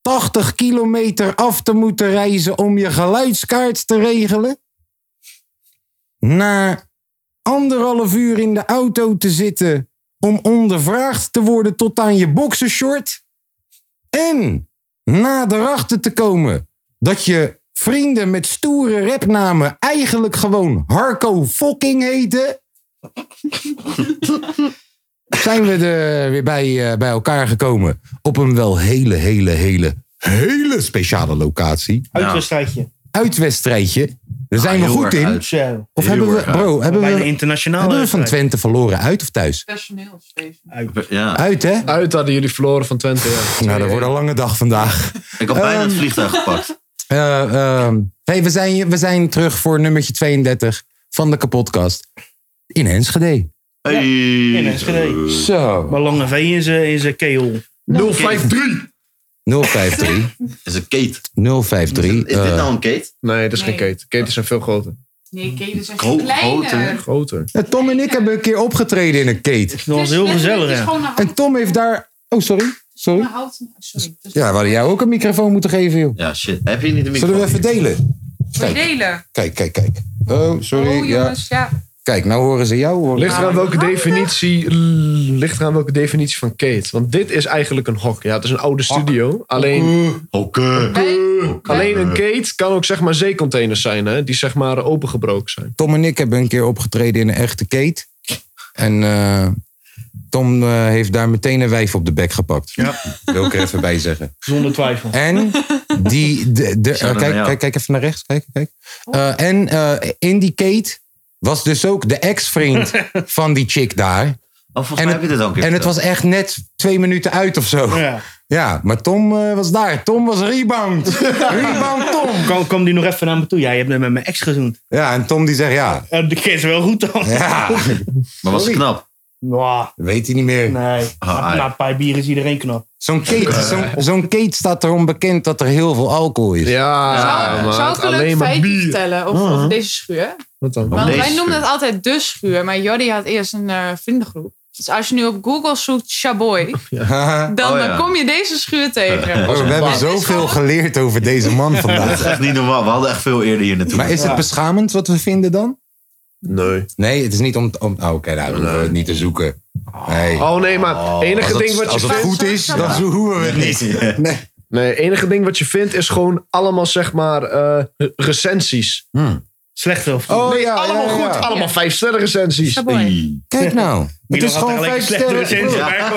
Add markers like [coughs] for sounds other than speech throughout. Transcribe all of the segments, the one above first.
80 kilometer af te moeten reizen om je geluidskaart te regelen. Na anderhalf uur in de auto te zitten om ondervraagd te worden tot aan je boxershort. En na erachter te komen dat je vrienden met stoere rapnamen eigenlijk gewoon Harco fucking heten [laughs] zijn we er weer bij, eh, bij elkaar gekomen. Op een wel hele, hele, hele, hele speciale locatie. Uitwedstrijdje. Uitwedstrijdje. Daar zijn we Ah, heel goed erg in. uit. Zo. Of hebben we, erg bro, hebben Bijna we, internationaal. hebben we van wedstrijd. Twente verloren uit of thuis? Ja, Uit, hè? Uit hadden jullie verloren van Twente. Ja. Nou, dat wordt een lange dag vandaag. Ehm, ik had bijna het vliegtuig [laughs] gepakt. Eh, ehm, hey, we zijn, we zijn terug voor nummertje 32 van de kapotkast. In Enschede. Hey. In Enschede. Zo. Maar lange V eh, in zijn- in zijn keel. 053! 053. is een Kate. 053. Is dit eh, nou een Kate? Nee, dat is geen Nee. Kate. Kate zijn veel groter. Nee, Hm. kelen zijn Gro- kleiner. groter. Groter. eh, Tom en ik hebben een keer opgetreden in een kate. Dat was heel Dus gezellig, Het is ja. gewoon een hout- En Tom heeft daar. Oh, sorry. een Sorry. hout- Sorry. Dus Ja, we hadden jou ook een microfoon moeten geven, joh. Ja, shit. Heb je niet een Zullen we even delen? Kijk, Verdelen. kijk, kijk. kijk. Oh, sorry. Oh ja. jongens, ja. Kijk, nou horen ze jou. Horen. Ligt eraan welke definitie, ligt eraan welke definitie van Kate. Want dit is eigenlijk een hok. Ja, het is een oude studio. Alleen, Oké. Wij- alleen een Kate kan ook zeg maar zeecontainers zijn. Hè, die zeg maar opengebroken zijn. Tom en ik hebben een keer opgetreden in een echte kate. En eh, Tom eh, heeft daar meteen een wijf op de bek gepakt. Ja. Wil ik er even bij zeggen. Zonder twijfel. En die. De, de, eh, Shout-out naar kijk, jou. kijk, kijk even naar rechts. Kijk, kijk. Eh, en eh, in die kate was dus ook de [laughs] ex-vriend van die chick daar. Oh, volgens En mij het- heb je dit al een keer En het verteld. was echt net twee minuten uit of zo. Ja, Ja. maar Tom eh, was daar. Tom was [laughs] rebound. rebound Tom. Kom, kom die nog even naar me toe. Ja, je hebt net met mijn ex gezoend. Ja, en Tom die zegt ja. Eh, De keer is wel goed dan. Ja, Maar was het knap? Nou, weet hij niet meer. nee. Ah, Eh, Na, ah. na een paar bieren is iedereen knap. Zo'n eh, Kate, zo'n zo'n Kate staat erom bekend dat er heel veel alcohol is. Ja, Zou- maar Zou ik een leuk alleen maar feitje bier. Ah. vertellen over, over deze schuur? Wat dan? Want deze wij noemden schuur. het altijd de schuur, maar Jordi had eerst een eh, vriendengroep. Dus als je nu op Google zoekt [laughs] Shaboy, [laughs] Haha. dan Oh, ja. eh, kom je deze schuur [laughs] tegen. Oh, we hebben Het is zoveel gewoon- geleerd over deze man Dat is vandaag. echt niet normaal. We hadden echt veel eerder hier naartoe. Maar is het beschamend wat we vinden dan? Nee. Nee, het is niet om... om oh, oké, nou, we hoeven we het niet te zoeken. Nee. Oh nee, maar het enige als ding het, wat je als het vindt... goed is, dan zoeken we het niet. Nee. Nee, enige ding wat je vindt is gewoon allemaal zeg maar eh, recensies. Slecht of Oh, nee, ja, allemaal ja, ja. goed. Allemaal vijf sterren recensies. Shaboy. Kijk nou. Het is gewoon vijf sterren. Ja.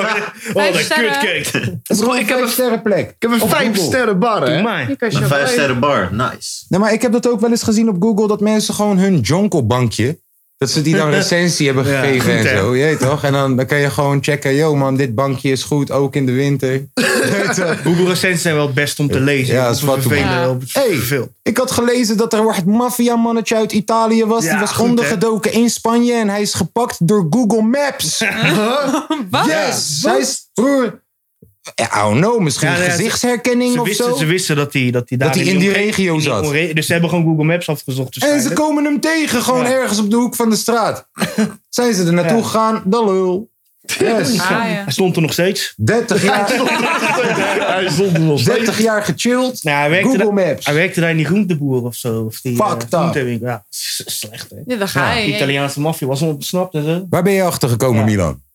Oh, dat sterren. kutkeek. Het is gewoon een vijf sterren plek. Ik heb een vijf sterren bar, hè? Doe maar. Je kan Een vijf Shaboy. sterren bar. Nice. Nee, maar ik heb dat ook wel eens gezien op Google. Dat mensen gewoon hun jonkelbankje. Dat ze [laughs] die dan recensie hebben Ja, gegeven goed, en hè? zo. Je weet toch? En dan, dan kan je gewoon checken. Yo man, dit bankje is goed. Ook in de winter. Weet je? [laughs] Google recensies zijn wel het best om te lezen. eh, Ja, dat is Op het wat- vervelende- Ja. op het Hey. verveel. ik had gelezen dat er een maffiamannetje uit Italië was. die Ja, was goed, hè? ondergedoken in Spanje. En hij is gepakt door Google [laughs] Maps. Wat? Yes! Hij is, broer. I don't know, misschien Ja, ja, ze- gezichtsherkenning Ze of zo. wisten, ze wisten dat hij dat die daar Dat hij in die regio zat. omgeving- Dus ze hebben gewoon Google Maps afgezocht. dus En ze waarschijnlijk. komen hem tegen, gewoon Ja. ergens op de hoek van de [laughs] straat. Zijn ze er naartoe Ja. gegaan? De lul. Yes. Ah, ja. Hij stond er nog steeds. 30 [laughs] jaar, Hij stond er nog 30 jaar gechilled. Nou, hij, werkte Google daar, Maps. hij werkte daar in die groenteboer of zo. Of die, Fuck eh, dat. groentewinkel. Ja, s- slecht hè. Ja, daar ga De je. Italiaanse maffia was ontsnapt en zo. Waar ben je achter gekomen, Ja. Milan?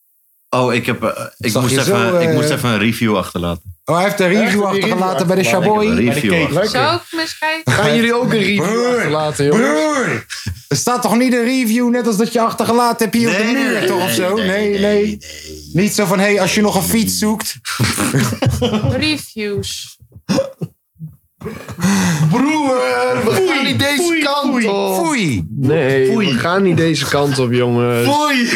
Oh, ik, heb, eh, ik, Zag moest je even, zo, eh, ik moest even een review achterlaten. Oh, hij heeft een Echt een review review achtergelaten bij de achtergelaten. Ik Shaboy. heb een Bij de review cake. achterlaten. Zou ik miskijken? Gaan jullie ook een review Broer. achterlaten, joh? Broer! Er staat toch niet een review net als dat je achtergelaten hebt hier op de muur, toch? of zo? Nee, nee. Niet zo van, hé, hey, als je nog een fiets zoekt. Reviews. Broer, Eh, we gaan niet deze kant op. Foei. Nee, we gaan niet deze kant op, jongens. [laughs] Foei.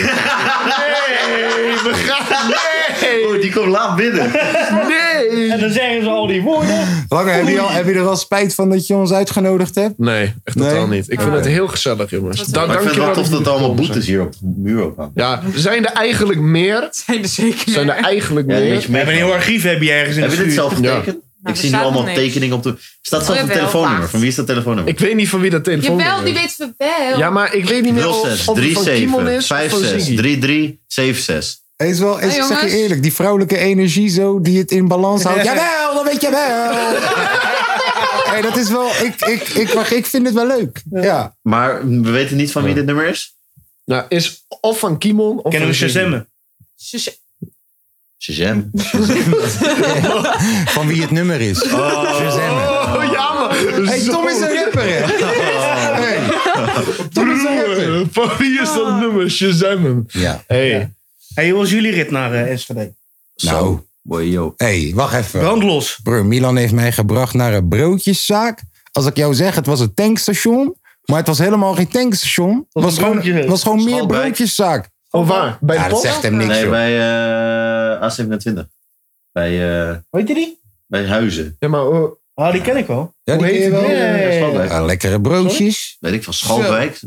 Nee, we gaan... Nee! Oh, die komt laat binnen. Nee! En dan zeggen ze al die woorden. Lange, heb je, al, heb je er al spijt van dat je ons uitgenodigd hebt? Nee, echt Nee? totaal niet. Ik vind Ah. het heel gezellig, jongens. Wat Da- Maar ik dank vind je wel het wel tof dat jullie er allemaal gekomen boetes hier op de muur ophangen. zijn. Ja, zijn er eigenlijk meer? [laughs] Zijn er zeker Zijn er meer. eigenlijk Ja, meer? weet je, We hebben een heel archief heb je ergens in Heb je de dit schuur. zelf Ja. getekend? Nou, er ik zie nu staat allemaal nog niks. tekeningen op de... Staat zelfs Oh, een jawel, telefoonnummer. wacht. Van wie is dat telefoonnummer? Ik weet niet van wie dat telefoon Jawel, die weet we wel. Ja, maar ik weet niet meer of, 06 of die van Kimon is of van 36 Ziggy. 33 76. Is wel, is, Hey, ik zeg je jongens. eerlijk, die vrouwelijke energie zo, die het in balans [laughs] houdt. Jawel, dat weet je [laughs] wel. hey, dat is wel, ik, ik, ik, maar ik vind het wel leuk. Ja. Maar we weten niet van wie dit nummer is. Nou, is of van Kimon of Kennen van we Ziggy. Shazammen? Zus- Shazam. [laughs] Van wie het nummer is. Oh, ja, man. Hey, Tom is een rapper, hè? Hey. Tom is een rapper. Broer, Van wie is dat nummer? Shazam. Ja. Hey. Hey, hoe was jullie rit naar eh, Enschede? Nou, Boy, yo. hey, wacht even. Brandlos. Broer, Milan heeft mij gebracht naar een broodjeszaak. Als ik jou zeg, het was een tankstation. Maar het was helemaal geen tankstation. Het was was een gewoon, broodjeszaak. was gewoon meer Schalkwijk. broodjeszaak. Oh, waar? Bij Ja, de dat post? zegt hem niks, Nee, joh. bij eh, A27. Bij, eh, Weet je die? bij Huizen. Ja, maar oh, Ah, die ken ik wel. Ja, die hoe ken heet je wel. het? Nee. Ja, Schalkwijk. Ja, lekkere broodjes. Weet ik van Schalkwijk.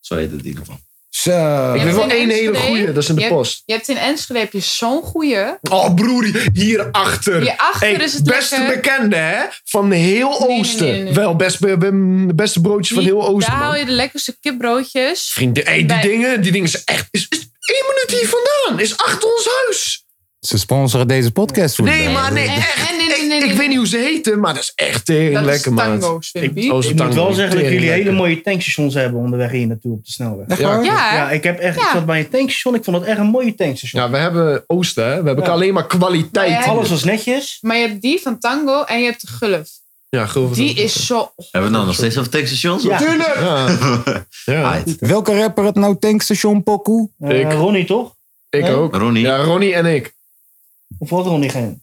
Zo heet het in ieder geval. Zo. Ik Ja. weet wel In één hele Enschede? goeie, dat is in de Je- post. Je hebt in Enschede heb je zo'n goeie. Oh, broer, hierachter. Hierachter Hey, is het beste lekker. bekende, hè? Van heel nee, Oosten. nee, nee. Wel, best, be- be- beste broodjes van Die- heel Oosten, Daar haal man. je de lekkerste kipbroodjes. Vrienden, hey, die Bij- dingen, die dingen zijn echt... Is, is één minuut hier vandaan. Is achter ons huis. Ze sponsoren deze podcast. voor Nee, mij. maar nee, En- echt. en- nee, nee, ik nee, ik nee. weet niet hoe ze heten, maar dat is echt tering Dat is lekker, man. tango, Swimpy. Oh, ze Ik moet tango, wel zeggen dat tering jullie hele lekker. mooie tankstations hebben onderweg hier naartoe op de snelweg. Echt Ja. waar? Ja, Ja, ik, heb echt, ik Ja. zat bij een tankstation. Ik vond dat echt een mooie tankstation. Ja, we hebben Oosten, hè? We hebben Ja. alleen maar kwaliteit. Maar ja, Alles was netjes. maar je hebt die van Tango en je hebt de Gulf. Ja, gulden. Die is zo... Hebben we het nou nog steeds over tankstations? Ja. Tuurlijk. Ja, ja. Aight. Welke rapper het nou tankstation pokoe? Eh, Ik. Ronnie toch? ik Nee. ook. Ronnie, Ja, Ronnie en ik. Of had Ronnie geen?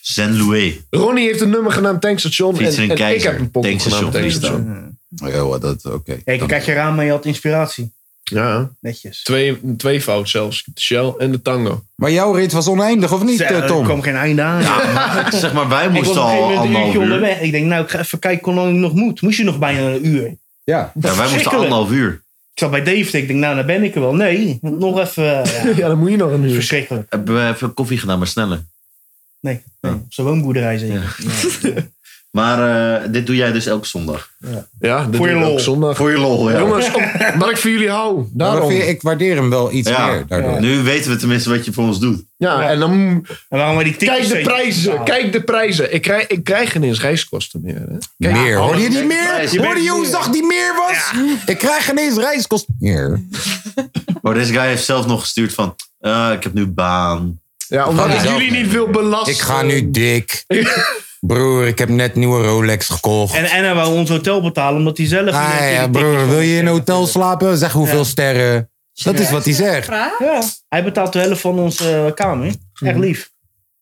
Saint Louis. Ronnie heeft een nummer genaamd Tankstation. En, Fietser en en ik Keizer. heb een pokoe Tankstation. genaamd Tankstation. Ja, Oh, dat, oké. Kijk, kijk je raam, maar je had inspiratie. Ja, Netjes. twee, twee fout zelfs. De Shell en de Tango. Maar jouw rit was oneindig, of niet, Zo, eh, Er Tom? kwam geen einde aan. [laughs] Zeg maar, [laughs] wij Ik was moesten op een al gegeven moment een anderhalf uurtje uur. onderweg. Ik denk, nou, ik ga even kijken hoe lang ik nog moet. Moest je nog bijna een uur? Ja. Ja, wij moesten Verschrikkelijk. anderhalf uur. Ik zat bij Dave. Ik denk, nou, dan ben ik er wel. Nee, nog even. eh, ja, [laughs] Ja, dan moet je nog een uur. verschrikkelijk. Hebben we even koffie gedaan, maar sneller. Nee, nee. op zo'n woonboerderij zeker. Maar eh, dit doe jij dus elke zondag. Ja, dat Voor je doe ik ook lol. zondag. Voor je lol, ja. Jongens, om- omdat ik van jullie hou. Maar dat Daarom. vind je- ik waardeer hem wel iets Ja. meer. Daardoor. Nu weten we tenminste wat je voor ons doet. Ja, en dan... En waarom wij die tickets Kijk de steeds prijzen. betalen? Kijk de prijzen. Ik krijg, ik krijg geen eens reiskosten meer. Hè. Kijk, Meer. oh, Hoorde je die kijk, meer? prijs. Je Hoorde je hoe zacht die meer was? Ik krijg ineens reiskost. [laughs] Meer. Maar Oh, deze guy heeft zelf nog gestuurd van... eh, ik heb nu baan. Ja, omdat Ja. ik jullie niet ehm. wil belasten. Ik ga nu dik. Broer, ik heb net nieuwe Rolex gekocht. En, en hij wou ons hotel betalen omdat hij zelf. Ah die ja, tickets- broer, wil je in een hotel slapen? Zeg hoeveel sterren. Dat is wat hij zegt. Vraag? Ja, hij betaalt de helft van onze eh, kamer. Mhm. Echt lief.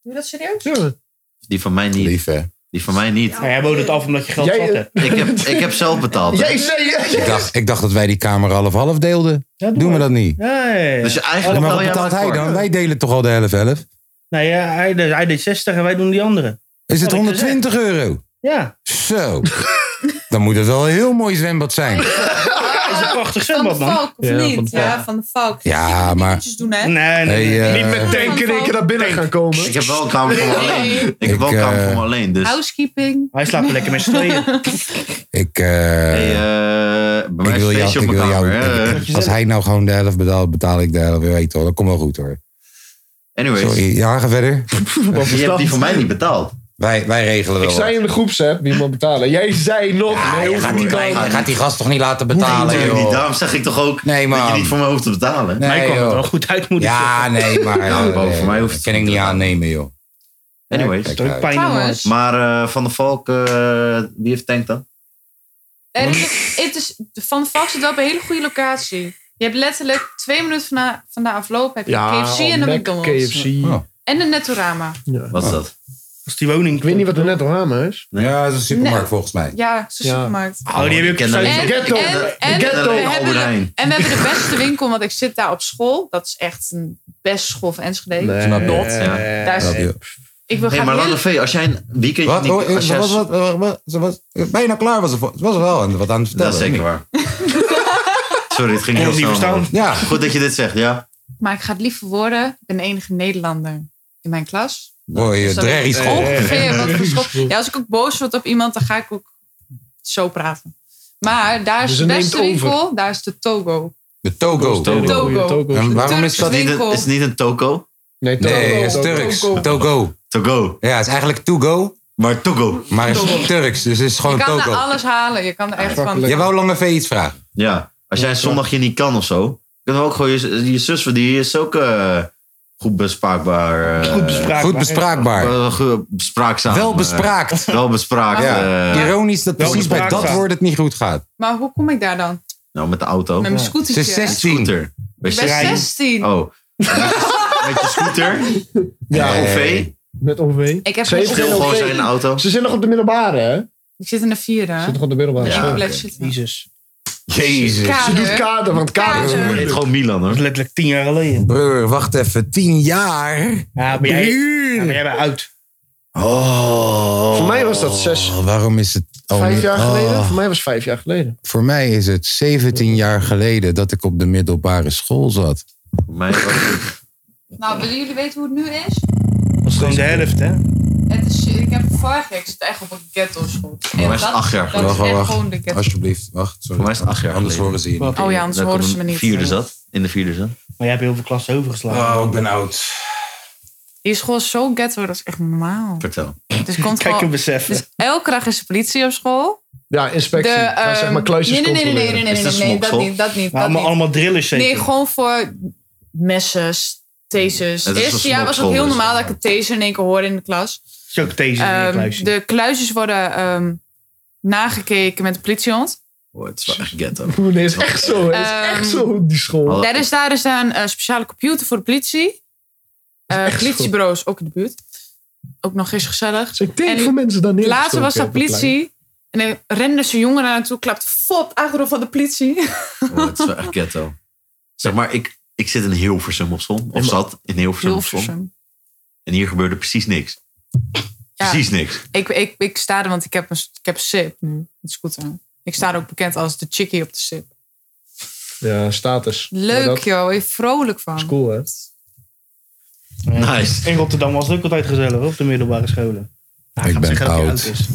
Doe je dat serieus? Ja. [laughs] Die van mij niet. Lief, hè? Ik Die van mij niet. Ja, jij bood het af omdat je geld Jij, zat eh, hebt. Ik heb, ik heb zelf betaald. hè. Jij zei... dacht, ik dacht dat wij die kamer half-half deelden. Ja, doe Doen we maar. dat niet? Ja, ja, ja. Dus je Ja, eigenlijk maar wat betaal jij betaalt maar hij voor. dan? Wij delen toch al de helft-helft? Nou ja, hij, hij deed 60 en wij doen die andere. Is het Wat ik dus 120 euro? Ja, Zo. Dan moet het wel een heel mooi zwembad zijn. dat is een prachtig Ah, Van de zwembad, man. Valk, of Ja, niet? van de Valk. ja, van de Valk. Ja, Die kunnen maar- dingetjes doen, hè? Nee, nee, nee. Hey, eh, Niet met tanken in één keer naar binnen gaan komen. Ik heb wel een kamer voor me alleen. Nee. Ik heb wel een Ik, kamer eh, voor me alleen. Dus Housekeeping. Hij slaapt lekker met z'n tweeën. ik, eh, [laughs] Hey, eh, bij mij ik is wil het feestje jou. op Ik mijn wil jou kamer. [laughs] hè. ik- als hij nou gewoon de helft betaalt, betaal ik de helft. Je Weet toch, dat komt wel goed hoor. Anyways, Sorry, ja, ga verder. je hebt die van mij niet betaald. Wij, wij regelen wel. Ik zei in de groepsapp wie moet betalen. Jij zei nog... nee, hoef ik niet wat. te- Hij gaat die gast toch niet laten betalen, Natuurlijk niet. joh. Daarom zeg ik toch ook Nee, dat man. je niet voor mij hoeft te betalen. Nee, Mij kwam joh. het wel goed uit, moet ik zeggen. Ja, nee, maar Ja, eh, boven mij hoeft dat het kan ik niet niet. aannemen, joh. Anyways. Kijk Druk uit. pijn in de hand. Trouwens. Maar eh, Van der Valk, eh, die heeft tank dan? [laughs] Nee, dat is- het is, van de Valk zit wel op een hele goede locatie. Je hebt letterlijk twee minuten van de, van de afloop heb je KFC en Mac, de McDonald's. KFC. Oh. En de Nettorama. Wat is dat? Als die woning... Ik weet niet wat er net Rama is. Ja, dat is een supermarkt Nee. volgens mij. Ja, zo'n Ja. supermarkt. Oh, die heb ik Ken dat gezien. niet. En, ghetto. en, en, Ghetto. we Albert hebben de, Heijn. en we hebben de beste winkel, want ik zit daar op school. Dat is echt een best school van Enschede. Snap je? Not. Ja. Daar is- Snap je? Ik wil Nee, gaan maar heel- Lange V, als jij een weekendje Wat? niet... Oh, eh, als ze jij- was, wat, wat, wat- ze was, bijna klaar was ze. voor- Ze was er wel wat aan het vertellen. Dat is [laughs] zeker waar. Sorry, het ging Ik kon heel het niet snel. verstaan. Ja, Goed dat je dit zegt, ja. Maar ik ga het lief verwoorden. Ik ben de enige Nederlander in mijn klas. mooie Dus dat drerrie is school. Ongeveer wat voor school. Ja, als ik ook boos word op iemand, dan ga ik ook zo praten. Maar daar is Dus de ze beste neemt over. winkel, daar is de Togo. De Togo. Togo. Togo. En waarom is Turkse dat? Is het niet Winkel. een, is het niet een toko? Nee, Togo. Nee, het is Togo. Turks. Togo. Togo. To go. Ja, het is eigenlijk to go, Maar to go. maar het is Turks. Dus het is Je gewoon kan er Togo. alles halen. Je kan er echt van... Jij wou lange V iets vragen. Ja, als jij een zondagje niet kan of zo. Dan ook gewoon je, je zus, die is ook eh, goed bespraakbaar. eh, Goed bespraakbaar. Goed bespraakbaar. eh, goed bespraakzaam. Wel eh, bespraakt. wel bespraakt. Ja. eh, Ironisch dat Wel precies bij dat bespraakzaam. woord het niet goed gaat. Maar hoe kom ik daar dan? nou, met de auto. Met mijn Ze scootertje. is hè? 16. Scooter. Bij Ik ben scooter. 16. Oh. Met je scooter. Ja, Nee. OV. Met OV. Ik, heb Ze heeft geen- Stil OV. gewoon zijn auto. Ze zit nog op de middelbare, hè? Ze ik zit in de vierde. hè? zit nog op de middelbare. Ja. Ik school. blijf zitten. Jezus. Jezus. Ze Kader. doet kader, want kader is Kader. Het is gewoon Oh, Milan Dat hoor. is letterlijk tien jaar geleden. Breur, wacht even. 10 jaar? Ja, ben jij, ja, ben Breur. jij bent oud. Oh. Voor mij was dat zes- Oh, waarom is het... oh, vijf nee. jaar Oh. geleden. Voor mij was het vijf jaar geleden. Voor mij is het 17 jaar geleden dat ik op de middelbare school zat. Voor mij was het- Nou, willen jullie weten hoe het nu is? Dat is gewoon de helft, hè? Het is ik heb vorig jaar, ik zit echt op een ghetto school. En mij is het acht jaar dat geleden. is echt gewoon de ghetto. Alsjeblieft, wacht. Sorry. Voor mij is het acht jaar Anders geleden. horen ze je niet. Oh ja, anders dat ik horen op ze me een niet. Vierde zat. In de vierde zat. Maar jij hebt heel veel klassen overgeslagen. Oh, ik ben oud. Die school is zo ghetto, dat is echt normaal. Vertel. Dus er komt Kijk je gewoon, beseffen. dus elke dag is de politie op school. Ja, inspectie. De, Ga zeg ehm, maar kluisjes nee, nee, nee, nee, nee, nee, controleren. nee, Is dat nee, nee, dat smoksel? niet, dat niet, Maar dat Nou, allemaal, niet. allemaal drillers zeker. Nee, gewoon voor messen, tasers. Dat Eerste is een jaar was het smokschool heel dus. normaal dat ik een taser in één keer hoorde in de klas. Dat is ook deze Ehm, kluisje. de kluisjes worden ehm, nagekeken met de politiehond. Oh, het is wel echt ghetto. Oeh, nee, is echt zo. hè. Is Ehm, echt zo, die school. Alle- Daar is, daar is dan een eh, speciale computer voor de politie. Eh, echt politiebureaus, ook in de buurt. Ook nog eens gezellig. Dus ik denk en voor mensen daar neer. Later was dat politie. En dan renden ze jongeren naar naartoe, klapte fop achterop van de politie. [laughs] Oh, het is wel echt ghetto. Zeg maar, ik, ik zit in Hilversum of zo. Of zat in Hilversum of zo. Hilversum. En hier gebeurde precies niks. Ja. Precies niks. Ik, ik, ik sta er, want ik heb een, ik heb een sip nu. Een scooter. Ik sta er ook bekend als de chickie op de sip. Ja, status. Ja, Leuk dat joh, word je vrolijk is van. cool, hè? Nice. In Rotterdam was het ook altijd gezellig hoor, op de middelbare scholen. Ja, Ik gaat ben zeggen dat hij oud. is.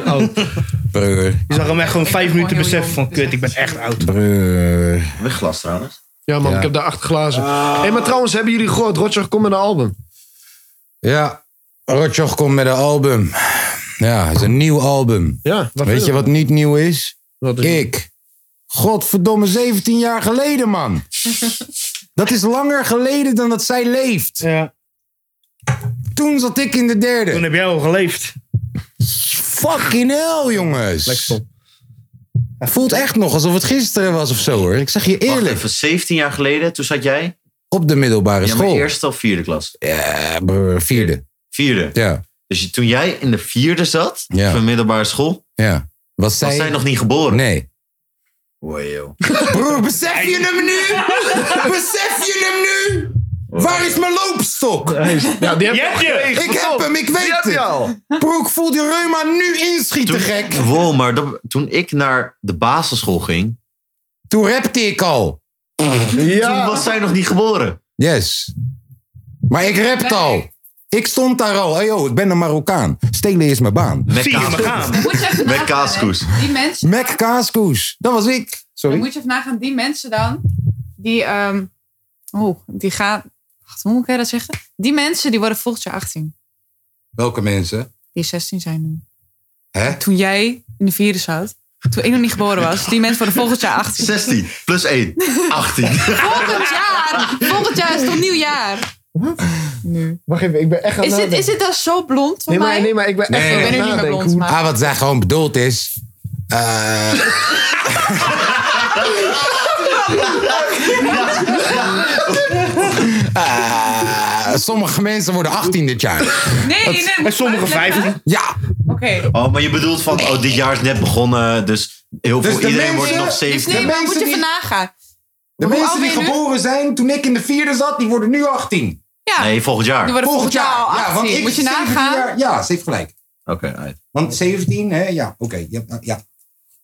[laughs] Breur, Je zag hem echt gewoon vijf ben minuten gewoon heel beseffen van jong. kut, ik ben echt oud. breur. Weg glas trouwens. Ja, Ah. man, Ja. ik heb daar acht glazen. hey, maar trouwens, hebben jullie gehoord? Roger, komt met een album. Ja, Rotjoch komt met een album. Ja, het is een nieuw album. Ja, wat Weet je wat niet nieuw is? Wat is- Ik. Godverdomme, 17 jaar geleden, man. Dat is langer geleden dan dat zij leeft. Ja. Toen zat ik in de Toen derde. heb jij al geleefd. Fucking hell, jongens. Lekker. Het voelt echt nog alsof het gisteren was of zo, hoor. Ik zeg je Wacht eerlijk. even, 17 jaar geleden, toen zat jij? Op de middelbare Ja, maar school. eerste of vierde klas? Ja, broer, vierde. Vierde. Ja, Dus je- toen jij in de vierde zat, Ja. van middelbare school, ja. Was zij... was zij nog niet geboren. Nee. Wow, joh. Broer, besef je hem nu? Besef je hem nu? Waar is mijn loopstok? Ja, die heb Je hebt je! Ik heb hem, ik Die weet heb je het. al. Broer, ik voel die reuma nu inschieten, Toen, gek. Wow, maar dat- toen ik naar de basisschool ging, Toen repte ik al. toen Ja. was zij nog niet geboren. Yes. Maar ik repte al. Ik stond daar al. Hey yo, ik ben een Marokkaan. Stelen is mijn baan. Met Zie je kaas. me gaan. Moet je even Met nagaan, kaaskoes. hè. Die [laughs] mensen, Mac Kaaskoes. Dat was ik. dan Sorry. moet je even nagaan, die mensen dan, die, ehm oh, die gaan, wacht, hoe moet ik dat zeggen? Die mensen die worden volgend jaar 18, Welke mensen? die 16 zijn nu. Hè? Toen jij in de vierde zat, toen ik nog niet geboren was, die mensen worden volgend jaar 18. 16 plus 1, 18. Volgend jaar! Volgend jaar is het opnieuw jaar. Nu. Wacht even, ik ben echt aan Is het dit, is dit dan zo blond voor Nee, maar, mij? nee, maar ik ben Nee, echt ik aan ben het er niet meer nadenken. blond, hoe- maar- Ah, wat zij gewoon bedoeld is. eh, [laughs] ah, Ja, sommige mensen worden 18 dit jaar. Ah, Nee, nee. moet je En sommige uitleggen. vijf. Ja, Oké. Oh, maar je bedoelt van, oh, dit jaar is net begonnen, dus heel Dus veel, de iedereen mensen- wordt nog Dus 17. nee, maar mensen moet je die- even nagaan. de Hoe mensen oud die ben je nu? geboren zijn toen ik in de vierde zat, die worden nu 18. Ja, Nee, volgend jaar. die Oké, worden volgend jaar al 18. moet je 17 nagaan. jaar- ja, ze heeft gelijk. uit. Want 17, hè? Ja, oké. ja, ja.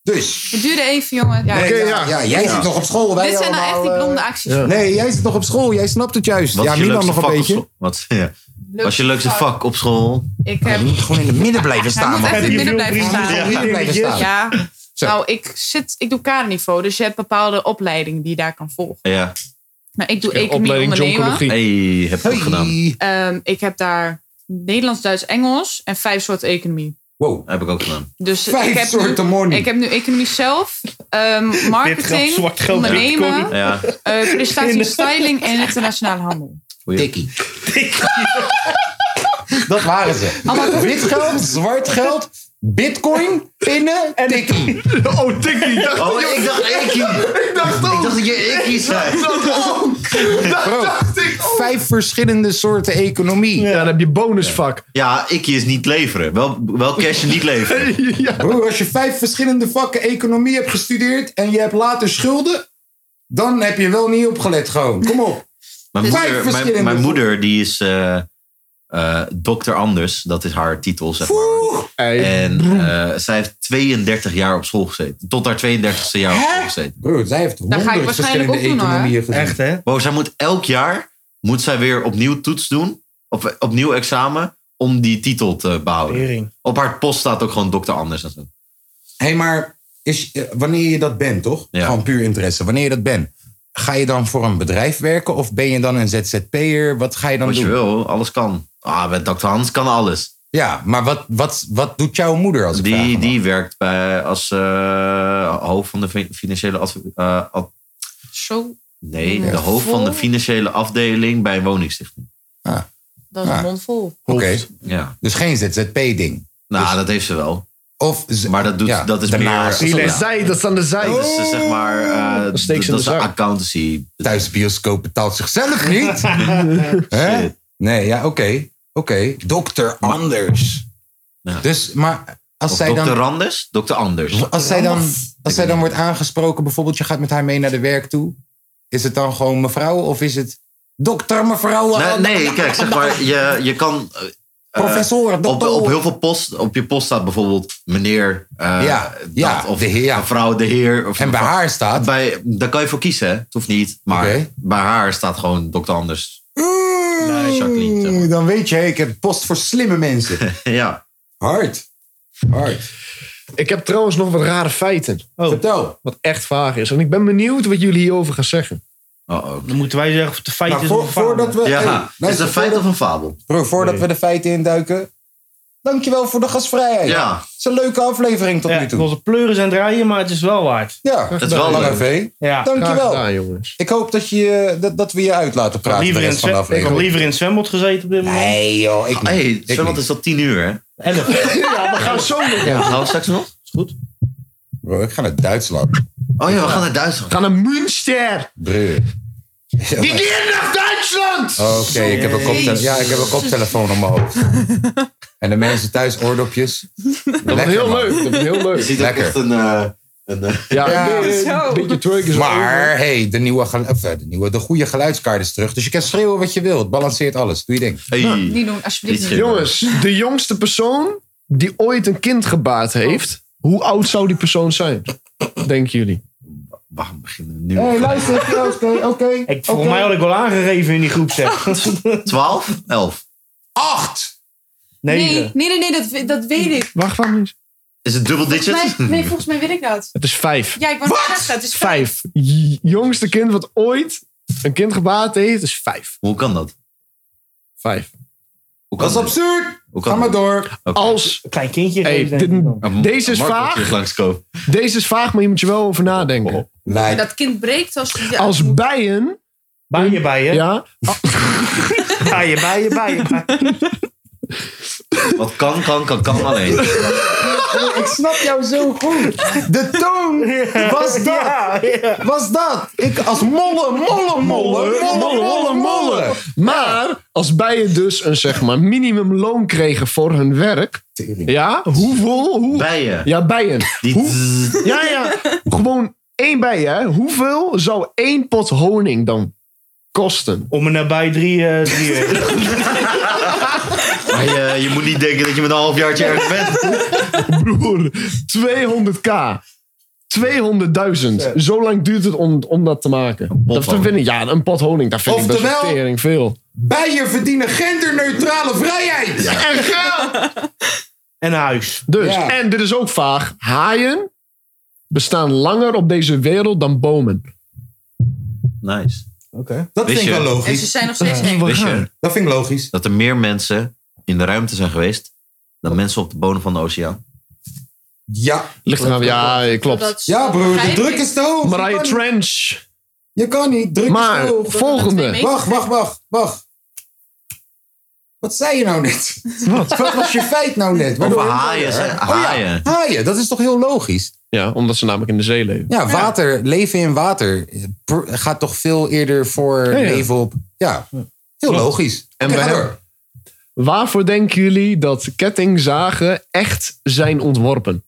Dus. Het duurde even, jongen. Ja. Nee, Oké, ja, ja. ja, jij zit nog op school. Wij Dit zijn nou echt allemaal, die eh, blonde acties. ja. Nee, jij zit nog op school. Jij snapt het juist. Wat ja, is je Milan leukste nog vak een op beetje. school? Wat, ja. Wat is je leukste vak op school? Ik heb... Je moet gewoon in het midden blijven Hij staan. moet man. echt in het Je midden blijven moet gewoon in staan. het midden blijven Ja. staan. Ja. Zo. Nou, ik, zit, ik doe kaderniveau, dus je hebt bepaalde opleidingen die je daar kan volgen. Ja. Nou, ik doe Ja, economie opleiding ondernemen. joncologie. Hey, heb ik ook gedaan. Hey. Ehm, ik heb daar Nederlands, Duits, Engels en vijf soorten economie. Wow. Heb ik ook gedaan. Dus ik Vijf heb soorten nu, money. Ik heb nu economie zelf, ehm, Dit geld marketing, zwart geld. ondernemen, Ja. eh prestatie, styling en internationale handel. Tikkie. [laughs] Dat waren ze. Allemaal wit geld, zwart geld, [laughs] bitcoin, pinnen en tikkie. Oh, tikkie. Dat Oh, ik [laughs] dacht Eki. Ik dacht Ik dacht dat je Eki zei. [laughs] Bro, ik vijf verschillende soorten economie. Ja, dan heb je bonusvak. Ja, Ikkie is niet leveren. Wel, wel cash en niet leveren. Ja. Broer, als je vijf verschillende vakken economie hebt gestudeerd en je hebt later schulden, dan heb je wel niet opgelet gewoon. Kom op. Mijn Vijf moeder, mijn, verschillende mijn moeder die is eh eh dokter Anders. Dat is haar titel, zeg maar. Oeh, Hey. En eh, zij heeft 32 jaar op school gezeten. Tot haar 32e jaar op Hè? school gezeten. Broer, zij heeft ga ik honderd waarschijnlijk verschillende ook doen, hoor. economieën gezien. Echt, hè? Wow, zij moet elk jaar moet zij weer opnieuw toets doen. Of opnieuw examen. Om die titel te behouden. Tering. Op haar post staat ook gewoon dokter Anders. en zo. Hé, hey, maar is, eh, wanneer je dat bent, toch? Ja. Gewoon puur interesse. Wanneer je dat bent, ga je dan voor een bedrijf werken of ben je dan een ZZP'er? Wat ga je dan Wat je doen? wil, alles kan. Ah, met dokter Anders kan alles. Ja, maar wat, wat, wat doet jouw moeder als ik vraag Die, hem die werkt bij, als eh, hoofd van de fi- financiële adv- eh, ad- Zo, nee, Ja. de hoofd van de financiële afdeling bij woningstichting. dat is Ja. een mond vol. af? Oké, Ja. dus geen ZZP-ding. Nou, dat heeft ze wel. Dus- Of z- Maar dat, doet, Ja, dat is daarnaast. meer... Dat is aan de Ja. zij, dat is aan de zij. Dat is eh, zeg maar... eh, Dan steekt ze dat in is de de zak. accountancy. thuisbioscoop betaalt zichzelf [laughs] niet. Hè? Shit. Nee, ja, oké. Oké, dokter Anders. Ja. Dus, maar als Of zij dokter dan... Randers? Dokter Anders. Als zij dan, als zij dan wordt aangesproken, bijvoorbeeld je gaat met haar mee naar de werk toe. Is het dan gewoon mevrouw of is het dokter, mevrouw? Nee, nou, nee, kijk, zeg maar, je, je kan... eh, Professor, Op, dokter. op heel veel post, op je post staat bijvoorbeeld meneer, eh, Ja, dat, ja, of de heer, ja. mevrouw, de heer. Of en bij mevrouw- haar staat... Bij, daar kan je voor kiezen, hè? Het hoeft niet. Maar Oké. bij haar staat gewoon dokter Anders. Oeh, Jacqueline, zeg maar. Mm. dan weet je, ik heb post voor slimme mensen. ja. Hard. Hard. Oh. Ik heb trouwens nog wat rare feiten. Vertel. Wat echt vaag is. En ik ben benieuwd wat jullie hierover gaan zeggen. Oh oh. Dan moeten wij zeggen of de feit Maar is Nou, voor- of een faal. voordat we... hey, Ja, is het luister, een feit voordat- of een fabel? Bro, voordat we de feiten induiken. Dankjewel voor de gastvrijheid. Ja, Het is een leuke aflevering tot Ja, nu het toe. was een pleuris en draaien, maar het is wel waard. Ja, dat is wel Lange leuk. V. Ja. Graag Dankjewel. gedaan, jongens. Ik hoop dat, je, dat, dat we je uit laten Ik had praten de liever, in rest het van de zwem- ik had aflevering. liever in het zwembad gezeten op dit moment. Nee joh, ik niet. Hé, Ik Zwembad niet. is al tien uur, hè? Elf. Ja, we gaan zo nog. Ja. Gaan we straks nog? Is goed. Bro, ik ga naar Duitsland. Oh ja, we gaan naar Duitsland. We gaan naar Münster. Bro. Die keer naar Duitsland. Oké, ik heb een koptele- ja, ik heb een koptelefoon op mijn hoofd. En de mensen thuis oordopjes. Dat wordt heel leuk. Dat wordt heel leuk. ziet ook Lekker. echt een... eh, een Ja, Ja. een beetje- Zo. een beetje twerk is Maar hey, de, nieuwe, gelu- of, eh, de, nieuwe, de goede geluidskaart is terug. Dus je kan schreeuwen wat je wil. Het balanceert alles. Doe je ding. Niet doen, alsjeblieft Niet niet. Jongens, de jongste persoon die ooit een kind gebaard heeft, hoe oud zou die persoon zijn? Denken jullie? Wacht, we beginnen nu. luister. Oké, oké. Ik, volgens mij had ik wel aangegeven in die groep, zeg. [laughs] Twaalf? Elf? Acht! Nee, eh. Negen. nee, nee, nee, dat, we- dat weet ik. Wacht, wacht eens. Is het dubbel Nee, digit? nee, volgens mij weet ik dat. Het is vijf. Ja, ik wou net zeggen, het is vijf. Vijf. J- Jongste kind wat ooit een kind gebaard heeft, is vijf. Hoe kan dat? Vijf. Hoe kan Dat is dat? absurd! Hoe kan Ga maar dat? door. Oké. Als. Klein kindje. Hey, geven, denk dit- ik dan. Ah, Deze is Mark wil vaak. terug langskomen. Deze is vaag, maar je moet je wel over nadenken. Nee. Dat kind breekt als... je- Als bijen, Bij je, bij je. [laughs] ja, Bij je, bij je, bij je. Wat kan, kan, kan, kan alleen. Ik snap jou zo goed. De toon was dat. Was dat. Ik als molle, molle, molle, molle, molle, molle. Maar als bijen dus een zeg maar, minimumloon kregen voor hun werk. Ja, hoeveel? Hoe, Bijen. Ja, bijen. Die Hoe- [laughs] ja, ja. Gewoon één bij, hè? Hoeveel zou één pot honing dan kosten? Om en nabij drie, eh drie [laughs] euro. Maar je, je moet niet denken dat je met een halfjaartje ergens bent. Broer, 200k. 200.000. Zo lang duurt het om, om dat te maken. Dat honing. vind ik, ja, een pot honing, daar vind ik best Oftewel- wel tering veel. Bijen verdienen genderneutrale vrijheid. En een huis. Dus, Ja. en dit is ook vaag. Haaien bestaan langer op deze wereld dan bomen. Nice. Dat Wist vind ik je? wel En ze logisch. zijn nog steeds eng. Wist je Dat vind ik logisch. dat er meer mensen in de ruimte zijn geweest dan mensen op de bodem van de oceaan? Ja, Ligt nou- eraan, ja, klopt. Dat- ja dat broer, de begrijp druk ik. is te hoog. Je Mariah kan, niet- Trench. je kan niet, druk is Maar, te hoog. volgende. Wacht, wacht, wacht, wacht. Wat zei je [laughs] nou net? Wat, was je feit nou net? Over Waardoor je- haaien. hè? Haaien. Haaien, dat is toch heel logisch? Ja, omdat ze namelijk in de zee leven. Ja, water, leven in water eh, pr- gaat toch veel eerder voor ja. leven op. Ja, heel logisch. En Oké, we ga hebben- door. Waarvoor denken jullie dat kettingzagen echt zijn ontworpen?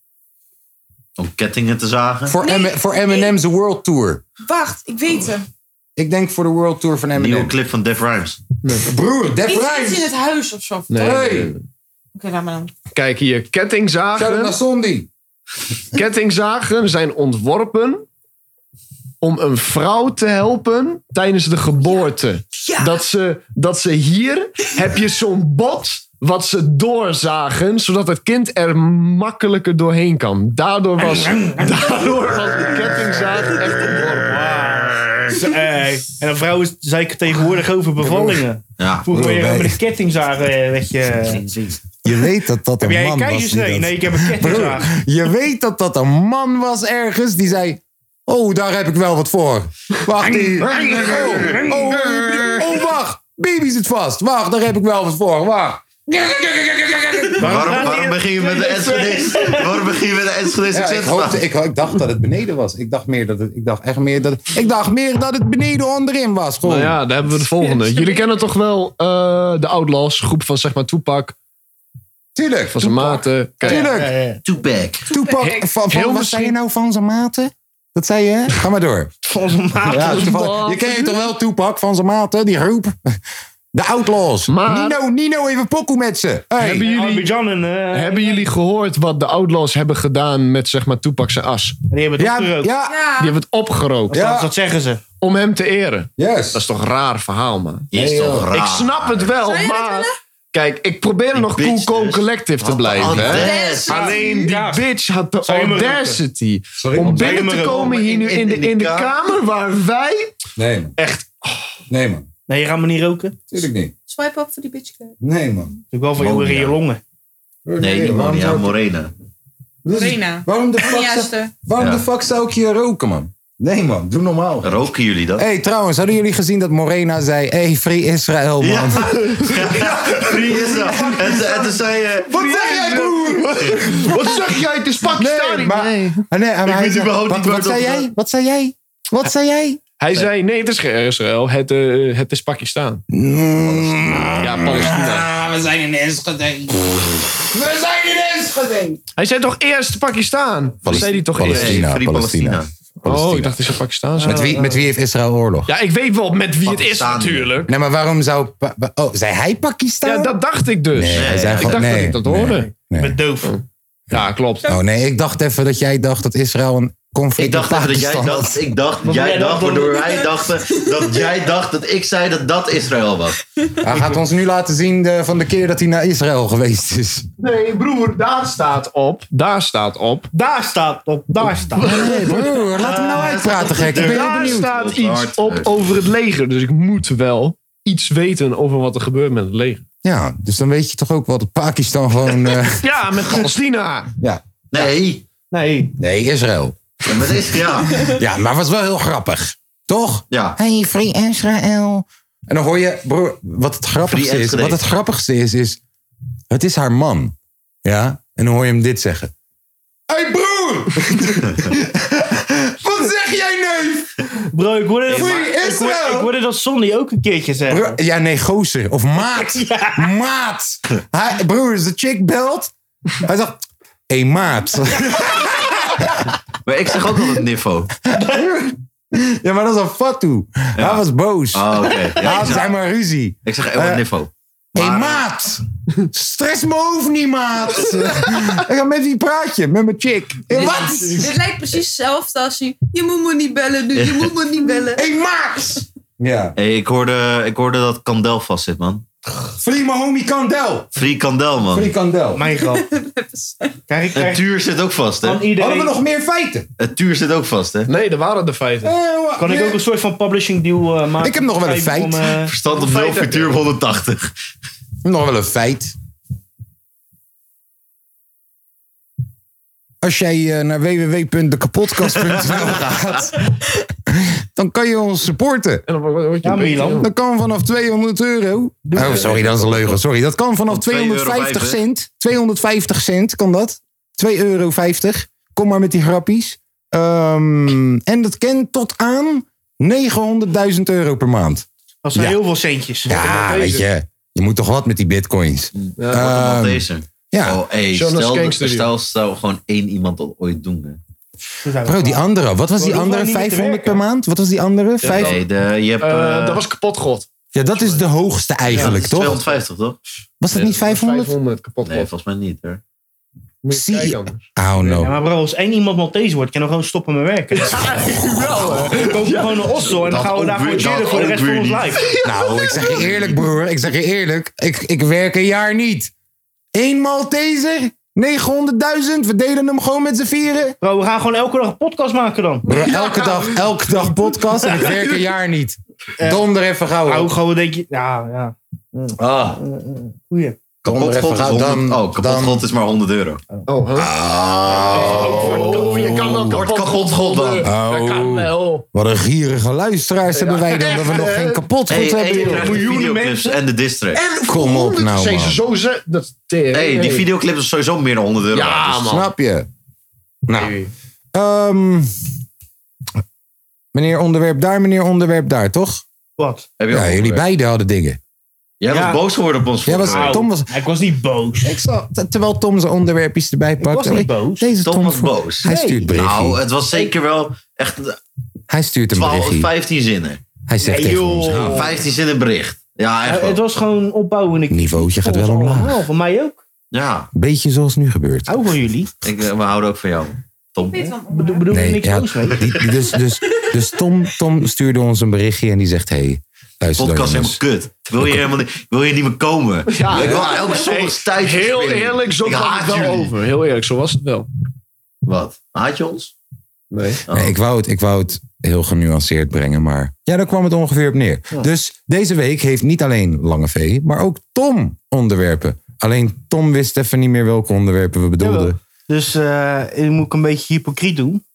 Om kettingen te zagen. voor, Nee, M- voor nee. Eminem's World Tour. Wacht, ik weet hem. Ik denk voor de World Tour van Een nieuwe Eminem. clip van Def Rhymes. Broer, Def Iets, iets in Rhymes. het huis of zo. Nee. Oké, Hey. laat maar dan. Kijk hier, Shout-out naar kettingzagen, Sondi. kettingzagen zijn ontworpen om een vrouw te helpen tijdens de geboorte. Ja. Dat, ze, dat ze hier, heb je zo'n bot wat ze doorzagen, zodat het kind er makkelijker doorheen kan. Daardoor was, [laughs] daardoor was de kettingzaag echt ontworpen. Eh, en een vrouw is, zei ik tegenwoordig over bevallingen. Ja. Vroeger Broer, werd je wij- met een kettingzaag, eh, werd je... Je weet dat dat Heb een jij man was. een die keizersnee? dat- Nee, ik heb een kettingzaag. Broer, je weet dat dat een man was ergens die zei... Oh, daar heb ik wel wat voor. Wacht hier. Oh, oh, oh, wacht. Baby zit vast. Wacht, daar heb ik wel wat voor. Wacht. [laughs] Waarom, waarom begin je met de Enschede's? Waarom begin je met de Enschede's Ja, ik, accent? hoopte, ik, ik dacht dat het beneden was. Ik dacht, meer dat het, ik dacht echt meer dat het, ik dacht meer dat het beneden onderin was. Gewoon. Nou ja, daar hebben we de volgende. Jullie kennen toch wel eh, de Outlaws, groep van zeg maar Tupac, Tuurlijk. van zijn maten. Kijk, Tuurlijk. Ja, ja. Tupac. Toepak. Van, van, wat Hilversum. zei je nou van zijn maten? Dat zei je? hè? Ga maar door. Ja, toevallig. je kent je toch wel Toepak van zijn maat, hè? die groep. De Outlaws. Maar- Nino, Nino, even pokoe met ze. Hey. hebben, jullie, Abidjan en... eh, hebben jullie gehoord wat de Outlaws hebben gedaan met zeg maar Tupac zijn as? Die Die hebben het Ja, opgerookt. ja, Ja, hebben het opgerookt Ja. Dat zeggen ze. om hem te eren. yes. Dat is toch een raar verhaal, man. Die is toch raar. Ik snap het wel, Zou je dat maar... Kijk, ik probeer nog bitch cool, cool dus. collective te Wat blijven. een hè? audacity. Alleen die Ja. bitch had de Zou je me roepen? audacity om man. binnen Zou je te me roepen? komen hier nu in de, in de kamer? kamer waar wij... Nee, man. Echt Nee, man. Nee, je gaat me niet roken. Dat Tuurlijk niet. swipe up voor die bitch. club. Nee, man. is ook wel van Monia. jongen in je longen. Nee, die man, waarom ja, zou ik- Morena. Dit is- Morena. Waarom, de En fuck, zou, juiste. waarom Ja. de fuck zou ik je roken, man? Nee, man. Doe normaal. Roken jullie dat? hey, trouwens, hadden jullie gezien dat Morena zei... hey, Free Israël, [laughs] man. Wie is dat? En, ze- en toen zei eh, je... Wat zeg jij, broer? Wat zeg jij? Het is Pakistan. Nee, maar... Nee, maar hij weet zei- überhaupt wat, niet wat waar dat- zei jij? Wat zei jij? Wat zei jij? Hij zei, nee, het is geen Israël. Het, eh, het is Pakistan. Mm. Ja, Palestina. We zijn in Enschede! Hij zei toch eerst Pakistan? Dat zei hij toch eerst? Palestina, Palestina, Palestina. Palestina. Oh, ik dacht hij zou Pakistan zijn. Met Oh, wie, met wie heeft Israël oorlog? Ja, ik weet wel met wie het is Pakistan. natuurlijk. Nee, maar waarom zou... Pa- pa- Oh, zei hij Pakistan? Ja, dat dacht ik dus. Nee, hij Nee, zei ik gewoon... dacht nee, dat ik dat nee. hoorde. Met doof. Ja, klopt. Oh nee, ik dacht even dat jij dacht dat Israël een conflict Ik dacht met even dat jij Pakistan dacht, ik dacht, dat jij jij dacht, dacht, waardoor wij dachten dat jij dacht dat ik zei dat dat Israël was. had. [laughs] Hij gaat ons nu laten zien eh, van de keer dat hij naar Israël geweest is. Nee, broer, daar staat op. Daar staat op. Daar staat op, daar staat. Nee, broer, laat hem nou uitpraten, gek. Ik ben heel Daar benieuwd. staat Wat iets hard, op eh. over het leger. Dus ik moet wel iets weten over wat er gebeurt met het leger. Ja, dus dan weet je toch ook wel dat Pakistan [laughs] gewoon... eh, Ja, [laughs] met Palestina. ja. Nee, Nee, Nee, Israël. Ja, maar dit- ja. Ja, maar was wel heel grappig. Toch? ja. Hey, Free Israël. En dan hoor je, broer, wat het grappigste Free is. Enschede. [laughs] Wat het grappigste is, is. Het is haar man. Ja? En dan hoor je hem dit zeggen. Hé broer! Wat zeg jij neuf? Bro, ik hoorde dat, Free ik hoorde, Israël! ik hoorde dat Sonny ook een keertje zeggen. Bro- ja, nee, gozer. Of maat. Maat. Hij, broer, is de chick belt. Hij dacht, hé [laughs] maat. Maar ik zeg ook altijd niffo. ja, maar dat is een fatu. Hij was boos. Oh, oké. Ja, Hij ik had zeg- zijn maar ruzie. Ik zeg eeuwig Eh, niffo. Hé Maar- maat. Stress me hoofd niet, maat. [laughs] ik ga met wie praat je? Met mijn chick. Hé, Dit- wat? Dit lijkt precies hetzelfde als je. Je moet me niet bellen nu, je moet me niet bellen. Hé maat. Ja. Hey, ik, hoorde, ik hoorde dat Kandel vast zit, man. Free my homie Kandel. Free Kandel, Free man. Kandel. Mijn [laughs] grap. Krijg ik Het krijg tuur zit ook vast, van hè? Hadden we iedereen... nog meer feiten? Het tuur zit ook vast, hè? Nee, er waren de feiten. Eh, Kan ik nee. ook een soort van publishing deal eh, maken? Ik heb nog wel een feit. Om, [laughs] eh, Verstand op 0, frituur op [laughs] 180. Nog wel een feit. Als jij eh, naar [laughs] www.dekapodcast.nl gaat, dan kan je ons supporten. En dan word- word je Ja, beter, Milan. joh. Dat kan vanaf 200 euro. Dus- Oh, sorry, dat is een leugen. Sorry, dat kan vanaf Van 2,50 250 euro. cent. 250 cent kan dat. 2,50 euro. Kom maar met die grappies. Ehm, en dat kent tot aan 900.000 euro per maand. Dat zijn Ja. heel veel centjes. Ja, Ah, weet je. Je moet toch wat met die bitcoins. Wat Ehm, een deze. ja. Oh, hey, Jonas stel, Kang Studio. stel, stel gewoon één iemand dat ooit doen. Hè. Bro, die andere. Wat was die hoeven andere? wij niet meer te 500 per werken. maand? Wat was die andere? Vijf... Nee, de, je hebt Eh, eh, dat was kapot god. Ja, dat is de hoogste eigenlijk, toch? 250, toch? Was dat niet 500? 500 kapot Nee, god. volgens mij niet, hoor. Moet je Zie- kijken anders. Oh Ja, no. maar bro, als één iemand Maltese wordt, kan dan gewoon stoppen met werken. [laughs] Oh, We kopen gewoon een ossel en dan Dat gaan we ook daar gewoon weer- chillen dat voor de ook rest van weer ons niet. lijf. [laughs] Nou, ik zeg je eerlijk, broer. Ik zeg je eerlijk. Ik, ik werk een jaar niet. Eén Malteser, 900.000. We delen hem gewoon met z'n vieren. Bro, we gaan gewoon elke dag een podcast maken dan. Bro, elke dag, elke dag podcast en ik werk een jaar niet. Donder even gauw. Hou op. gewoon denk je, ja, ja. Mm, Ah, Goeie. Donder even kapotgod is, gauw. 100, Dan, oh, dan, Ah. kapotgod is maar 100 euro. Oh, huh? Oh, je kan wel Wordt kapot kapot god dan. Dat kan oh, wel. wat een gierige luisteraars hebben wij dan. Dat we nog geen kapot Hey, hey, hebben. je joh. krijgt de Miljoenen videoclips en de district. En Kom op nou, Zijn ze man. zo ze... Dat is tering. Hey, die videoclip is sowieso meer dan 100 euro. Ja, Dus- man. Snap je? Nou. ehm, meneer onderwerp daar, meneer onderwerp daar, toch? Wat? Heb je ook Ja, jullie gehoord? beiden hadden dingen. Jij Ja. was boos geworden op ons. Jij was- vorige week. Au. Tom was- Ik was niet boos. Ik zal, te- terwijl Tom zijn onderwerpjes erbij pakt. was niet boos. Deze Tom Tom was voor- boos. Hij stuurt berichtje. Nou, het was zeker wel echt Hij stuurt een 12, berichtje. 15 zinnen. Hij zegt Nee, tegen joh. ons, Ja. "Ah, 15 zinnen bericht. Ja, echt Ja, het wel. was gewoon opbouwen. Ik Niveautje gaat wel Volgens omlaag. allemaal, Voor mij ook. Ja, beetje zoals nu gebeurt. Hou van jullie. ik, eh, we houden ook van jou, Tom. Weet van Bedoel, bedoel Nee, ik niks ja, boos mee. die- die- dus dus, dus Tom, Tom stuurde ons een berichtje en die zegt, hé, hey, luister dan Podcast is helemaal jongens. kut. Wil je, helemaal niet, wil je niet meer komen? Ja, ik wil ja. elke zondag tijd Heel eerlijk, zo ik kwam het haat wel jullie. over. Heel eerlijk, zo was het wel. Wat? Haat je ons? Nee. Oh. Nee, ik, wou het, ik wou het heel genuanceerd brengen, maar ja, daar kwam het ongeveer op neer. Dus deze week heeft niet alleen Lange V, maar ook Tom onderwerpen. Alleen Tom wist even niet meer welke onderwerpen we bedoelden. Dus eh, ik moet een beetje hypocriet doen.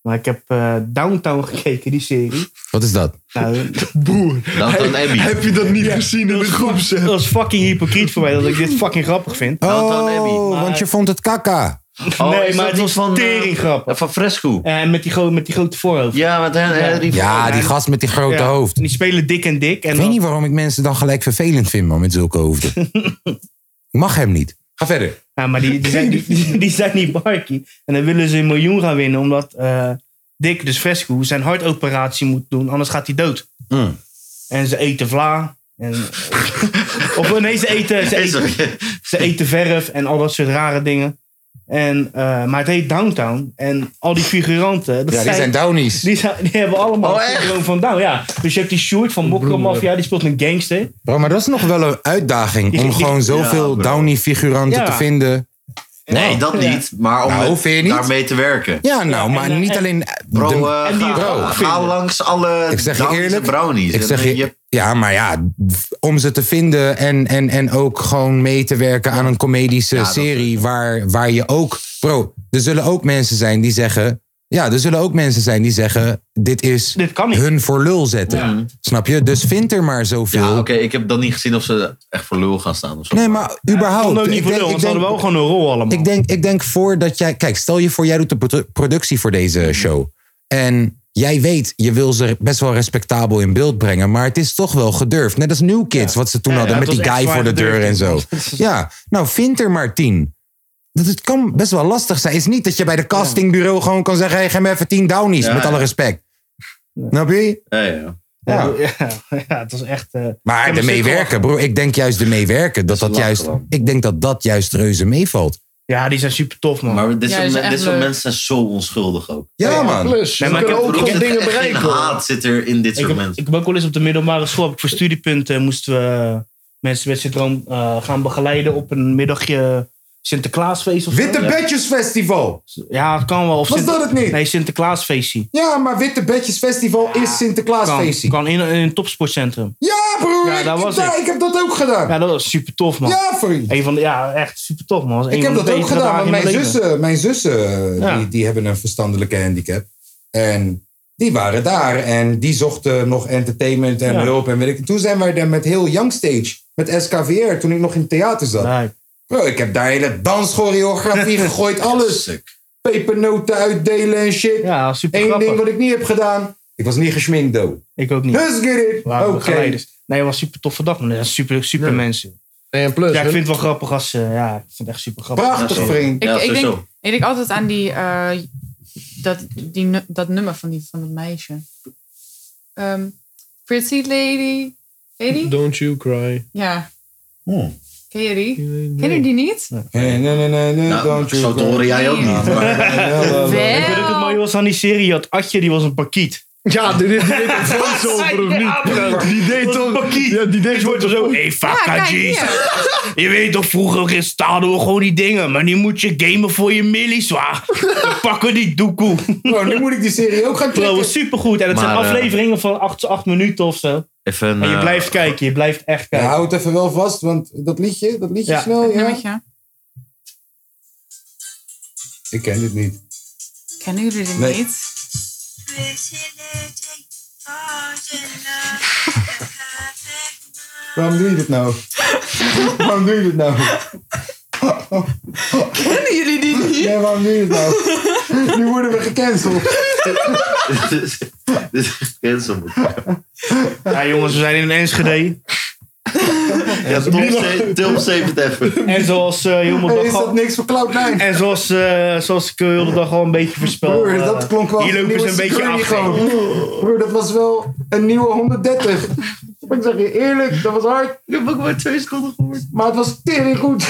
Maar ik heb eh, Downtown gekeken, die serie. Wat is dat? Nou, Boer. Dan dan Abby. Heb je dat niet gezien in de groep, zeg? dat is fucking hypocriet voor mij dat ik dit fucking grappig vind. Downton Abbey. Oh, want je vond het kaka. Oh, is nee, dat maar het die was van, eh, tering grappig. Van Fresco. En met die, gro- met die grote voorhoofd. Ja, met Hen- Henry. van- Ja, die en- gast met die grote Ja, hoofd. Die spelen dik en dik. En Ik weet niet waarom ik mensen dan gelijk vervelend vind, man, met zulke hoofden. ik mag hem niet. Ga verder. Ja, maar die, die, zijn, die, die zijn niet barkie. En dan willen ze een miljoen gaan winnen, omdat eh, Dick, dus Fresco, zijn hartoperatie moet doen, anders gaat hij dood. Mm. En ze eten vla. En, eh, of nee, ze eten, ze, Is eten, er- ze eten verf en al dat soort rare dingen. En, eh, maar het heet Downtown. En al die figuranten, dat Ja, die zijn, zijn downies. die, zijn- die hebben allemaal Oh, het echt? syndroom van Down. Ja. Dus je hebt die Sjoerd van Mokka Mafia, die speelt een gangster. Bro, maar dat is nog wel een uitdaging om Die- die- gewoon zoveel bro. downie-figuranten Ja. te vinden. Nee, dat niet. Maar om Nou, het- vind je niet? daarmee te werken. Ja, nou, en, maar eh, niet en- alleen... Bro, de- eh, en die ga, het bro. ga vinden. langs alle Ik zeg je Downs en eerlijk, brownies. Ik En zeg dan- je, ja, maar ja, om ze te vinden en, en, en ook gewoon mee te werken aan een comedische Ja, dat- serie waar, waar je ook... Bro, er zullen ook mensen zijn die zeggen... Ja, er zullen ook mensen zijn die zeggen: dit is Dit kan niet. hun voor lul zetten. Ja. Snap je? Dus vind er maar zoveel. Ja, oké, ik heb dan niet gezien of ze echt voor lul gaan staan of zo. Nee, maar überhaupt. Kon ook niet ik voor denk- nul, ik want ze hadden denk- wel gewoon een rol allemaal. Ik denk, ik denk voordat jij. Kijk, stel je voor, jij doet de produ- productie voor Mhm. deze show. En jij weet, je wil ze best wel respectabel in beeld brengen. Maar het is toch wel gedurfd. Net als New Kids, wat ze toen Ja, hadden. ja, met het die was echt guy voor de zwaar deur en zo. gedurfd. [laughs] Ja, nou, vind er maar tien. Dat het kan best wel lastig zijn. Het is niet dat je bij de castingbureau gewoon kan zeggen: hey, geef me even tien downies. Ja, met ja. alle respect. Snap je? Ja, ja. ja. Ja, [laughs] het was echt... eh, Maar heb de een stuk meewerken, broer. Ik denk juist de meewerken. Dat Dat is dat lachen juist, dan. ik denk dat dat juist reuze meevalt. ja, die zijn super tof, man. Maar dit Ja, soort, is men- echt dit soort leuk. mensen zijn zo onschuldig ook. Ja, man. Plus, Nee, we maar ik kunnen heb- ook ik gewoon heb dingen echt geen bereiken. hoor. haat zit er in dit ik, soort heb, mensen. ik heb ook wel eens op de middelbare school, heb ik voor studiepunten eh, moesten we mensen met syndroom eh, gaan begeleiden op een middagje Sinterklaasfeest of zo. Witte Bedjes Festival. Ja, het kan wel. Of Was Sinter- dat het niet? Nee, Sinterklaasfeestje. Ja, maar Witte Bedjes Festival is Kan, Sinterklaasfeestje. kan in, in een topsportcentrum. Ja, broer, Ja, ik, daar was ik- ik. ik heb dat ook gedaan. Ja, dat was super tof, man. Ja, vriend. Eén van de, ja, echt super tof, man. Ik heb dat ook gedaan, want mijn zussen, mijn zussen eh, Ja. die, die hebben een verstandelijke handicap. En die waren daar en die zochten nog entertainment en Ja. hulp en weet ik. Toen zijn wij daar met heel Youngstage, met SKVR, toen ik nog in het theater zat. Bro, ik heb daar hele [laughs] danschoreografie gegooid, alles. Pepernoten uitdelen en shit. Ja, super Eén grappig. ding wat ik niet heb gedaan, ik was niet geschminkt, doe. Ik ook niet. Let's get it. Oké. Oké. Nee, het was super toffe dag, man. Dat zijn super, super mensen. Nee, en plus, Ja, ik hun- vind het wel grappig als ze... Ja, ik vind het echt super grappig. Prachtig, Ja, zo. vriend. Ik, Ja, ik, denk, sowieso. ik denk altijd aan die, eh, dat, die, nu- dat nummer van, die, van dat meisje. Ehm, pretty lady. Ken je die? Don't you cry. Ja. Hmm. Ken je die? Ken je die niet? Nee, nee, nee, nee, nee, [laughs] Nou, don't you zo te go. horen jij ook niet. Maar Wel. Ik weet ook het mooie was aan die serie. Dat Atje, die was een pakiet. Ja, die die deed [laughs] een voice-over of Ja, bro. niet? Die deed Dat was toch... Bakkie. Ja, die Ik deed word wordt er zo... zo... Hey, Ja, fuck kijk Jeez. hier. Je weet toch, vroeger staan we gewoon die dingen. Maar nu moet je gamen voor je millies, waar. Dan pakken we die doekoe. Bro, Oh, nu moet ik die serie ook gaan Bro, klikken. was supergoed. En het Maar, zijn eh, afleveringen van 8 acht minuten of zo. even, Maar je eh, blijft kijken, je blijft echt Ja, kijken. hou het even wel vast, want dat liedje, dat liedje Ja. snel, Dat ja. nummertje. Ik ken dit niet. Kennen jullie dit Nee. niet? Waarom doe je dit [laughs] nou? waarom doe je dit nou? Kennen jullie die niet? Nee, waarom doe je dit nou? nu worden we gecanceld. dit is- dit is cancel. Ja, jongens, we zijn in Enschede. Ja, top, ze- top save it even. En zoals eh heel Hey, mijn is dag dat al... niks voor Cloud9? En zoals, eh, zoals ik heel de dag al een beetje voorspel. Broer, eh, dat klonk wel als Hier lopen ze nieuwe een beetje Security af. gewoon. Broer, dat was wel een nieuwe 130. Ik zeg je eerlijk, dat was hard. Ik heb ook maar twee seconden gehoord. Maar het was tering goed.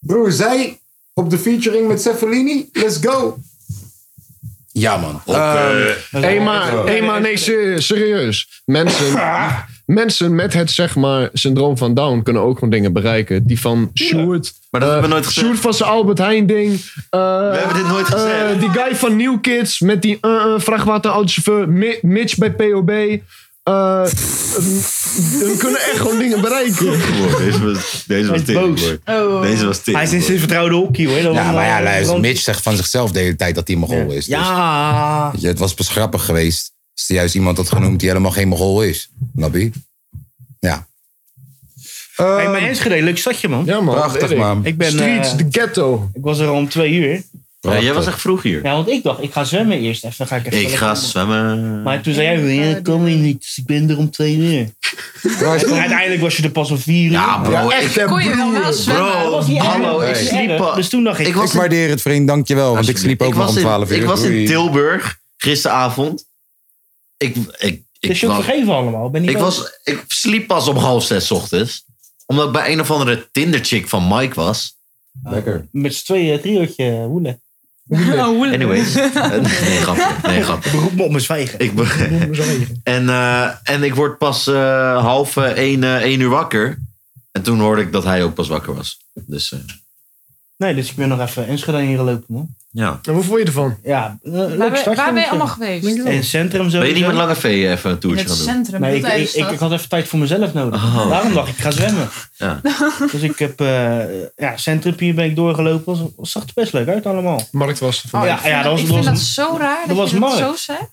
Broer, zij op de featuring met Cefalini. Let's go. Ja, man. Hé, maar, hé, maar Ehm, nee, ser- serieus. [laughs] Mensen, mensen met het, zeg maar, syndroom van Down kunnen ook gewoon dingen bereiken. Die van Sjoerd... Maar dat eh, hebben we nooit gezegd. Sjoerd van zijn Albert Heijn ding. eh, We hebben dit nooit gezegd. eh, die guy van New Kids met die eh eh vrachtwaterautochauffeur. Mi- Mitch bij POB. [laughs] Eh, we kunnen echt gewoon dingen bereiken. [laughs] [laughs] Wow, Deze was, deze was Hij is tering, boos. boy. Deze was tering, Hij is in boy. zijn vertrouwde hockey, hoor. Dat Oh. Ja, was, maar ja, eh, luister. brand- Mitch zegt van zichzelf de hele tijd dat hij een Mogol is. Dus, Ja. weet je, het was pas grappig geweest. Als hij juist iemand had genoemd die helemaal geen Mogol is. Snap je? Ja. Hey, maar Enschede, leuk stadje, man. Ehm, Ja, man. weet Prachtig, ik. man. Ik, ben, Streets, eh, de ghetto. ik was er al om twee uur. Ja, jij was echt vroeg hier. Ja, want ik dacht, ik ga zwemmen eerst even. Dan ga ik even Ik lekker- ga zwemmen. Maar toen zei jij, Ik, eh, ja, kom je niet, dus ik ben er om twee uur. En uiteindelijk was je er pas om vier uur. Ja, bro. Ja, ik- echt, hè, Kon je wel broer. wel zwemmen? Bro. was niet Hallo, ik erg. Dat was niet sliep erg. al- Dus toen dacht ik, Ik was Ik waardeer het, vriend. Dankjewel. Want ik sliep ook nog om was in- 12 uur. Ik was Doei. in Tilburg gisteravond. Ik, ik, het is ik, Dus je ook was, vergeven allemaal. Ben niet ik, boos. was, ik sliep pas om half zes ochtends. Omdat ik bij een of andere Tinder-chick van Mike was. Lekker. Met z'n tweeën, triootje, [laughs] woelen. Oh, Oh, [laughs] Anyways. nee, grapje. Nee, grapje. Beroep me op mijn zwijgen. Ik be- en, eh, en ik word pas eh, half eh, één, eh, één uur wakker. En toen hoorde ik dat hij ook pas wakker was. Dus eh, Nee, dus ik ben nog even Enschede heen gelopen, man. Ja. En wat vond je ervan? Ja, eh, leuk Waar, ben- waar stadje, ben je moet ik allemaal zeggen. geweest? Oh, Denk je In het centrum zo. Ben je niet met Lange V even een In toertje het gaan doen? centrum, Nee, nee, ik, ik, ik, ik had even tijd voor mezelf nodig. Oh. Daarom dacht ik, ik ga zwemmen. [laughs] Ja. Dus ik heb, eh ja, centrumpje ben ik doorgelopen. Was- was- zag er best leuk uit allemaal. Markt was ervan. Oh, ja, ik vind, ja, dat was- ik dat vind was- dat zo raar dat, dat was je dat markt. zo zegt.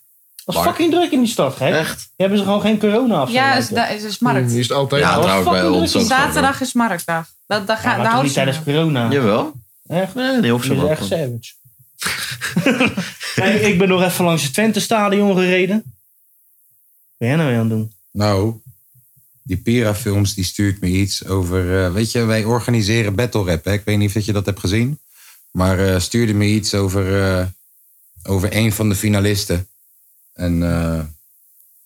Was Mark. fucking druk in die stad, gek. Die Echt? hebben ze gewoon geen corona af. zo Ja, lijkt is, het. da, is, is Mm, markt. Mm, Die is het altijd. Ja, was trouwens bij fucking ons druk. ook. Zaterdag is marktdag. Dat, dat, Ja, ga, daar maar toch houden niet ze tijdens van. corona. Jawel. Echt? Nee, niet op Dat zo'n is echt balkon. savage. [laughs] Nee, ik ben nog even langs het Twente Stadion gereden. Wat ben jij nou weer aan het doen? Nou, die Pira Films die stuurt me iets over. eh, weet je, wij organiseren battle rap. Hè? Ik weet niet of dat je dat hebt gezien. Maar eh, stuurde me iets over. eh, over een van de finalisten. En. eh,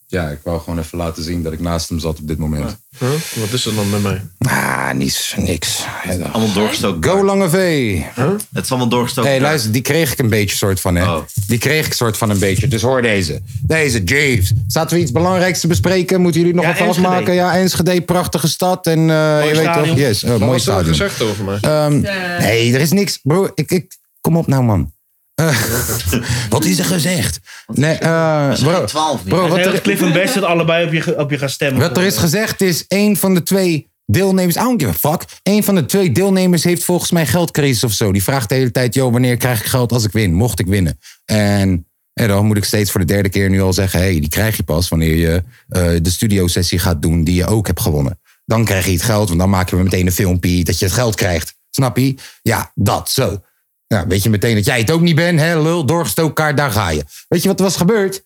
ja, ik wou gewoon even laten zien dat ik naast hem zat op dit moment. Huh? Wat is er dan met mij? Ah, niets, niks. Hij dacht, Allemaal doorgestoken. Go Lange V. Het is allemaal doorgestoken. hey, luister, die kreeg ik een beetje soort van, hè? Oh. Die kreeg ik soort van een beetje. Dus hoor deze. Deze, Jeeves. Zaten we iets belangrijks te bespreken? Moeten jullie nog Ja, wat Enschede. afmaken? Ja, Enschede, prachtige stad. En eh, je weet stadion. toch? Yes, oh, Wat mooi was er stadion. gezegd over mij? Ehm, nee, er is niks. Bro, ik, ik, kom op nou, man. Eh, [laughs] wat is er gezegd? Nee, eh bro, 12 niet. bro Wat wat, heel er, Cliff en Best dat allebei op je, ge- op je gaan stemmen. wat er is gezegd is, één van de twee deelnemers, I don't give a fuck. Eén van de twee deelnemers heeft volgens mij geldcrisis of zo. Die vraagt de hele tijd, joh, wanneer krijg ik geld als ik win? Mocht ik winnen? En, en dan moet ik steeds voor de derde keer nu al zeggen, hey, die krijg je pas wanneer je eh, de studiosessie gaat doen die je ook hebt gewonnen. Dan krijg je het geld, want dan maken we meteen een filmpje dat je het geld krijgt. Snap je? Ja, dat, zo. Nou, weet je meteen dat jij het ook niet bent, hè, lul, doorgestoken kaart, daar ga je. Weet je wat er was gebeurd?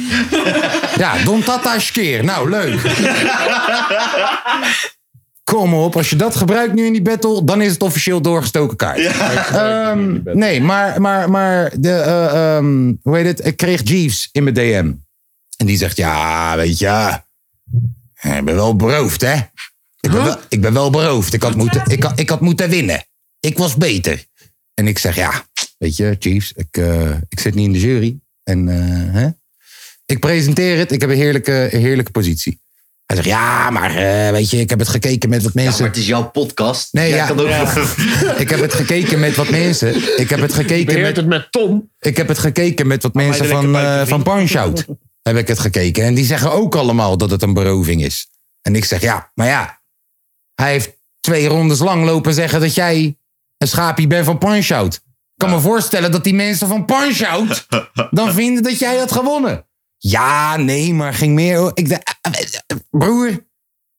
[laughs] ja, Don Tata Skeer. Nou, leuk. Kom op, als je dat gebruikt nu in die battle, dan is het officieel doorgestoken kaart. Ehm, nee, maar, maar, maar de, eh, ehm, hoe heet het? Ik kreeg Jeeves in mijn DM. En die zegt, ja, weet je, ja, ik ben wel beroofd, hè? Ik ben wel, ik ben wel beroofd. Ik had, moeten, ik, had, ik had moeten winnen. Ik was beter. En ik zeg, ja, weet je, Jeeves, ik, eh, ik zit niet in de jury. En eh, hè? ik presenteer het. Ik heb een heerlijke, een heerlijke positie. Hij zegt, ja, maar eh, weet je, ik heb het gekeken met wat Ja, mensen. maar het is jouw podcast. Nee, Jij ja. kan ook... Ik heb het gekeken met wat mensen. Ik heb het gekeken Beheert met, het met Tom? ik heb het gekeken met wat mensen lekker van, buiten eh vriend. van Punch-Out. Heb ik het gekeken. En die zeggen ook allemaal dat het een beroving is. En ik zeg ja, maar ja. Hij heeft twee rondes lang lopen zeggen dat jij een schaapje bent van Punch-Out. Ik kan me voorstellen dat die mensen van [laughs] Punch-Out dan vinden dat jij had gewonnen. Ja, nee, maar ging meer. hoor. Ik dacht, eh, broer,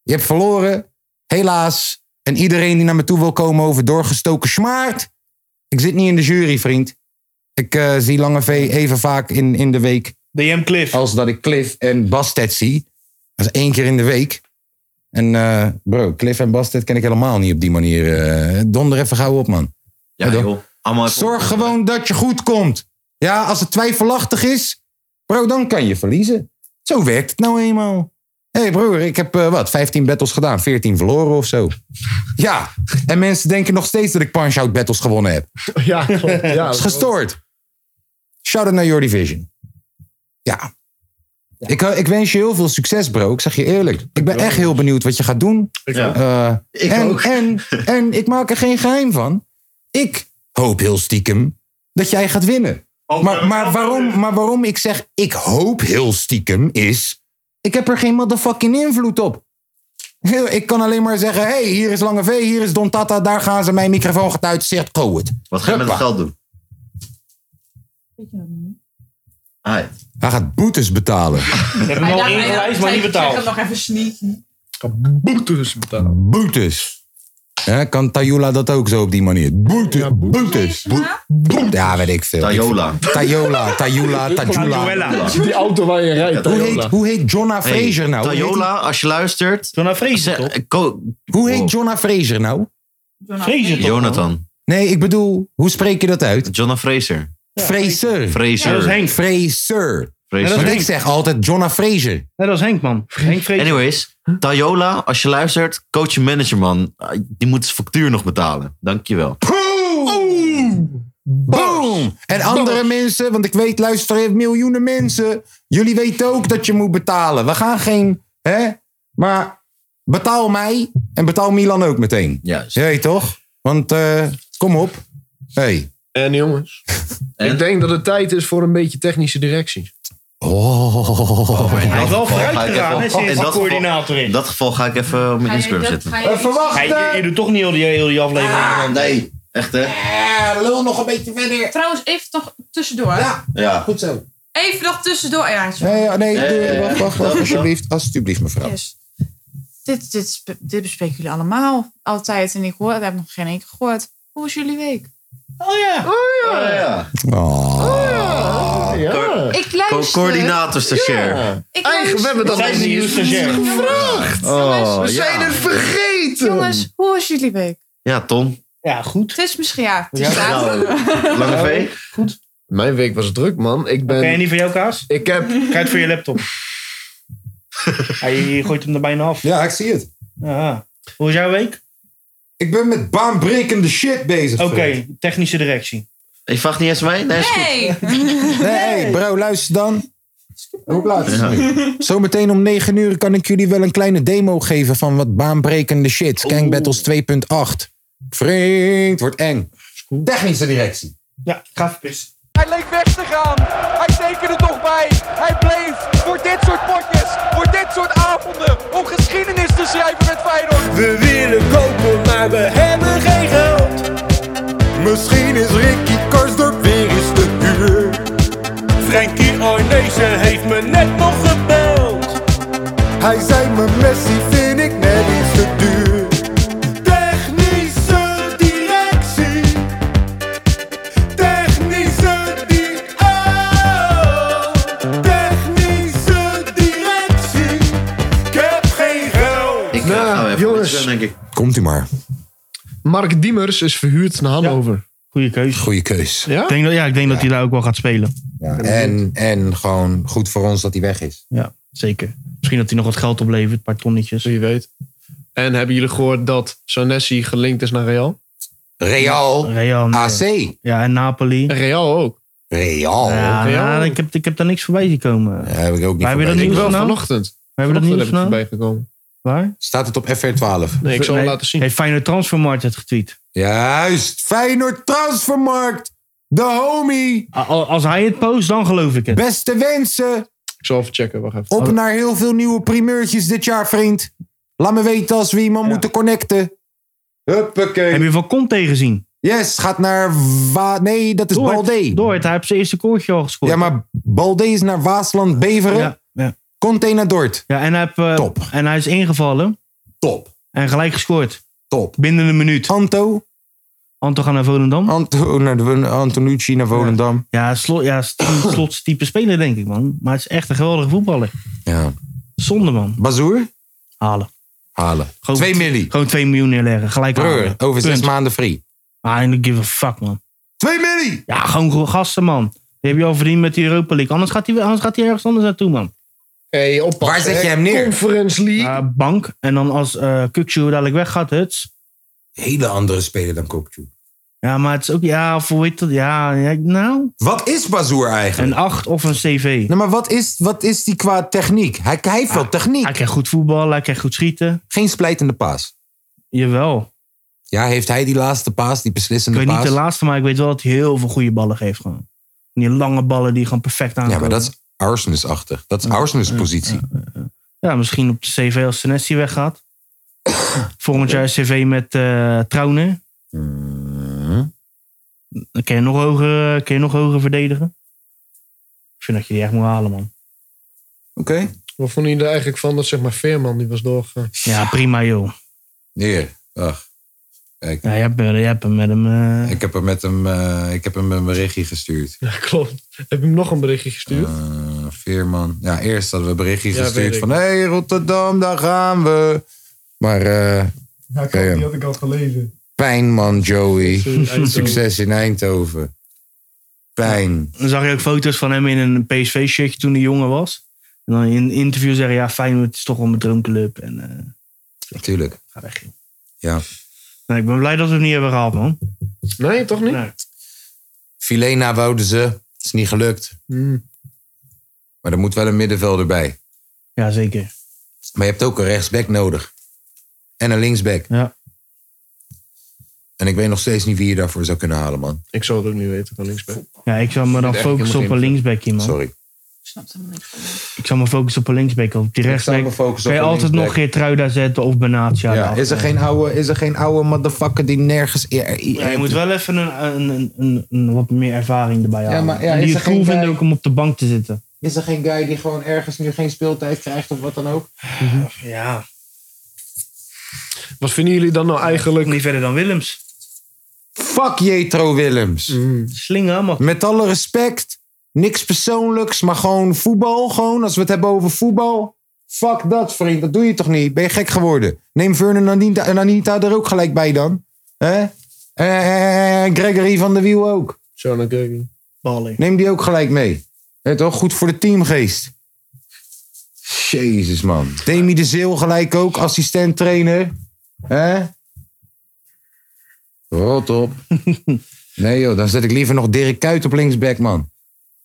je hebt verloren. Helaas. En iedereen die naar me toe wil komen over doorgestoken smaart. Ik zit niet in de jury, vriend. Ik eh, zie Lange V even vaak in, in de week DM Cliff. als dat ik Cliff en Bastet zie. Dat is één keer in de week. En eh, bro, Cliff en Bastet ken ik helemaal niet op die manier. eh. donder even gauw op, man. Ja, joh. Allemaal even- Zorg gewoon dat je goed komt. Ja, als het twijfelachtig is, bro, dan kan je verliezen. Zo werkt het nou eenmaal. Hé hey broer, ik heb eh, wat, 15 battles gedaan, 14 verloren of zo. Ja, en mensen denken nog steeds dat ik punch-out battles gewonnen heb. Ja, [laughs] klopt. ja. Dat is gestoord. Shout-out naar Jordi Vision. Ja. Ik, eh, ik wens je heel veel succes, bro. Ik zeg je eerlijk. Ik ben echt heel benieuwd wat je gaat doen. Ja. Eh, Ik en, ook. En, en ik maak er geen geheim van. Ik hoop heel stiekem dat jij gaat winnen. Maar, maar, waarom, maar waarom ik zeg ik hoop heel stiekem is... Ik heb er geen motherfucking invloed op. Heel- Ik kan alleen maar zeggen... hey, hier is Lange V, hier is Don Tata. Daar gaan ze, mijn microfoon gaat uit. Zegt go it. Wat ga je met het Huppa. geld doen? Hi. Hij gaat boetes betalen. [laughs] Ik heb hem Hij al dacht, hij ingereisd, dacht, maar niet ik zeg het betaald. nog even sneaky. Boetes betalen. Boetes. Hè, kan Tayola dat ook zo op die manier? Boetes, boetes. Ja? boetes. Ja, weet ik veel. Tayola. Tayola, Tayola, Tajula. Joella. Die auto waar je rijdt. Hoe Toyota. heet, hoe heet Jonna Hey, Fraser nou? Hoe heet die- Tayola, als je luistert. Toen naar Vrezen, toch? Zeg, ko- Hoe heet Wow. Jonna Fraser nou? Vrezen, toch? Jonathan. Nee, ik bedoel, hoe spreek je dat uit? Jonna Fraser. Fraser. Ja, dat is Fraser. Henk. Fraser. Fraser. Want Henk. ik zeg altijd Jonna Fraser. Nee, dat is Henk, man. Henk Vrezen. Anyways, Tayola, als je luistert, coach en manager man, Ah, die moet zijn factuur nog betalen. Dankjewel. Boom! En andere mensen, want ik weet, luister, er miljoenen mensen. Jullie weten ook dat je moet betalen. We gaan geen, hè? Maar betaal mij en betaal Milan ook meteen. Juist. Je weet toch? Want eh, Kom op. Hey. En jongens, ik denk dat het tijd is voor een beetje technische directie. Oh. Oh, Hij is wel geval vooruit ga ik even- gegaan, hè, in sinds de dat coördinator Eh, In is. dat geval ga ik even op mijn Instagram zetten. Hij, je, je doet toch niet heel die, heel die aflevering. Ah, Nee, echt hè? Eh, lul nog een beetje verder. Trouwens, even nog tussendoor. Ja. Ja. Goed zo. Even nog tussendoor. Ja, het is- Nee, oh, nee, Ja, ja, ja. wacht, wacht, wacht, Ja. alsjeblieft. Alsjeblieft, mevrouw. Yes. Dit, dit, spe- dit bespreken jullie allemaal altijd. En ik hoor, ik heb nog geen enkele gehoord. Hoe was jullie week? Oh ja. Ja, ja. Oh. Ja. Ik luister. Co- Coördinators te share. Ik Eigen, we luister. hebben dat Zijn nog ze niet nieuw eens stagiair? gevraagd. Oh, We zijn ja. het vergeten. Jongens, hoe was jullie week? Ja, Tom. Ja, goed. Het is misschien, ja, het is Ja. nou. laat. [laughs] Lange V. Mijn week was druk, man. Ik ben... Ken je niet van jouw kaas? Ik heb... Kijk voor je [laughs] laptop. Hij je gooit hem er bijna af. Ja, ik zie het. Ja. Hoe was jouw week? Ik ben met baanbrekende shit bezig. Oké, [laughs] Fred. technische directie. Je vraagt niet eens mee? Nee, is goed. Hey! Nee, hey, bro, luister dan. Hoe laat is het nu? [laughs] Zometeen om 9 uur kan ik jullie wel een kleine demo geven van wat baanbrekende shit. Gang Battles 2.8. Vreemd, wordt eng. Technische directie. Ja, ik ga even pissen. Hij leek weg te gaan. Hij tekende toch bij. Hij bleef voor dit soort potjes, voor dit soort avonden, om geschiedenis te schrijven met Feyenoord. We willen kopen, maar we hebben geen geld. Misschien is Ricky Karsdorp weer eens te duur. Frankie Arnezen heeft me net nog gebeld. Hij zei me Messi vind ik net iets te duur. Technische directie. Technische di- oh, technische directie. Ik heb geen geld. Ik eh, Nou, ga even jongens. Dus- iets doen, denk ik. Komt u maar. Mark Diemers is verhuurd naar Hannover. Goeie keuze. Goeie keus. Ja? Ik denk dat, ja, ik denk dat hij daar ook wel gaat spelen. Ja, en, en gewoon goed voor ons dat hij weg is. Ja, zeker. Misschien dat hij nog wat geld oplevert, een paar tonnetjes. Wie weet. En hebben jullie gehoord dat Sanessi gelinkt is naar Real? Real. Real. nee. AC. Ja, en Napoli. En Real ook. Real. Ja, Real. nou, ik, heb, ik heb daar niks voorbij zien komen. We Oh, Ja, heb ik ook niet Maar heb je voorbij. dat Ik nieuws? wel nou? vanochtend. hebben dat Vanochtend nieuws heb ik gedaan. voorbij gekomen. Waar? Staat het op FR12? Nee, ik zal Nee. hem laten zien. Heeft Feyenoord Transfermarkt het getweet. Juist. Feyenoord Transfermarkt. De homie. A- nou? a- Als hij het post, dan geloof ik het. Beste wensen. Ik zal even checken. Wacht even. Op naar heel veel nieuwe primeurtjes dit jaar, vriend. Laat me weten als we iemand moeten connecten. Heb Huppakee. je van Conte gezien? Yes, gaat naar... Wa nee, dat is Balde. Doort, Doort, hij heeft zijn eerste koortje al gescoord. Ja, maar Balde is naar Waasland Beveren. Ja, ja. Conte naar Dort. Ja, en, hij heeft, eh, Top. en hij is ingevallen Top. en gelijk gescoord. Top. Binnen een minuut. Anto. Anto gaat naar Volendam. Anto naar de- Antonucci naar Volendam. Ja, slot, ja [clears throat] slot, slot type speler denk ik, man. Maar het is echt een geweldige voetballer. Ja. Zonde, man. Bazoer. Halen. Halen. Gewoon- 2 milli. Gewoon 2 miljoen neerleggen. Gelijk Broer, halen. over zes Punt. maanden free. Ah, I don't give a fuck, man. 2 milli! Ja, gewoon go- gasten, man. Die heb je al verdiend met die Europa League. Anders gaat hij, anders gaat hij ergens anders naartoe, man. Hey, oppassen, Waar zet je hè. hem neer? Conference League. Ja, bank. En dan als eh Kukju dadelijk weggaat, huts. Hele andere speler dan Kokju. Ja, maar het is ook... Ja, of hoe heet dat? Ja, ja, nou... Wat is Bazoer eigenlijk? Een 8 of een CV. Nou, maar wat is, wat is die qua techniek? Hij, hij heeft wel Hij techniek. kan goed voetballen, hij kan goed schieten. Geen splijtende paas. Jawel. Ja, heeft hij die laatste paas, die Ik beslissende weet niet paas? de laatste, maar ik weet wel dat hij heel veel goede ballen geeft. Gewoon. En Die lange ballen die gewoon perfect aankomen. ja, maar dat is Arsenis-achtig. Dat is Arsenis-positie. Ja, misschien op de CV als Senesi [coughs] weggaat. Volgend jaar CV met eh Trauner. Mhm. Dan kun je, nog hoger, kun je nog hoger verdedigen. Ik vind dat je die echt moet halen, man. Oké. Wat vonden jullie er eigenlijk van dat zeg maar Veerman die was doorgegaan? Ja, prima, joh. Neer. Ach. Kijk, Ja, jij, hebt, jij hebt hem met hem. eh, ik heb hem met hem, eh, ik heb hem een berichtje gestuurd. [laughs] Ja, klopt. Heb je hem nog een berichtje gestuurd? Eh, Veerman. Ja, eerst hadden we een berichtje Ja, weet gestuurd ik. van... Hé, hey, Rotterdam, daar gaan we. Maar eh, Ja, ik Ja, ja. had, die had ik al gelezen. pijn, man, Joey. Sorry, Eindhoven. Succes in Eindhoven. Pijn. Dan zag je ook foto's van hem in een PSV-shirtje toen hij jonger was. En dan in een interview zeggen: Ja, Feyenoord is toch wel mijn droomclub. En eh Natuurlijk. ga weg, joh. Ja. Nou, ik ben blij dat we hem niet hebben gehaald, man. Nee, toch niet? Nee. Filena wouden ze. Is niet gelukt. Hmm. Maar er moet wel een middenvelder bij. Ja, zeker. Maar je hebt ook een rechtsback nodig. En een linksback. Ja. En ik weet nog steeds niet wie je daarvoor zou kunnen halen, man. Ik zou het ook niet weten, kan niks bij. Ja, ik zou me dan echt helemaal focussen op geen een linksbackie, man. Sorry. snapt helemaal niks van. Ik zou me focussen op een linksback. Op die Ik zou me rechtsback focussen kan op je een altijd nog linksback. Geertruida zetten of Benatia. Nou, Ja, is, er geen oude, is er geen oude motherfucker die nergens... Ja, Ja, je moet wel even een, een, een, een, een wat meer ervaring erbij halen. maar ja, En is die er het cool geen vinden bij- ook om op de bank te zitten. Is er geen guy die gewoon ergens nu geen speeltijd krijgt of wat dan ook? Ja, Mhm. Wat vinden jullie dan nou eigenlijk? niet verder dan Willems. Fuck Jetro Willems. Slinger, man. Met alle respect, niks persoonlijks, maar gewoon voetbal. Gewoon, als we het hebben over voetbal. Fuck dat, vriend. Dat doe je toch niet? Ben je gek geworden? Neem Vernon en Anita, en Anita er ook gelijk bij dan. hè? Eh, eh, Gregory van der Wiel ook. John O'Gurky. Balling. Neem die ook gelijk mee. Hè, toch? Goed voor de teamgeest. Jezus, man. Demi de Zeeuw gelijk ook, assistent trainer. Hè? Rot [laughs] op. Nee joh, dan zet ik liever nog Dirk Kuyt op linksback, man.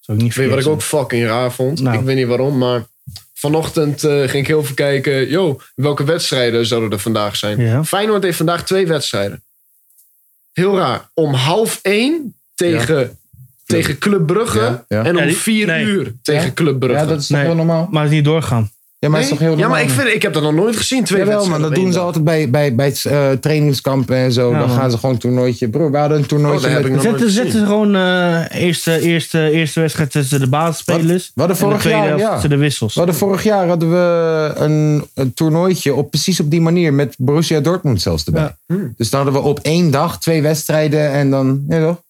Zou ik niet Weet je wat ik vergeten. ook fucking raar vond? Nou. Ik weet niet waarom, maar vanochtend eh, ging ik heel veel kijken. Yo, welke wedstrijden zouden er vandaag zijn? Ja. Feyenoord heeft vandaag twee wedstrijden. Heel raar. Om half één tegen, tegen Club Brugge. Ja, ja. En om Ja, die- vier nee. uur tegen Club Brugge. is Nee. normaal? Maar het is niet doorgaan. Ja, maar dat is toch heel ja, normaal? maar ik, vind, ik heb dat nog nooit gezien. Twee Jawel, man. wedstrijden Dat op één doen ze dag. altijd bij, bij, bij eh, trainingskampen en zo. Ja, dan man. gaan ze gewoon een toernooitje. Broer, we hadden een Oh, toernooitje daar heb met... ik nog nooit Zetten, gezien. zetten ze gewoon eh, eerste, eerste, eerste wedstrijd tussen de basisspelers. Wat- wat de en de vorig tweede jaar, helft ja. tussen de wissels. We hadden vorig jaar hadden we een, een toernooitje op precies op die manier. Met Borussia Dortmund zelfs erbij. Ja. Dus dan hadden we op één dag twee wedstrijden. En dan, ja toch?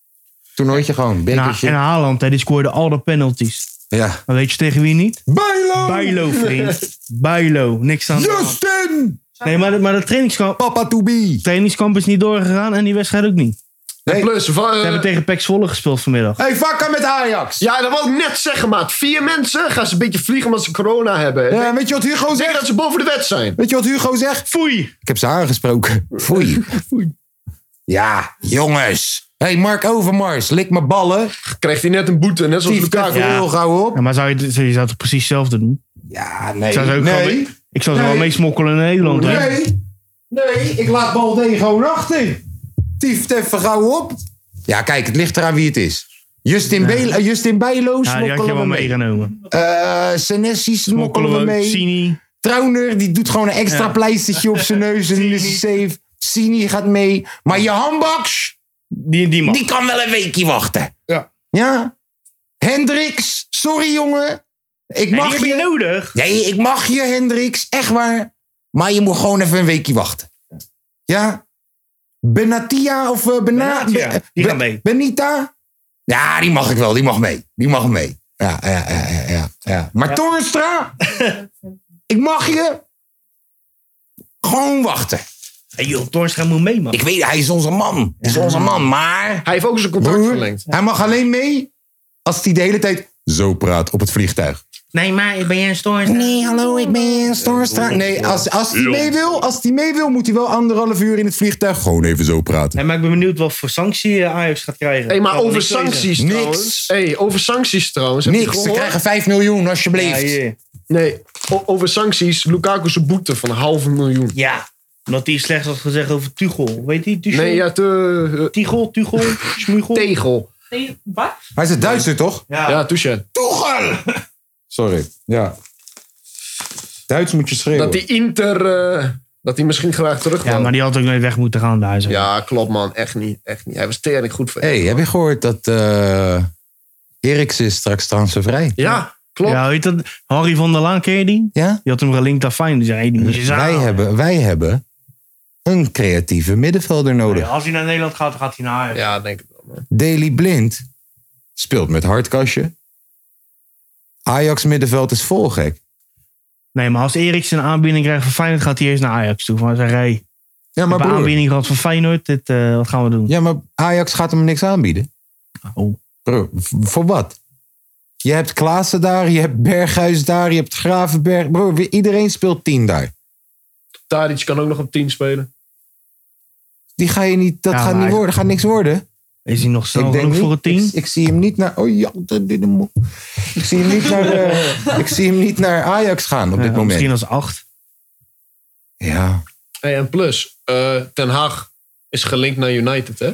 Toernooitje gewoon. Nou, Bekertje. en Haaland, hè, die scoorde al de penalties. ja. Maar weet je tegen wie niet? Bijlo! [laughs] Bijlo, vriend. Bijlo. Niks aan de hand. Justin! Nee, maar, de- maar dat trainingskamp, Papa to be! trainingskamp is niet doorgegaan en die wedstrijd ook niet. Nee. Plus, wa- Ze eh, hebben tegen Pek Zwolle gespeeld vanmiddag. Hey, vakka met Ajax! ja, dat wou ik net zeggen, maat. Vier mensen gaan ze een beetje vliegen omdat ze corona hebben. Ik Ja, weet je wat Hugo denk zegt? dat ze boven de wet zijn. Weet je wat Hugo zegt? Foei! Ik heb ze aangesproken. Foei. Ja, jongens. hey, Mark Overmars, lik mijn ballen. Krijgt hij net een boete, net zoals Tief daar Lukaku. voor heel gauw op. Ja, maar zou je, zou je zou het precies hetzelfde doen? Ja, nee. Ik zou ze ook gewoon nee. mee- ik zou ze wel meesmokkelen in Nederland. hè. Nee. Nee, ik laat bal D gewoon achter. Tief het even gauw op. Ja, kijk, het ligt eraan wie het is. Justin, Beel- eh, Justin Bijlo Ja, die had je smokkelen we wel mee. meegenomen. Eh, Senesi smokkelen we ook. mee. Sini. Trauner, die doet gewoon een extra Ja. pleistertje op zijn neus en die is safe. Sini gaat mee. Maar je handbaks... Die, die man. Die kan wel een weekje wachten. Ja. Ja? Hendricks, sorry jongen. Ik Nee, die mag heb je je. nodig. Nee, ik mag je, Hendricks. Echt waar. Maar je moet gewoon even een weekje wachten. Ja? Benatia of eh, Bena... Benatia, Be- die Be- gaat mee. Benita? Ja, die mag ik wel. Die mag mee. Die mag mee. Ja, ja, ja, ja. ja, ja. Maar [laughs] Toornstra, ik mag je. Gewoon wachten. Hey, joh, Toornstra moet mee, man. Ik weet, hij is onze man. Hij is onze man, maar... Hij heeft ook zijn contract Broer, verlengd. hij mag alleen mee als hij de hele tijd zo praat op het vliegtuig. Nee, maar ben jij een Toornstra? Nee, hallo, ik ben Storstra. Nee, als, als hij mee wil, als hij mee wil, moet hij wel anderhalf uur in het vliegtuig gewoon even zo praten. maar ik ben benieuwd wat voor sanctie eh, Ajax gaat krijgen. Hey, maar Kan wel over niks wezen. sancties Niks. trouwens. Hey, over sancties trouwens. Heb je Niks, ze gehoord? krijgen 5 miljoen, Ja, alsjeblieft. hier. Nee, o- over sancties. Lukaku's boete van een halve miljoen. ja, omdat hij slechts had gezegd over Tuchel. Weet je, Tuchel? Nee, ja, te, Tuchel, Tuchel, Schmugel. eh, tegel. Nee, wat? Hij is een Duitser, toch? Ja. Ja, touche. Toegel! Sorry, ja. Duits moet je schreeuwen. Dat die Inter, eh, dat hij misschien graag terug wil. Ja, Ja, maar die had ook nooit weg moeten gaan daar. Zo. klopt man. Echt niet. Echt niet. Hij was tering goed voor hey, heb je gehoord dat eh Eriks is straks transfervrij? Ja, klopt. Ja, weet je dat? Harry van der Laan, ken je die? Ja? Die had hem gelinkt aan Feyenoord. Die zei, hey, die moet je Wij halen. hebben, wij hebben een creatieve middenvelder nodig. Ja, Als hij naar Nederland gaat, dan gaat hij naar Ajax. Ja, denk ik wel man. Daily Blind speelt met hardkastje. Ajax middenveld is vol gek. Nee, maar als Eriksen een aanbieding krijgt van Feyenoord, gaat hij eerst naar Ajax toe. Maar zeg, hey, ik Ja, maar heb een broer. aanbieding gehad van Feyenoord. Dit, eh, wat gaan we doen? Ja, maar Ajax gaat hem niks aanbieden. Oh. Broer, v- voor wat? Je hebt Klaassen daar, je hebt Berghuis daar, je hebt Gravenberg. Broer, wie- iedereen speelt 10 daar. Tadic kan ook nog op 10 spelen. Die ga je niet, dat Ja, gaat maar- niet worden, gaat niks worden. Is hij nog snel ik denk genoeg niet, voor het team? Ik, ik zie hem niet naar. Oh ja, dat dit een mo- ik zie hem niet naar. [laughs] eh, ik zie hem niet naar Ajax gaan op Ja, dit moment. Misschien als acht. Ja. Hey, en plus, eh, Ten Hag Is gelinkt naar United, hè?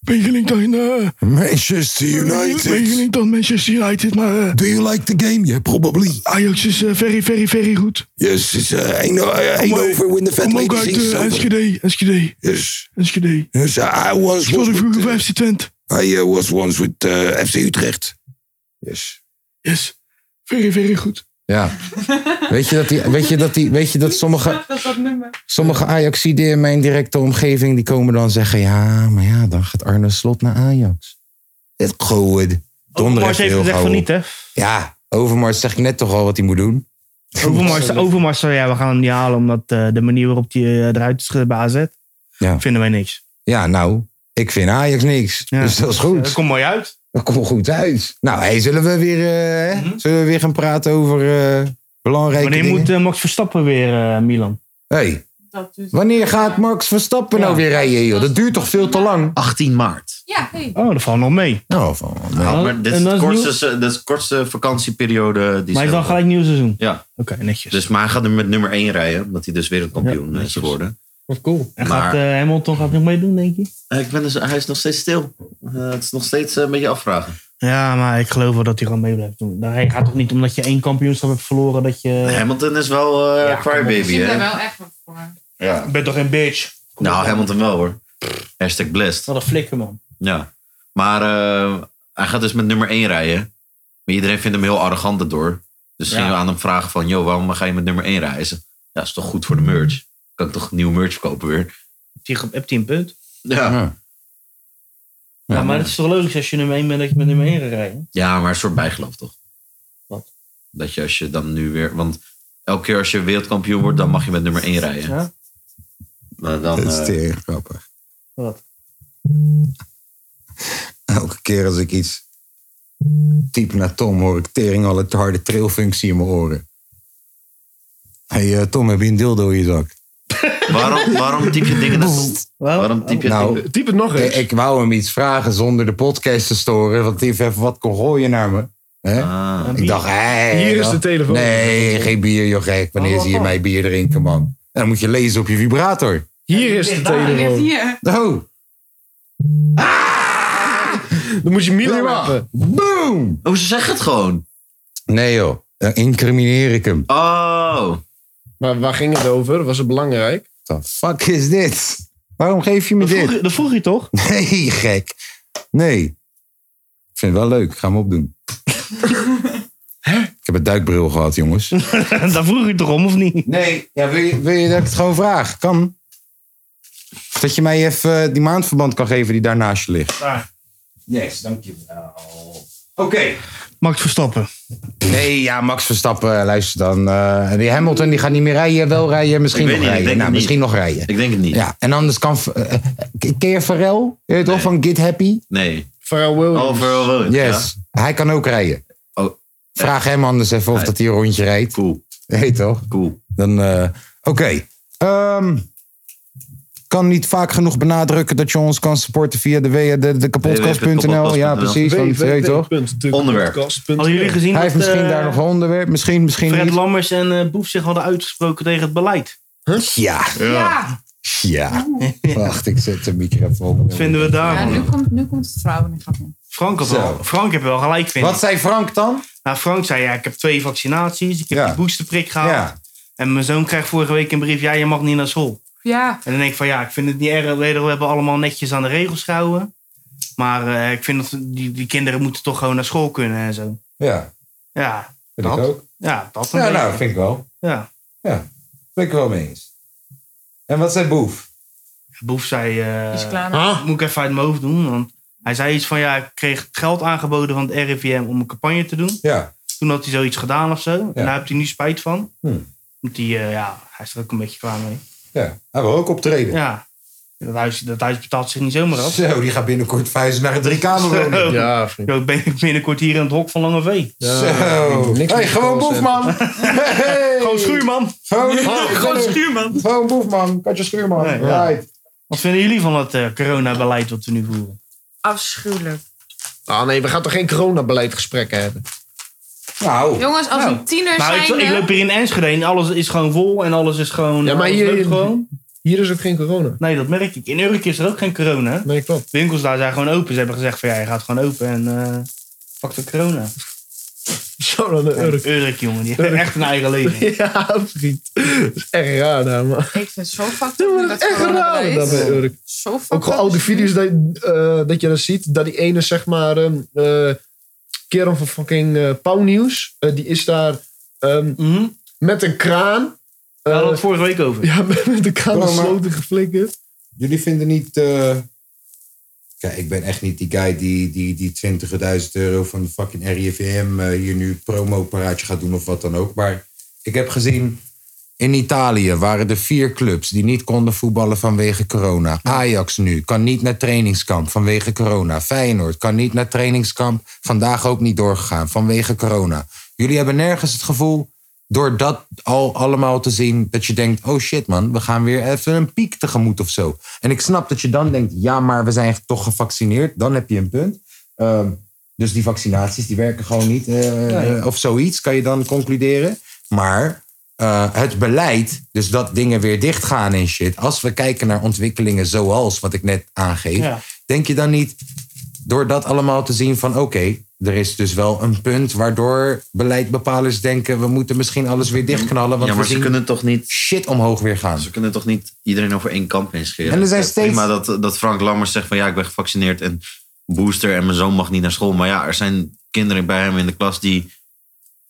Ben je gelinkt aan... eh, Manchester Ben je United. gelinkt aan Manchester United, maar... eh, Do you like the game? Yeah, probably. Ajax is eh, very, very, very goed. Yes, it's uh, ain't, no- uh, ain't maar- over when the fat Kom ook lady uit sings eh, over. Enschede, Enschede, Yes, Enschede. yes, I was Ik was once vroeger with, bij FC Twente. uh, I uh, was once with uh, FC Utrecht. Yes. Yes. Very, very [laughs] goed. Ja. Weet je dat, die, weet je dat, die, weet je dat sommige, Dat is dat nummer. sommige Ajaxiden in mijn directe omgeving... die komen dan zeggen... ja, maar ja, dan gaat Arne Slot naar Ajax. Het goed. Overmars heeft gezegd van niet, hè? Ja, Overmars zeg ik net toch al wat hij moet doen. Overmars, Overmars zei, ja, we gaan hem niet halen omdat eh, de manier waarop hij eh, eruit is gebazet, Ja. vinden wij niks. Ja, nou, ik vind Ajax niks. Ja. Dus dat is goed. Dat komt mooi uit. Dat komt goed uit. Nou, hey, zullen, we weer, eh, hè? zullen we weer gaan praten over eh, belangrijke Mhm. Wanneer dingen? moet eh, Max Verstappen weer, eh, Milan? hey, Dat dus. wanneer gaat Max Verstappen nou weer rijden, joh? Dat duurt toch veel te lang? 18 maart. Ja, hey. Oh, dat valt nog mee. Nou, van, nee. Oh, maar dit en is dat de is kortste, se- dit is de kortste vakantieperiode die ze Maar hij is dan hebben. gelijk nieuw seizoen. Ja, Oké, netjes. dus maar hij gaat er met nummer 1 rijden, omdat hij dus wereldkampioen is geworden. Wat cool. en maar- gaat, eh, Hamilton gaat nog meedoen, denk je? Eh, Ik ben dus, hij is nog steeds stil. Eh, het is nog steeds eh, een beetje afvragen. Ja, maar ik geloof wel dat hij gewoon mee blijft doen. Nou, Hij gaat toch niet omdat je één kampioenschap hebt verloren dat je... Hamilton is wel eh Ik crybaby, zit daar hè? wel echt wat voor. Ja. Ik ben toch geen bitch? Kom Nou, op. Hamilton wel hoor. Hashtag blessed. Wat een flikker, man. Ja. Maar eh, hij gaat dus met nummer 1 rijden. Maar iedereen vindt hem heel arrogant daardoor. Dus gingen we aan hem vragen van... Yo, waarom ga je met nummer 1 reizen? Ja, is toch goed voor de merch? Kan ik toch nieuw merch kopen weer? Heb je- Heb je een punt? Ja. Ja, maar het is toch logisch als je nummer 1 bent dat je met nummer 1 gaat rijden? Ja, maar een soort bijgeloof toch? Wat? Dat je als je dan nu weer... Want elke keer als je wereldkampioen wordt... dan mag je met nummer 1 rijden. Ja. Maar dan, Dat is eh, tegen grappig. Wat? Elke keer als ik iets typ naar Tom, hoor ik tering al het harde trailfunctie in mijn oren. Hé hey, eh, Tom, heb je een dildo in je zak? waarom, waarom typ je dingen... Naar, waarom typ je Nou, dingen- Typ het nog Ik, eens. ik wou hem iets vragen zonder de podcast te storen, want hij heeft even wat kon gooien naar me. Hè? Ah, ik dacht, hé. Hier is joh. de telefoon. Nee, geen bier, joh, gek. Wanneer zie je mij bier drinken, man? En dan moet je lezen op je vibrator. Hier is de Daar ligt telefoon. hier. Oh, Ah! Dan moet je Milan Prima. hebben. boom! oh, ze zeggen het gewoon. Nee, joh. Dan incrimineer ik hem. Oh. Maar waar ging het over? Was het belangrijk? What the fuck is dit? Waarom geef je me Dat dit? vroeg, dat vroeg je toch? Nee, gek. Nee. Ik vind het wel leuk. Ik ga hem [laughs] opdoen. Ik heb een duikbril gehad, jongens. [laughs] Daar vroeg je toch om, of niet? Nee, ja, wil, je, wil je dat ik het gewoon vraag? Kan. Dat je mij even eh, die maandverband kan geven die daarnaast je ligt. Daar. Yes, dankjewel. Oké. Max Verstappen. Nee, ja, Max Verstappen, luister dan. eh, die Hamilton die gaat niet meer rijden, wel rijden, misschien Ik nog weet niet, ik rijden. denk Nou, het misschien nog rijden. Ik denk het niet. Ja, en anders kan... eh, eh, Ken je Pharrell? Je weet toch, Nee. van Get Happy? Nee. Pharrell Williams. Oh, Pharrell Williams. Yes. Hij kan ook rijden. Oh. Vraag hem anders even of dat hij een rondje Ja. rijdt. Cool, Heet toch? cool. Dan, eh, oké. Ehm, kan niet vaak genoeg benadrukken dat je ons kan supporten via de, w- de, de kapotkast.nl. Ja, precies. Want, weet toch? Onderwerp. Hadden jullie gezien Hij dat heeft misschien eh, daar nog een onderwerp. Misschien, misschien Fred niet. Lammers en eh, Boef zich hadden uitgesproken tegen het beleid? Ja, Ja. ja. [laughs] Wacht, ik zet de microfoon. Wat vinden we Ja, daar? nu komt, nu komt het vrouwen in grapje. Frank, had Zo. wel, Frank heeft wel gelijk, vind Wat ik. zei Frank dan? Nou, Frank zei, ja, ik heb twee vaccinaties. Ik heb Ja. die boosterprik gehad. Ja. En mijn zoon krijgt vorige week een brief, ja, je mag niet naar school. Ja. En dan denk ik van ja, ik vind het niet erg. weet je, We hebben allemaal netjes aan de regels gehouden. Maar eh, ik vind dat die, die kinderen moeten toch gewoon naar school kunnen en zo. Ja, Ja, vind ik Dat? ook. ja dat een Ja, beetje. nou, vind ik wel. Ja. Vind ik wel mee eens. En wat zei Boef? Boef zei, eh, Is klaar. nou? moet ik even uit mijn hoofd doen. Want hij zei iets van ja, ik kreeg geld aangeboden van het RIVM om een campagne te doen. Ja, Toen had hij zoiets gedaan of zo. En daar heeft hij nu spijt van. Hmm. Want die, eh, ja, hij is er ook een beetje klaar mee. ja. hij wil ook optreden. Ja, dat huis, dat huis betaalt zich niet zomaar af. Zo, die gaat binnenkort verhuizen naar een driekamerwoning. [laughs] Zo. Ja, vriend. Yo, ben ik binnenkort hier in het hok van Lange V. Oh. Zo. niks Hey, met gewoon calls, boefman. [laughs] Hey. Gewoon schuurman. Gewoon, gewoon, schuurman. gewoon boefman. Katje schuurman. Nee, ja. Right. Wat vinden jullie van het eh, coronabeleid wat we nu voeren? Afschuwelijk. Ah nee, we gaan toch geen coronabeleidgesprekken hebben? Nou, Jongens, als een tiener Oh. Nou, ik, zijn. ik loop hier in Enschede en alles is gewoon vol en alles is gewoon... Ja, maar alles hier- loopt gewoon. Hier is ook geen corona. Nee, dat merk ik. In Urk is er ook geen corona. Nee, klopt. Winkels daar zijn gewoon open. Ze hebben gezegd van ja, je gaat gewoon open en eh fuck de corona. Zo dan een Urk. Urk, jongen. Die hebben echt een eigen [laughs] leven. Ja, vriend. Dat is echt raar daar, man. Ik vind het zo fucked Ja, up maar nu dat is dat echt corona raar er daar is. bij Urk. Zo fucked Ook up gewoon oude is nu. video's dat, eh, dat je dan ziet. Dat die ene, zeg maar, ehm eh, kerel van fucking eh Pauw Nieuws. eh, die is daar ehm, Mhm. met een kraan. We eh, hadden het vorige week over. ja, [laughs] met, met de kraan Bro, de maar- sloten geflikkerd. Jullie vinden niet. eh, Kijk, ik ben echt niet die guy die, die, die 20.000 euro van de fucking RIVM eh, hier nu promo-paraatje gaat doen of wat dan ook. Maar ik heb gezien. In Italië waren er vier clubs die niet konden voetballen vanwege corona. Ajax nu kan niet naar trainingskamp vanwege corona. Feyenoord kan niet naar trainingskamp. Vandaag ook niet doorgegaan vanwege corona. Jullie hebben nergens het gevoel, door dat al allemaal te zien, dat je denkt: oh shit man, we gaan weer even een piek tegemoet of zo. En ik snap dat je dan denkt: ja, maar we zijn toch gevaccineerd. Dan heb je een punt. Ehm, dus die vaccinaties die werken gewoon niet. eh, eh, Of zoiets kan je dan concluderen. Maar eh, het beleid, dus dat dingen weer dichtgaan en shit. Als we kijken naar ontwikkelingen zoals wat ik net aangeef, Ja. denk je dan niet door dat allemaal te zien van oké, er is dus wel een punt waardoor beleidbepalers denken we moeten misschien alles weer dichtknallen, want ja, maar we ze zien kunnen toch niet, shit omhoog weer gaan. ze kunnen toch niet iedereen over één kamp heen scheren. En er zijn Het is steeds- Prima dat, dat Frank Lammers zegt van ja, ik ben gevaccineerd en booster en mijn zoon mag niet naar school. Maar ja, er zijn kinderen bij hem in de klas die,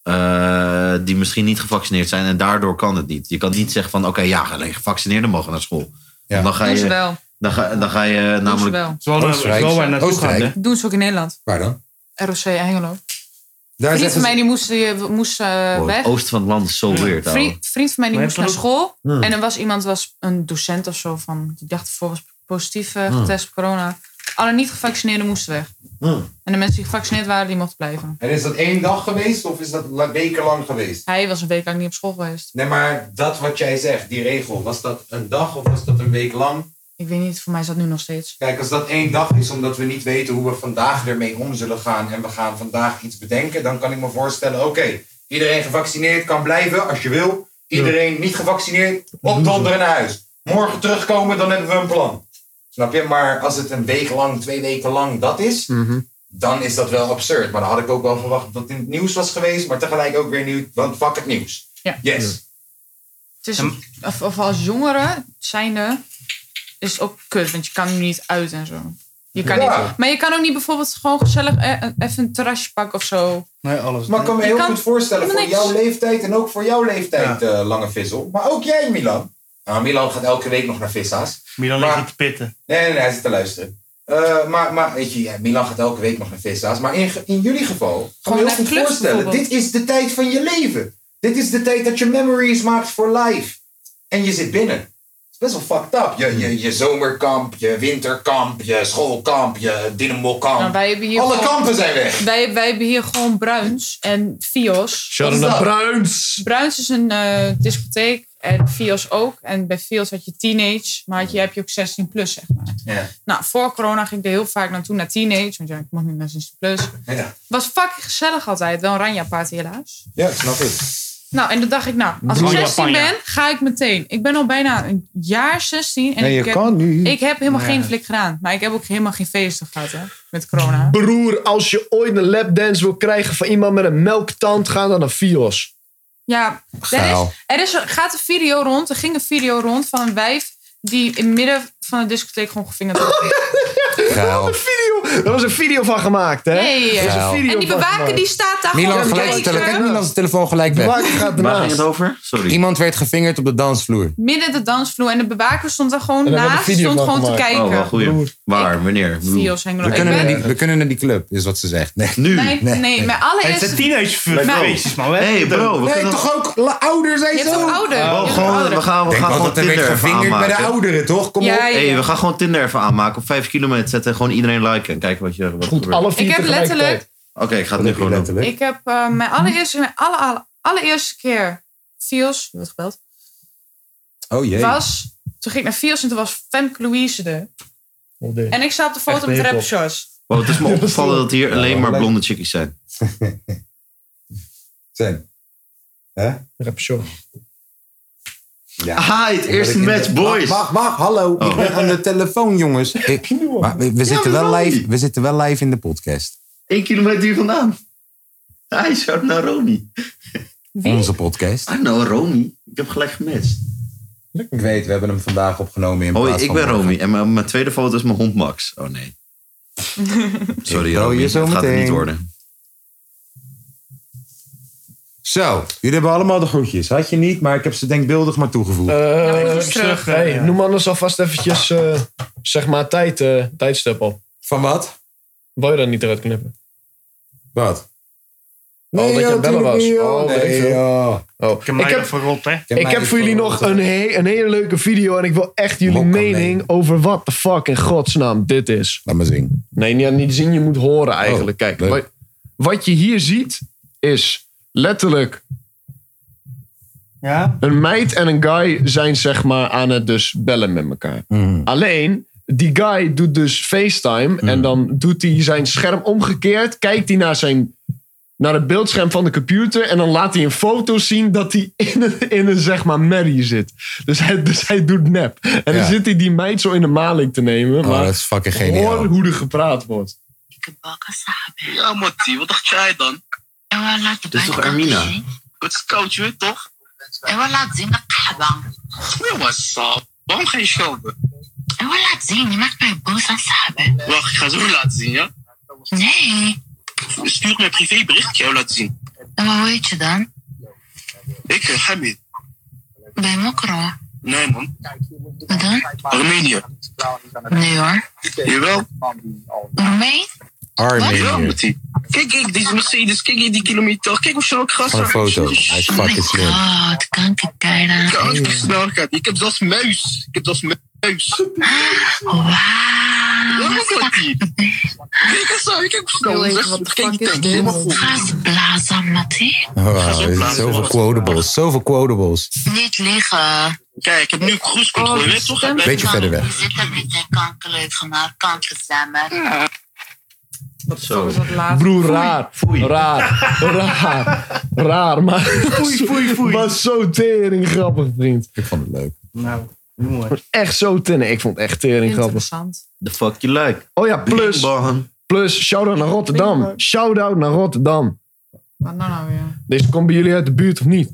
eh, die misschien niet gevaccineerd zijn en daardoor kan het niet. Je kan niet zeggen van oké, ja, alleen gevaccineerden mogen naar school. Ja. Dan, ga Doen ze je, wel. dan, ga, dan ga je Doen ze namelijk wel. Zo hadden we Oostenrijk. wel waar naartoe gaan, Oostenrijk. hè? Doen ze ook in Nederland. Waar dan? ROC Hengelo. Daar Vriend zeggen van ze- mij die moest, die moest eh, Wow, weg. Oh, het oosten van het land is zo weird. ouwe. Vriend, vriend van mij die Maar moest heb naar je school. Hmm. En er was iemand, was een docent of zo van. Die dacht ervoor was positief Hmm. eh, getest op corona. Alle niet-gevaccineerden moesten weg. En de mensen die gevaccineerd waren, die mochten blijven. En is dat één dag geweest of is dat la- wekenlang geweest? Hij was een week lang niet op school geweest. Nee, maar dat wat jij zegt, die regel, was dat een dag of was dat een week lang? Ik weet niet, voor mij is dat nu nog steeds. Kijk, als dat één dag is omdat we niet weten hoe we vandaag ermee om zullen gaan en we gaan vandaag iets bedenken, dan kan ik me voorstellen, oké, iedereen gevaccineerd kan blijven als je wil. Iedereen niet gevaccineerd, opdonderen naar huis. Morgen terugkomen, dan hebben we een plan. Snap je? Maar als het een week lang, twee weken lang dat is, dan is dat wel absurd. Maar dan had ik ook wel verwacht dat het in het nieuws was geweest, maar tegelijk ook weer nieuw, want fuck het nieuws. Ja. Yes. Het is, of, of als jongere zijnde is het ook kut, want je kan nu niet uit en zo. Je kan Ja. niet, maar je kan ook niet bijvoorbeeld gewoon gezellig eh, eh, even een terrasje pakken of zo. Nee, alles. Maar ik kan me Je heel kan goed voorstellen voor helemaal jouw niks. leeftijd en ook voor jouw leeftijd, eh, Lange Vissel. Maar ook jij, Milan. Nou, Milan gaat elke week nog naar Vissa's. Milan Maar- ligt niet te pitten. Nee, nee, nee, hij zit te luisteren. Eh, maar, maar weet je, ja, Milan gaat elke week nog naar Vissa's. Maar in, ge- in jullie geval, kan Gewoon ik me heel naar goed clubs voorstellen. Dit bijvoorbeeld. is de tijd van je leven. Dit is de tijd dat je memories maakt voor life. En je zit binnen. Het is best wel fucked up. Je, je, je zomerkamp, je winterkamp, je schoolkamp, je Nou, dynamokamp. wij, hebben hier Oh. Alle gewoon, kampen zijn weg. wij, wij hebben hier gewoon Bruins en Fios. Sharon Wat is dat? Bruins. Bruins is een eh, discotheek en Fios ook. En bij Fios had je teenage, maar had je, heb je ook 16 plus, zeg maar. Ja. Nou, voor corona ging ik er heel vaak naartoe naar teenage, want ja, ik mag niet naar 16 plus. Ja, Was fucking gezellig altijd, wel een ranja party helaas. ja snap ik. Nou, en dan dacht ik, nou, als ik Doe je 16 Japanja. ben, ga ik meteen. Ik ben al bijna een jaar 16 en ik, heb, nu. ik heb helemaal geen flik gedaan. Maar ik heb ook helemaal geen feesten gehad, hè, met corona. Broer, als je ooit een lapdance wil krijgen van iemand met een melktand, ga dan naar Fios. Ja, er, Geil. is, er is, gaat een video rond, er ging een video rond van een wijf die in het midden van de discotheek gewoon gevingerd [laughs] werd. Geil. Video. Daar was [laughs] een video van gemaakt, hè? Nee, Er is een Geil. video en die van bewaker gemaakt. die staat daar Milan gewoon te gelijk zijn tele- Kijk, kijken. Milan zijn telefoon gelijk De weg. bewaker gaat Waar ging ernaast. het over? Sorry. Iemand werd gevingerd op de dansvloer. Midden de dansvloer en de bewaker stond daar gewoon En daar werd naast, een video stond van gewoon te gemaakt. kijken. Oh, wel goeie. Broer. Waar? Wanneer? Ik bedoel, Fios, Hengelo. We Ik kunnen, ben- naar die, we kunnen naar die club, is wat ze zegt. Nee, Nu? Nee, nee, mijn Het allereerste zijn teenagefeestjes, man. Hé hey bro, we kunnen... toch ook la- ouder zijn Je hebt zo? toch ouder? Oh, Je hebt toch gewoon, ouder? we gaan, we Ik denk gaan wel gewoon dat er werd Tinder even gevingerd bij de aanmaken. ouderen, toch? Kom Ja, op. ja, hey, ja. we gaan gewoon Tinder even aanmaken. Op 5 kilometer zetten en gewoon iedereen liken. En kijken wat je... Wat Goed, gebeurt. alle vier Ik heb tegelijkertijd. letterlijk- Oké, ik ga het nu gewoon doen. Ik heb eh, mijn allereerste, mijn alle, alle- allereerste keer Fios, je wordt gebeld, Oh jee. was, toen ging ik naar Fios en toen was Femke Louise er. En ik sta op de foto Echt met heel rap tof. shorts. Wow, Oh, het is [laughs] [laughs] me opgevallen dat hier alleen maar leuk. blonde chickies zijn. Zijn. Rap, sorry. Hi, het eerste match, boys. Oh. Wacht, wacht, hallo. Ik ben aan de telefoon, [laughs] jongens. Ik- maar we, we zitten wel waarom live, niet? we zitten wel live in de podcast. Eén kilometer hier vandaan. Hi, shout naar Romy. [laughs] Onze podcast. Ah, nou, Romy. Ik heb gelijk gematcht. Ik weet, we hebben hem vandaag opgenomen in Hoi, plaats ik van ben morgen. Romy. En mijn, mijn tweede foto is mijn hond Max. Oh nee. [laughs] Sorry, Ik bel je Romy. Oh, zo dat gaat het niet meteen. worden. Zo, jullie hebben allemaal de groetjes. Had je niet, maar ik heb ze denkbeeldig maar toegevoegd. Nou, dat is Eh, terug, hey, Noem anders alvast eventjes, eh, zeg maar, tijd, eh, tijdstip op. Van wat? Wil je dat niet eruit knippen? Oh, Wat? dat je aan het bellen tuurlijk was. niet, joh. Oh, weet nee, ik veel. joh. Oh. Ik heb mij dat verrot, hè? heb Ik mij heb dit voor jullie nog verloren. een, he- een hele leuke video en ik wil echt jullie Mokka mening mee. over wat de fuck in godsnaam dit is. Laat maar zingen. Nee, niet, niet zien, je moet horen eigenlijk. Kijk, leuk. wat, wat je hier ziet is letterlijk Ja. een meid en een guy zijn zeg maar aan het dus bellen met elkaar. Mm. Alleen, die guy doet dus FaceTime en dan doet hij zijn scherm omgekeerd, kijkt hij naar zijn naar het beeldscherm van de computer en dan laat hij een foto zien dat hij in een, in een zeg maar merrie zit. Dus hij, dus hij doet nep. En Ja. dan zit hij die meid zo in de maling te nemen, Oh, maar dat is fucking hoor geniaal. hoe er gepraat wordt. Ja, Matti, wat dacht jij dan? En we laten Dit is toch buitenkant Ermina? zien. Het is koud, je weet toch? En we laten zien dat Kabang. Nee, maar saap. Waarom ga je schelden? En we laten zien, je maakt mij boos aan Sabe. Wacht, ik ga zo laten zien, ja? Nee. Stuur me een privébericht, ik ga jou laten zien. En wat weet je dan? Ik, eh, Hamid. Bij Mokro. Nee, man. Wat dan? Armenië. Nee hoor. Jawel. Roemeen? Jawel, Armenië. Matti. Kijk, kijk, deze Mercedes. Kijk, hier die kilometer. Kijk hoe snel ik ga. Van een foto. Hij is Ik Oh my fucking slim. god, kan ik ga daar hartstikke snel gaan. Ik heb zelfs muis. Ik heb zelfs muis. Ah, Wauw. Waarom Matti? Kijk eens aan, kijk hoe snel. Yo, Zeg, wat de Kijk, fuck die is tank. dit? Helemaal goed. Ga ze blazen, Matti. Wauw, er zijn Oh, zoveel quotables. Zoveel quotables. Niet liggen. Kijk, ik heb nu cruise Oh, control, weet je toch? Hij blijft- Beetje verder weg. Je zit er met je kankerleuk van haar kant samen. Zo. Wat laat. Broer, raar. [laughs] Raar. Raar. Raar, maar... [laughs] Foei, foei, foei. Was zo tering grappig, vriend. Ik vond het leuk. Nou, mooi. Echt zo tering. Ik vond het echt tering grappig. Interessant. The fuck you like. Oh ja, plus, Bang. plus, shout-out naar Rotterdam. Shout-out naar Rotterdam. Wat nou nou weer? Deze komt bij jullie uit de buurt of niet?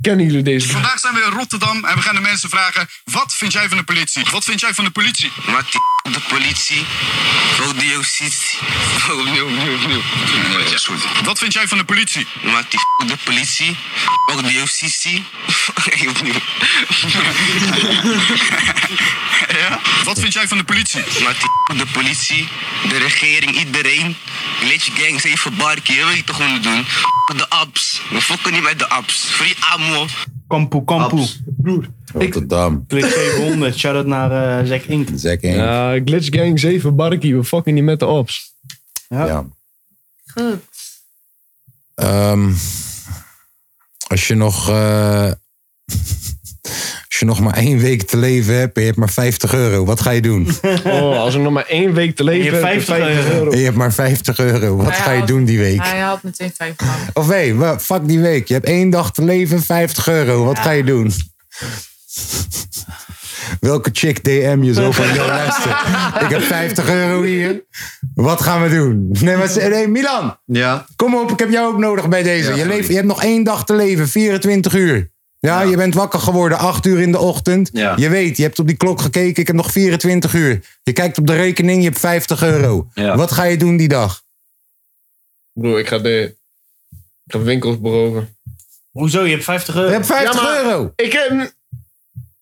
Kennen jullie deze? Vandaag zijn we in Rotterdam en we gaan de mensen vragen: wat vind jij van de politie? Wat vind jij van de politie? Wat de politie? Wat de justitie? Opnieuw, opnieuw, opnieuw. Wat vind jij van de politie? Wat de politie? Wat de [laughs] justitie? Opnieuw. [laughs] ja? Wat vind jij van de politie? Wat de politie, de regering, iedereen. Let je gangs even barkie, je weet toch hoe we het doen. De apps. We fokken niet met de apps. Free ammo. Kampoe, kampoe. Abs. Rotterdam. Klik 700. Shout-out naar eh Zack Ink. Zek in. Ja. Ja, Glitch Gang 7 Barkie. We fucking niet met de ops. Goed. Ehm, als je nog... eh, [laughs] als je nog maar één week te leven hebt en je hebt maar 50 euro, wat ga je doen? Oh, als ik nog maar één week te leven Je heb, heb, ik 50 euro. En je hebt maar 50 euro, wat Hij ga je haalt- doen die week? Hij haalt meteen vijf man. [laughs] Of hé, hey, fuck die week. Je hebt één dag te leven, 50 euro. Wat ga je doen? Welke chick DM je zo van, yo luister, ik heb 50 euro hier. Wat gaan we doen? Nee, maar, ze- nee Milan, Ja. kom op, ik heb jou ook nodig bij deze. Ja, je, sorry. leeft, je hebt nog één dag te leven, 24 uur. Ja, je bent wakker geworden, 8 uur in de ochtend. Ja. Je weet, je hebt op die klok gekeken, ik heb nog 24 uur. Je kijkt op de rekening, je hebt 50 euro. Ja. Wat ga je doen die dag? Broer, ik ga de... Ik ga winkels beroven. Hoezo? Je hebt 50 Je euro. hebt 50 Ja, maar- euro. Ik heb...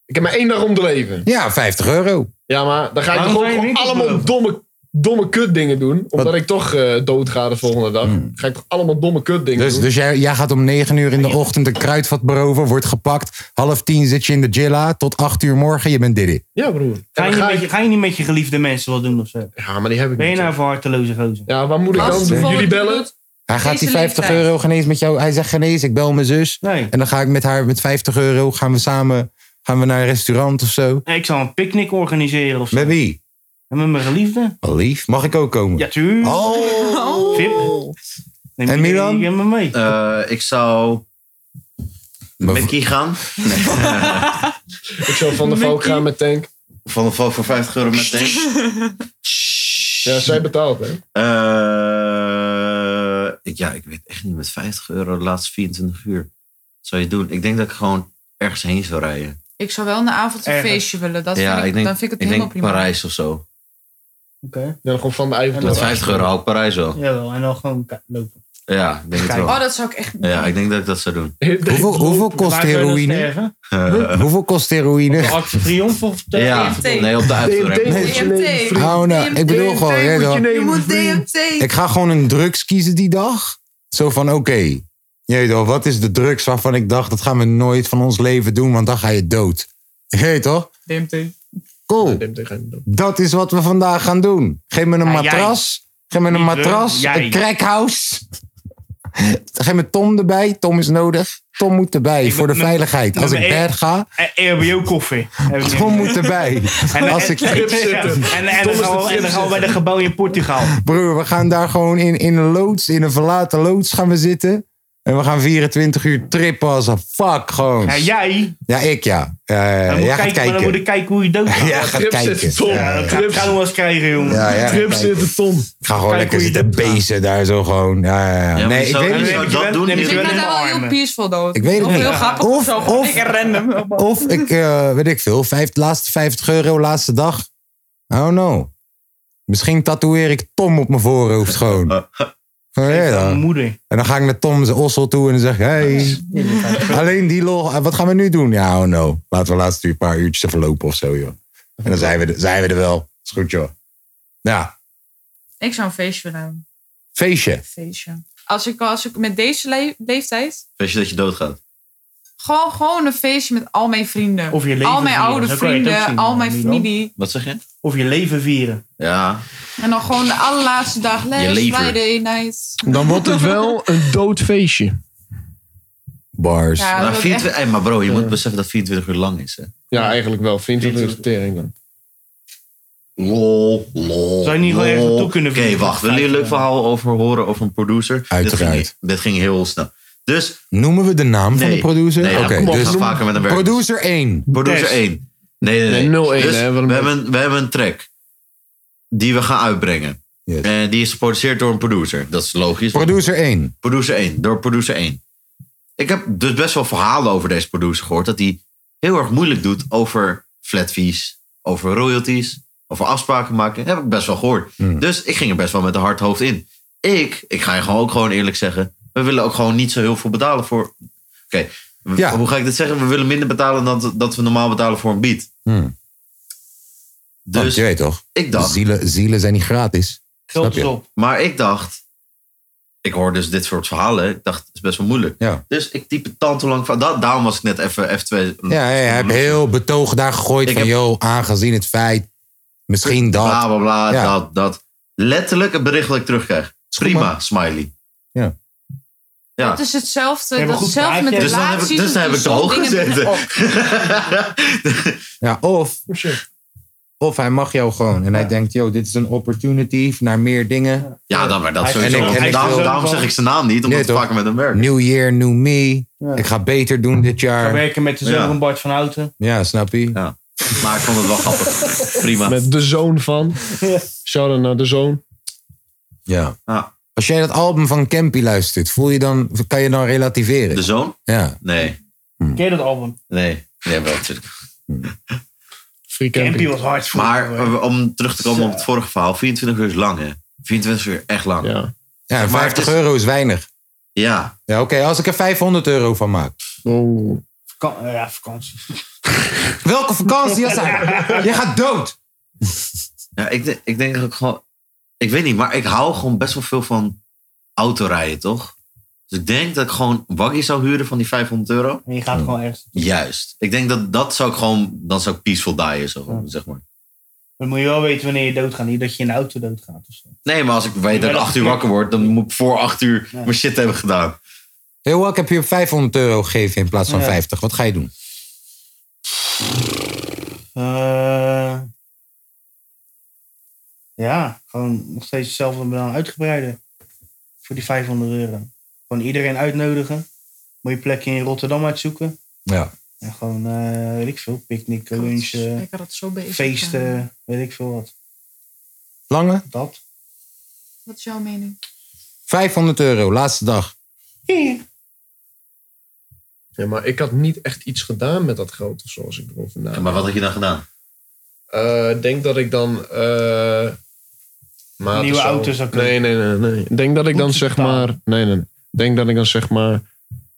Ik heb maar één dag om te leven. Ja, 50 euro. Ja, maar dan ga ik Waarom toch ook ga je gewoon winkels allemaal beroven? domme, domme kutdingen doen. Omdat ik toch eh, dood ga de volgende dag. Ga ik toch allemaal domme kutdingen Dus, doen. dus jij, jij gaat om 9 uur in de ochtend een kruidvat beroven, wordt gepakt. Half tien zit je in de Jilla, tot 8 uur morgen, je bent Diddy. Ja, broer. En Ga je, dan niet ga met, ik- je- ga je niet met je geliefde mensen wat doen of zo? Ja, maar die heb ik Ben je niet. nou voor harteloze gozer? Ja, waar moet ik dan Als doen? Jullie bellen? Hij gaat die Deze 50 leeftijd. euro genees met jou. Hij zegt genees, ik bel mijn zus. Nee. En dan ga ik met haar met 50 euro, gaan we samen gaan we naar een restaurant of zo. Ik zal een picknick organiseren of zo. Met wie? En met mijn geliefde? Lief. Mag ik ook komen? Ja, tuurlijk. Oh, Vip. Neem En iedereen Milan? hier met me mee. Eh, ik zou Mickey gaan? Nee. [laughs] Ik zou van de Valk gaan met tank. Van de Valk voor 50 euro [laughs] met tank? Ja, zij betaalt, hè? Eh, ik- ja, ik weet echt niet. Met 50 euro de laatste 24 uur. Wat zou je doen? Ik denk dat ik gewoon ergens heen zou rijden. Ik zou wel in de avond een Ergens. feestje willen. Dat ja, vind ik, ik denk, dan vind ik het ik helemaal denk prima. Parijs of zo. Oké. Ja, gewoon van de eigen Met 50 euro haal ik Parijs wel. Jawel, en dan gewoon ka- lopen. Ja, ik denk het wel. Oh, dat zou ik echt... Ja, ik denk dat ik dat zou doen. Eh, Hoeveel, hoeveel kost Waar zou je dan heroïne? sterven? Huh? Hoeveel kost heroïne? Actie Triomf of de Ja, EFT? nee, op de uitvoering. DMT. Oh, nou, ik bedoel gewoon, hè, dan- Je moet DMT. Ik ga gewoon een drugs kiezen die dag. Zo van, oké. Jeet toch, wat is de drugs waarvan ik dacht... dat gaan we nooit van ons leven doen, want dan ga je dood. Jeet toch? DMT. Cool. Dat is wat we vandaag gaan doen. Geef me een Ja, jij. matras. Geef me een Niet we, matras. jij. Een crackhouse. Geef me Tom erbij. Tom is nodig. Tom moet erbij voor de veiligheid. Als ik bed ga, RBO koffie. Tom moet erbij. Als [laughs] ik En, en, dan gaan we- en dan gaan we bij de gebouwen in Portugal. Broer, we gaan daar gewoon in, in een loods, in een verlaten loods gaan we zitten. En we gaan 24 uur trippen als een fuck gewoon. Ja, jij? Ja, ik ja. Eh, Dan moet, jij gaat kijken, maar kijken. dan moet ik kijken hoe je [laughs] dood gaat. Ja, gaat Trips kijken. zit Tom. Ja, dat ga ik nou wel eens krijgen, jongen. Ja, ja, Trips gaat zit de Tom. Ik ga gewoon lekker zitten bezen daar zo gewoon. Ja, ja, ja. maar nee, je ik zou- weet je zou niet. dat doen in Ik de- ga daar wel heel peaceful dood. Ik weet het of niet. heel grappig of, zo. Gewoon of- lekker random. Of ik, eh, weet ik veel, vijf, laatste 50 euro, laatste dag. I don't know. Misschien tatoeëer ik Tom op mijn voorhoofd [laughs] gewoon. Oh, ja, dan. En dan ga ik naar Tom zijn ossel toe en dan zeg ik, hey. Alleen die lol, eh, wat gaan we nu doen? Ja, oh no. Laten we laatst een paar uurtjes even lopen of zo, joh. En dan zijn we, er- zijn we er wel. Is goed, joh. Ja, Ik zou een feestje willen hebben. feestje. Feestje. Als ik, als ik met deze le- leeftijd... Weet je dat je doodgaat? Gewoon, gewoon een feestje met al mijn vrienden. Of je leven al mijn vieren, oude zo kan je het ook vrienden, zien, al eh, mijn Milan. familie. Wat zeg je? Of je leven vieren. Ja. En dan gewoon de allerlaatste dag. Last lever. Friday night. Dan wordt het wel een dood feestje. Bars. Ja, dat maar, is ook 24, echt- Hey, maar bro, je moet beseffen dat 24 uur lang is. Hè? Ja, eigenlijk wel. Vind je dat een tering dan? Lol, lol. Zou je niet lol. gewoon ergens naartoe kunnen Oké, vliegen? wacht. Wil je een leuk verhaal over horen over een producer? Uiteraard. Dit ging, dit ging heel snel. Dus. Noemen we de naam van de producer? Nee, ja, Oké, kom op, dus- ga vaker met een werk. Producer 1. Producer Tess. 1. Nee, nee, Nee, nee. 01, Dus hè, we, hebben, we hebben een track die we gaan uitbrengen. En die is geproduceerd door een producer. Dat is logisch. Producer 1. Producer 1, door producer 1. Ik heb dus best wel verhalen over deze producer gehoord. Dat hij heel erg moeilijk doet over flat fees, over royalties, over afspraken maken. Heb ik best wel gehoord. Dus ik ging er best wel met een hard hoofd in. Ik, ik ga je gewoon ook gewoon eerlijk zeggen. We willen ook gewoon niet zo heel veel betalen voor. Oké, w- hoe ga ik dit zeggen? We willen minder betalen dan dat we normaal betalen voor een beat. Hmm. Dus Want je weet toch? ik dacht- Zielen, zielen zijn niet gratis. Snap je? Maar ik dacht, ik hoor dus dit soort verhalen. Ik dacht, het is best wel moeilijk. Ja. Dus ik type tante lang van. da- daarom was ik net even F2. Ja, Mm. ja, je hebt heel betoog daar gegooid van, joh, aangezien het feit, misschien dat. Bla bla bla, Ja. dat, dat. Letterlijk een bericht dat ik terugkrijg. Prima, smiley. Ja. Ja. Het is hetzelfde. Ja, maar dat goed, hetzelfde met praatje. Dus dan heb ik- relaties. dus dan heb ik zo te hoog dingen- gezeten. Oh, Ja, of, Oh, of hij mag jou gewoon. En hij denkt, joh, dit is een opportunity naar meer dingen. Ja, dan, maar dat Hij- sowieso. en ik- en ik daarom, wil- daarom zeg ik zijn naam niet, omdat Nee, het toch? vaker met hem werkt. New year, new me. Ik ga beter doen dit Ga jaar. werken met de zoon van Bart van Houten. Ja, snap je? Ja. Maar ik vond het wel grappig. [laughs] Prima. Met de zoon van. Shout-out naar de zoon. Ja. Ja. Als jij dat album van Campy luistert, voel je dan, kan je dan relativeren? De zoon? Ja. Nee, Ken je dat album? nee. Nee, wel natuurlijk. Free Campy was hard voor. Maar eh, om terug te komen op het vorige verhaal. 24 uur is lang, hè? 24 uur echt lang. Ja, Ja, en Maar het 50 euro is weinig. Ja. Ja, oké, als ik er 500 euro van maak. Oh. Vaka- eh, ja, vakantie. Welke vakantie is dat? [laughs] Je gaat dood. ja ik, de- ik denk dat ik gewoon... Ik weet niet, maar ik hou gewoon best wel veel van autorijden, toch? Dus ik denk dat ik gewoon een waggie zou huren van die 500 euro. En je gaat gewoon ergens. Juist. Ik denk dat dat zou ik gewoon... Dan zou ik peaceful dieën, zo, zeg maar. Dan moet je wel weten wanneer je doodgaat. Niet dat je in de auto doodgaat. of zo. Nee, maar als ik weet dat ik dat 8 uur is- wakker word... dan moet ik voor 8 uur mijn shit hebben gedaan. Heel ik heb je 500 euro gegeven in plaats van Ja. 50. Wat ga je doen? Eh, ja, gewoon nog steeds hetzelfde maar dan uitgebreider. Voor die 500 euro. Gewoon iedereen uitnodigen. Moet je plekken in Rotterdam uitzoeken. Ja. En gewoon, eh, weet ik veel, picknicken, lunchen, Ik had het zo bezig. eh. feesten, weet ik veel wat. Lange? Dat. Wat is jouw mening? 500 euro, laatste dag. Ja, maar ik had niet echt iets gedaan met dat geld, zoals ik erover na. maar wat had je dan gedaan? Eh, Ik denk dat ik dan. eh, maten Nieuwe zo- auto's zou kunnen. Nee, nee, nee, nee. Ik denk dat ik dan zeg maar. Nee, nee, nee. Ik denk dat ik dan zeg maar.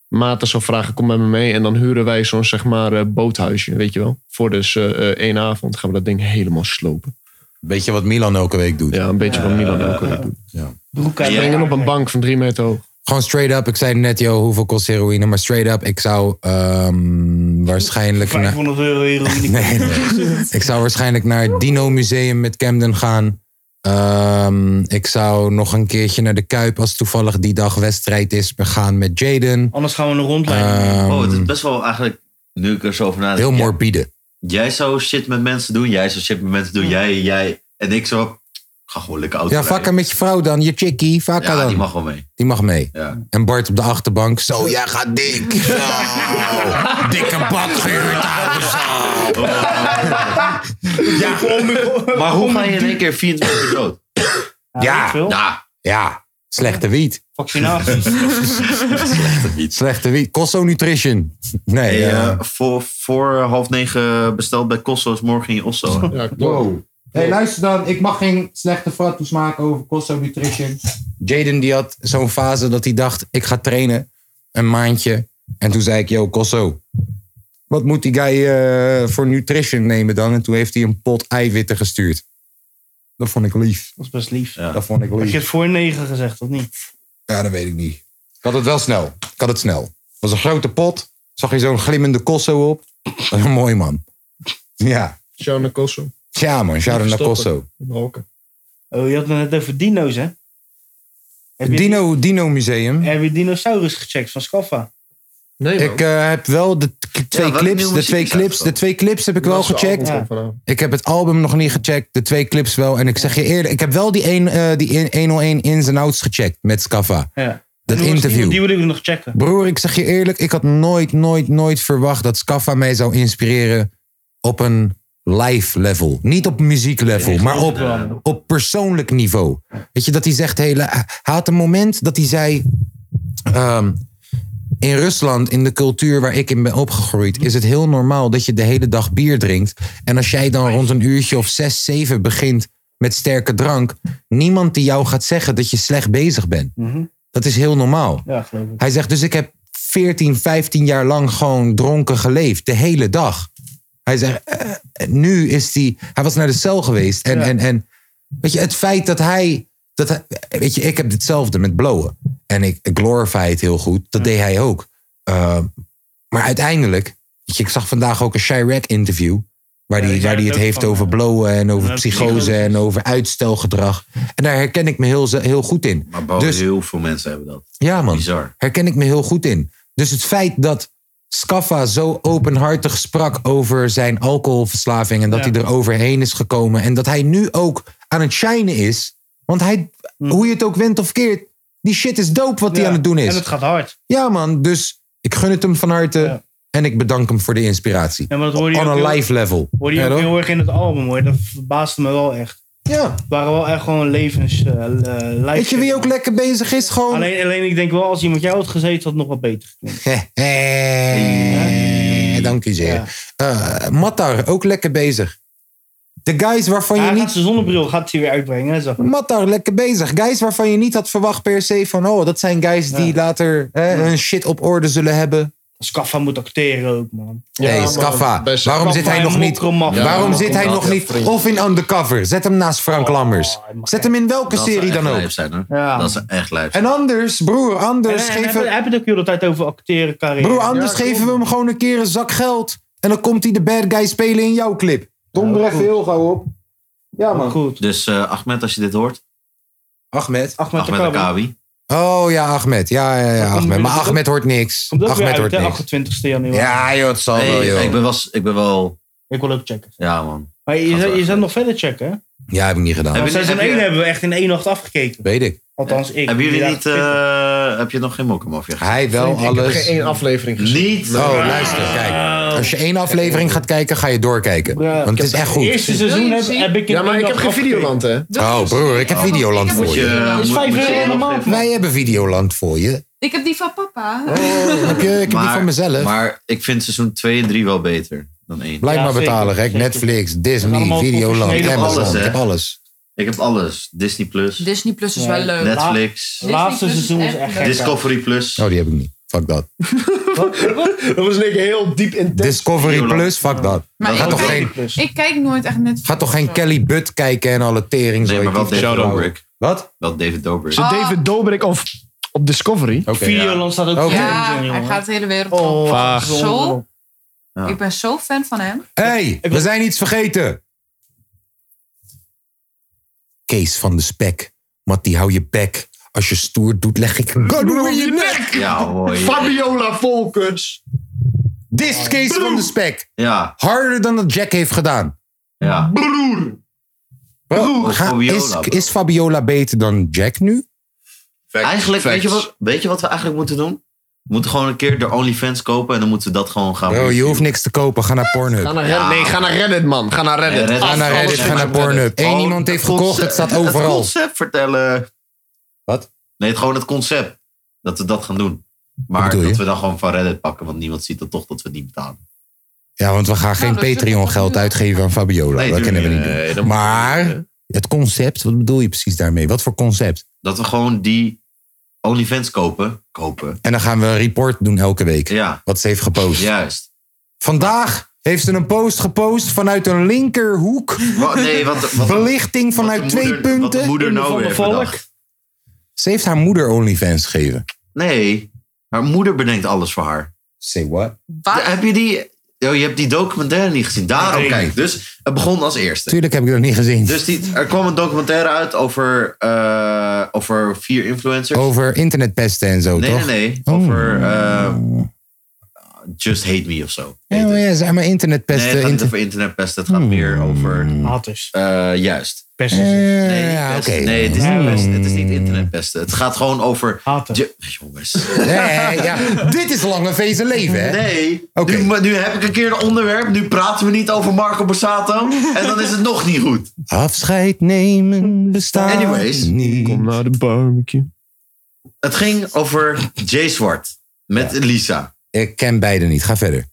Maten zou vragen, kom met me mee. En dan huren wij zo'n zeg maar eh, boothuisje, weet je wel. Voor dus eh, eh, één avond gaan we dat ding helemaal slopen. Beetje wat Milan elke week doet. Ja, een beetje wat Milan elke week doet. Ja. Broek We hangen op een bank van drie meter hoog. Gewoon straight up. Ik zei net, joh, hoeveel kost heroïne? Maar straight up, ik zou ehm, waarschijnlijk... naar- 500 euro heroïne. [laughs] Nee, [laughs] nee. Ik zou waarschijnlijk naar het Dino Museum met Camden gaan. Ehm, ik zou nog een keertje naar de Kuip als toevallig die dag wedstrijd is. We gaan met Jaden. Anders gaan we een rondleiding. Ehm, oh, het is best wel eigenlijk, nu ik er zo over nadenk. heel ja, morbide. Jij zou shit met mensen doen, jij zou shit met mensen doen, jij, jij. En ik zo, ga gewoon lekker auto Ja, rijden. vakken met je vrouw dan. Je chickie, vakken Ja, dan. die mag wel mee. Die mag mee. Ja. En Bart op de achterbank. Zo, jij gaat dik. Zo. Dikke bak gehuurd ouwe, zo. Ja, maar hoe ga je in één keer 24 uur dood? Ja, veel. Ja, ja. Slechte wiet. Vaccinaties. [laughs] slechte wiet. Slechte wiet. Costo Nutrition. Nee, Hey, ja. eh, voor, voor half negen besteld bij Costco's morgen in Osso. hè? Ja, Wow. hey, luister dan. Ik mag geen slechte foto's maken over Costo Nutrition. Jaden die had zo'n fase dat hij dacht, ik ga trainen. Een maandje. En toen zei ik, yo Costo. Wat moet die guy eh, voor nutrition nemen dan? En toen heeft hij een pot eiwitten gestuurd. Dat vond ik lief. Dat is best lief. Dat vond ik Had je lief. het voor negen gezegd, of niet? Ja, dat weet ik niet. Ik had het wel snel. Ik had het snel. Het was een grote pot. Zag je zo'n glimmende Cosso op. Dat was een mooi man. Ja. Ciao naar Kosovo. Ja man, shout-out naar Verstoppen. Cosso. Roken. Oh, je had het net over dino's, hè? Heb je, Dino, Dino Museum. heb je dinosaurus gecheckt van Scaffa? Nee, man. Ik eh, heb wel de t- k- twee welke clips. nieuwe De twee muziek is uitgekomen? clips, de twee clips heb ik wel Dat is de gecheckt. avond van vanavond. Ik heb het album nog niet gecheckt. De twee clips wel. En ik zeg je eerlijk, ik heb wel die, een, eh, die in- 101 ins en outs gecheckt met Scava. Ja. Dat Die was- interview. Die wil ik nog checken. Broer, ik zeg je eerlijk, ik had nooit, nooit, nooit verwacht dat Scaffa mij zou inspireren op een live level. Niet op muziek level, maar op, op persoonlijk niveau. Weet je, dat hij zegt, hele, hij had een moment dat hij zei, ehm, in Rusland, in de cultuur waar ik in ben opgegroeid, is het heel normaal dat je de hele dag bier drinkt. En als jij dan rond een uurtje of zes, zeven begint met sterke drank, niemand die jou gaat zeggen dat je slecht bezig bent. Mhm. Dat is heel normaal. Ja, geloof ik. Hij zegt dus ik heb 14, 15 jaar lang gewoon dronken geleefd. De hele dag. Hij zegt, eh, eh, nu is hij... Hij was naar de cel geweest. En, en, en weet je, het feit dat hij, dat hij... Weet je, ik heb hetzelfde met blowen. En ik ik glorify het heel goed. Dat deed hij ook. Eh, maar uiteindelijk... Weet je, ik zag vandaag ook een Chirac interview. Waar Ja, hij die zei die het het ook heeft van, over blowen en over ja, psychose psychose. en over uitstelgedrag. En daar herken ik me heel, ze- heel goed in. Maar bro, Dus- heel veel mensen hebben dat. Ja man Bizar. herken ik me heel goed in. Dus het feit dat Scaffa zo openhartig sprak over zijn alcoholverslaving en dat Ja. hij er overheen is gekomen en dat hij nu ook aan het shinen is, want hij, hoe je het ook went of keert, die shit is dope wat hij Mm. Ja, aan het doen En is. het gaat hard. Ja man, dus ik gun het hem van harte Ja. en ik bedank hem voor de inspiratie. Ja, maar dat hoorde je On ook a heel- live level. Hoorde je Ja, ook toch? heel erg in het album, hoor. Dat verbaasde me wel echt. Ja. Het waren wel echt gewoon levens... eh, eh, Weet je wie lifehacks. ook lekker bezig is? Gewoon. Alleen, alleen ik denk wel, als iemand jou had gezeten, had het nog wat beter gekund. Hé, hé, Dank u zeer. Ja. Eh, Mattar, ook lekker bezig. De guys waarvan je Hij niet gaat zijn zonnebril gaat hij weer uitbrengen. hè, Zo. Mattar, lekker bezig. Guys waarvan je niet had verwacht per se van... oh, dat zijn guys die Ja. later hè, hun shit op orde zullen hebben. Scaffa moet acteren ook, man. Nee, maar Scaffa, best- waarom Scaffa zit hij en nog niet... Mokromaf. Ja, waarom maar zit hij dat- nog ja, niet... vriend. of in Undercover. Zet hem naast Frank Lammers. Oh, hij mag Zet hem in welke Dat serie zou echt dan ook. lijp zijn, hoor. Ja. Dat is echt lijp. En anders, broer, En, anders en, en, geven... heb, heb je het ook heel de tijd over acteren, carrière? broer, anders geven we hem gewoon een keer een zak geld. En dan komt hij de bad guy spelen in jouw clip. Donder Ja, even goed. heel gauw op. Ja, man. Goed. Dus eh, Ahmed, als je dit hoort, Ahmed. Ahmed Ahmed Akabi. Akawi. Oh ja, Ahmed. Ja, ja, ja, komt Ahmed. Maar binnenkort- Ahmed hoort niks. Komt ook Ahmed weer uit, hoort hè, niks. 28 januari. Ja, joh, het zal wel, Hey, joh. ik, ben wel, ik ben wel... Ik wil ook checken. Ja, man. Maar je, Gaat zou- wel je echt zou nog verder checken, hè? Ja, heb ik niet gedaan. Heb Want je- seizoen heb je- 1 hebben we echt in één nacht afgekeken. Weet ik. Althans, ik. Hebben jullie Ja, niet ik- eh, heb je nog geen mokkenmafia gezien? Hij wel Ik heb alles. geen één aflevering gezien. Niet? Oh, luister, kijk. Als je één aflevering gaat kijken, ga je doorkijken. Want het is echt goed. Eerste seizoen heb, heb ik in Ja, maar ik één dag heb geen afgekeken. Videoland, hè? Oh, broer, ik heb Oh, Videoland ik heb voor je. Videoland. Dat is vijf euro in de maand. Wij hebben Videoland voor je. Ik heb die van papa. Oh. heb je- ik heb die van mezelf. Maar ik vind seizoen 2 en 3 wel beter dan 1. Blijf maar betalen, gek. Netflix, Disney, Videoland, Amazon. Ik heb alles. Ik heb alles. Disney Plus. Disney Plus is wel leuk. Netflix. Disney Laatste Plus is seizoen is echt echt gek. Discovery Plus. Oh, die heb ik niet. Fuck dat. Dat was een heel diep intens. Discovery Plus, fuck dat. Maar Gaat ik, toch geen, kijk, ik kijk nooit echt Netflix. gaat toch geen Kelly Butt kijken en alle tering Nee, maar wel David Dobrik. Wat? Wel David Dobrik. Zo David Dobrik of op Discovery. Videoland staat ook Oké. Ja, hij gaat de hele wereld Oh, op. vaag. zo. Ik ben zo fan van hem. hey, we zijn iets vergeten. Kees van de Spek. Mattie, hou je bek. Als je stoer doet, leg ik een gun door je nek. Ja, hoor. Fabiola Volkers. Dit is Kees van de Spek. Ja. Harder dan dat Jack heeft gedaan. Ja. Broer. Broer. Ga- Fabiola, is, bro. is Fabiola beter dan Jack nu? Eigenlijk, weet je, wat, weet je wat we eigenlijk moeten doen? We moeten gewoon een keer de OnlyFans kopen en dan moeten we dat gewoon gaan Bro, je reviewen. hoeft niks te kopen. Ga naar Pornhub. Ga naar Reddit. Nee, ga naar Reddit, man. Ga naar Reddit. Ja, Reddit. Ga naar Alles Reddit, vind ga naar ik op Reddit. Pornhub. Eén Gewoon iemand heeft concept- gekocht, het staat Het overal. concept vertellen. Wat? Nee, het, gewoon het concept. Dat we dat gaan doen. Maar bedoel dat je? we dan gewoon van Reddit pakken, want niemand ziet dan toch dat we het niet betalen. Ja, want we gaan geen Nou, dat is- Patreon geld uitgeven aan Fabiola. Nee, dat kunnen tuurlijk we niet niet. Eh, doen. Nee, dat moet- maar het concept, wat bedoel je precies daarmee? Wat voor concept? Dat we gewoon die OnlyFans kopen. Kopen. En dan gaan we een report doen elke week. Ja. Wat ze heeft gepost. Juist. Vandaag heeft ze een post gepost vanuit een linkerhoek. Wa- nee, wat- [laughs] wat- Belichting vanuit de twee moeder- punten. wat de moeder nou weer bedacht. Ze heeft haar moeder OnlyFans gegeven. Nee, haar moeder bedenkt alles voor haar. Say what? Heb je die... Yo, je hebt die documentaire niet gezien. Daarom kijk. Dus het begon als eerste. Tuurlijk heb ik dat niet gezien. Dus die, er kwam een documentaire uit over, eh, over vier influencers. Over internetpesten en zo, nee, toch? Oh. nee, nee. Over eh, Just Hate Me of zo. Ja, maar ja, zijn maar nee, het internetpesten. gaat niet inter- Hmm. over internetpest. Het gaat meer over... Haters. juist. Eh, Nee, ja, pest. oké. nee, het is niet pest. Het is niet internetpesten. Het gaat gewoon over... Je- Jongens. Nee, [laughs] ja. Dit is lange feesten leven, hè? Nee. Oké. Nu, maar nu heb ik een keer een onderwerp. Nu praten we niet over Marco Borsato. En dan is het nog niet goed. Afscheid nemen bestaat Anyways. niet. Kom naar de barbecue. Het ging over Jay Zwart. Met Lisa. Ik ken beide niet. Ga verder.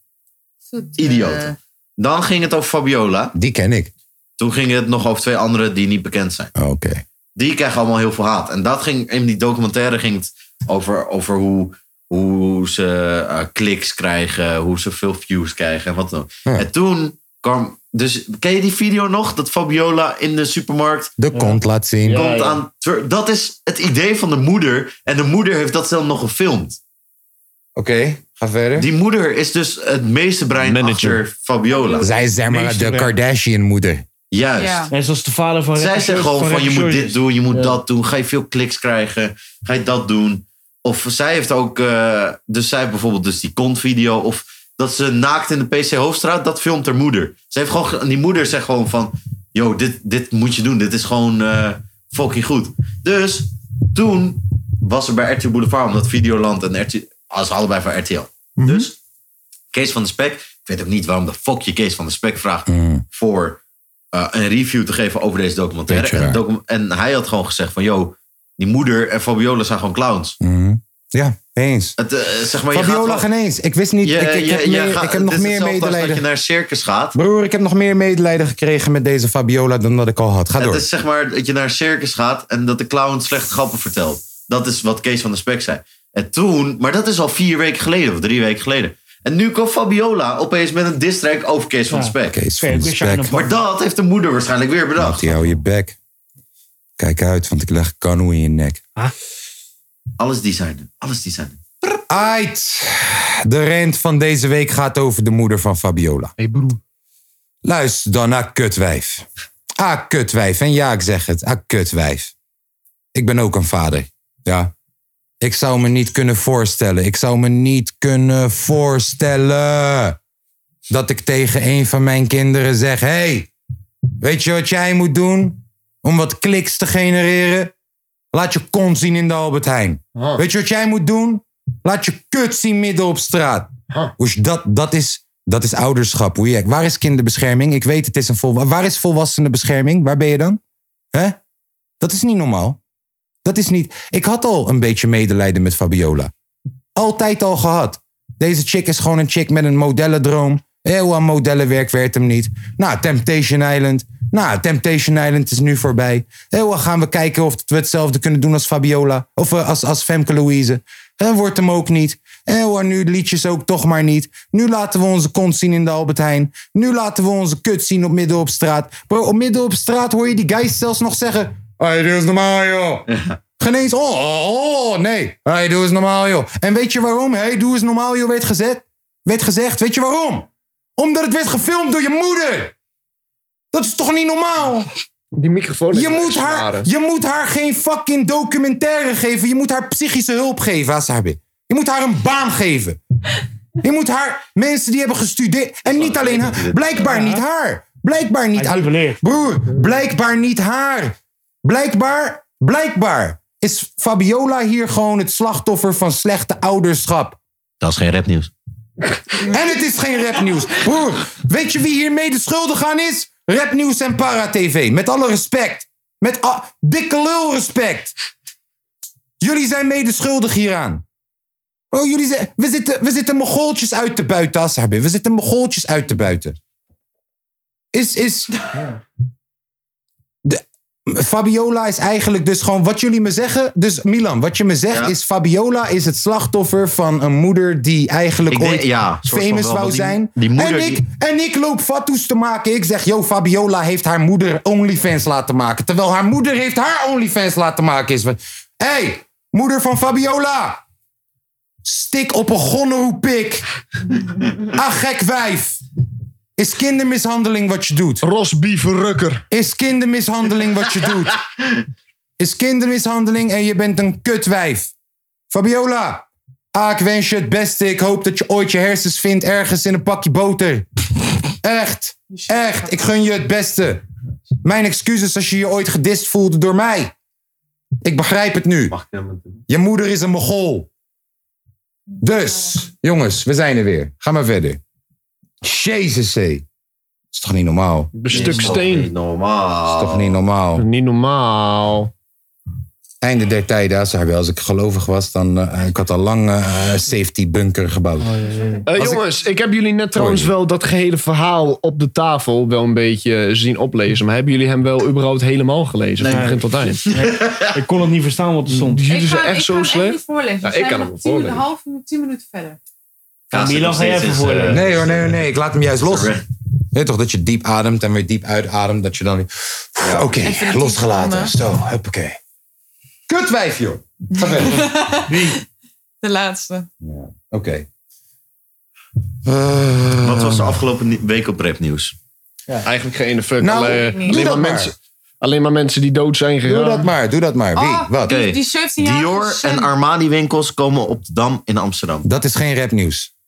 Idioten. Dan ging het over Fabiola. Die ken ik. Oh. Toen ging het nog over twee anderen die niet bekend zijn. Oké. Die krijgen allemaal heel veel haat. En dat ging, in die documentaire ging het over, over hoe, hoe ze eh, kliks krijgen. Hoe ze veel views krijgen. En wat dan. ook. En toen kwam... Dus ken je die video nog? Dat Fabiola in de supermarkt De kont laat zien. komt aan. twer- Dat is het idee van de moeder. En de moeder heeft dat zelf nog gefilmd. Oké, ga verder. Die moeder is dus het meeste brein achter Fabiola. Zij is zeg maar de Kardashian-moeder. Juist. En zoals de vader van Zij zegt gewoon van je moet dit doen, je moet Ja. dat doen. Ga je veel kliks krijgen? Ga je dat doen? Of zij heeft ook, eh, dus zij heeft bijvoorbeeld dus die kontvideo. Of dat ze naakt in de PC Hoofdstraat, dat filmt haar moeder. Ze heeft gewoon, ge- en die moeder zegt gewoon van, yo, dit, dit moet je doen. Dit is gewoon eh, fucking goed. Dus toen was er bij RTL Boulevard, omdat Videoland en RTL, als allebei van RTL. Hm? Dus Kees van de Spek, ik weet ook niet waarom de fuck je Kees van de Spek vraagt Mm. voor eh, een review te geven over deze documentaire. Beetje raar. En, docu- en hij had gewoon gezegd van, yo, die moeder en Fabiola zijn gewoon clowns. Mhm. Ja, eens. Het, eh, zeg maar, je gaat Fabiola gewoon- geen eens. Ik wist niet. Je- ik, ik je- heb, je meer- gaat- ik heb het nog is meer hetzelfde als dat je medelijden. naar een circus gaat. Broer, ik heb nog meer medelijden gekregen met deze Fabiola dan dat ik al had. Ga Het door. is zeg maar dat je naar een circus gaat en dat de clown slecht grappen vertelt. Dat is wat Kees van der Spek zei. En toen, maar dat is al vier weken geleden of drie weken geleden. En nu kwam Fabiola opeens met een distrack over Kees van der Spek. van der Spek. Maar dat heeft de moeder waarschijnlijk weer bedacht. Die hou je bek. Kijk uit, want ik leg kanoe in je nek. Alles designen, alles designen. Ait. De rent van deze week gaat over de moeder van Fabiola. Hey broer. Luister dan naar kutwijf. Ah, kutwijf. En ja, ik zeg het. Ah, kutwijf. Ik ben ook een vader. Ja. Ik zou me niet kunnen voorstellen. Ik zou me niet kunnen voorstellen. Dat ik tegen een van mijn kinderen zeg: Hé, hey, weet je wat jij moet doen? Om wat kliks te genereren? Laat je kont zien in de Albert Heijn. Weet je wat jij moet doen? Laat je kut zien midden op straat. Oesh, dat, dat, is, dat is ouderschap. hoe je- Waar is kinderbescherming? Ik weet, het is een vol, Waar is volwassenenbescherming? Waar ben je dan? Hè? Dat is niet normaal. Dat is niet. Ik had al een beetje medelijden met Fabiola. Altijd al gehad. Deze chick is gewoon een chick met een modellendroom. Heel aan modellenwerk werd hem niet. Nou, Temptation Island. Nou, Temptation Island is nu voorbij. Heel gaan we kijken of we hetzelfde kunnen doen als Fabiola. Of eh, als, als Femke Louise. En wordt hem ook niet. Heel nu liedjes ook toch maar niet. Nu laten we onze kont zien in de Albert Heijn. Nu laten we onze kut zien op midden op straat. Bro, op midden op straat hoor je die guys zelfs nog zeggen... Hey, dit is normaal, joh. Geen eens, oh, oh, oh, nee. Hey, doe eens normaal, joh. En weet je waarom? Hey, doe eens normaal, joh, werd, gezet, werd gezegd. Weet je waarom? Omdat het werd gefilmd door je moeder. Dat is toch niet normaal? Die microfoon je moet, haar, je moet haar geen fucking documentaire geven. Je moet haar psychische hulp geven, Asabi. Je moet haar een baan geven. Je moet haar mensen die hebben gestudeerd. En niet alleen haar. Blijkbaar niet haar. Blijkbaar niet haar. Broer, blijkbaar niet haar. Blijkbaar, blijkbaar is Fabiola hier gewoon het slachtoffer van slechte ouderschap. Dat is geen rapnieuws. En het is geen rapnieuws. Broer, weet je wie hier mede schuldig aan is? Rapnieuws en Para-TV. Met alle respect. Met a- dikke lul respect. Jullie zijn mede schuldig hieraan. Oh, jullie zijn... We zitten, we zitten mogoltjes uit te buiten, Ashabi. We zitten mogoltjes uit te buiten. Is... is... De- Fabiola is eigenlijk dus gewoon wat jullie me zeggen. Dus Milan, wat je me zegt is Fabiola is het slachtoffer van een moeder die eigenlijk Ik denk- ooit ja, soort van famous wel, wou want die- zijn. die moeder en, ik, die- en ik loop fatsoes te maken. Ik zeg, yo, Fabiola heeft haar moeder OnlyFans laten maken. Terwijl haar moeder heeft haar OnlyFans laten maken. Is. Hé, hey, moeder van Fabiola. Stik op een gonneroepik. [laughs] Ah, gek wijf. Is kindermishandeling wat je doet? Rosbieverrukker. Is kindermishandeling wat je doet? Is kindermishandeling en je bent een kutwijf. Fabiola, ah, ik wens je het beste. Ik hoop dat je ooit je hersens vindt ergens in een pakje boter. Echt, echt. Ik gun je het beste. Mijn excuses als je je ooit gedist voelde door mij. Ik begrijp het nu. Je moeder is een mogol. Dus, jongens, we zijn er weer. Ga maar verder. Jezus, hé. is toch niet normaal? Een stuk steen. normaal. Dat is toch niet normaal? Niet normaal. Einde der tijden, Asabi. Als ik gelovig was, dan eh, ik had al lang eh, safety bunker gebouwd. Eh, jongens, ik... heb jullie net trouwens wel dat gehele verhaal op de tafel wel een beetje zien oplezen. Maar hebben jullie hem wel überhaupt helemaal gelezen? Nee. Van begin tot eind. Ik kon het niet verstaan wat er stond. Jullie zijn ik echt ga zo hem echt slecht. niet voorlezen. Ja, We ik zijn kan hem nog wel tien- voorlezen. Een half uur, tien minuten verder. Ja, Milan, ga jij even voorlezen? Nee hoor, nee, nee. Ik laat hem juist los. Weet toch, dat je diep ademt en weer diep uitademt. Dat je dan weer... Oké, Even de losgelaten. diepte Zo, huppakee. Kutwijf, joh. [laughs] Ga verder. De laatste. Oké. Wat was de afgelopen ni- week op rapnieuws? Eigenlijk geen ene fuck. Nou, alleen, doe alleen, dat maar maar. mensen, alleen maar mensen die dood zijn gegaan. Doe dat maar, doe dat maar. Wie? Wat? Oh, die- die 17-jarige Dior Sen. en Armani winkels komen op de Dam in Amsterdam. Dat is geen rapnieuws.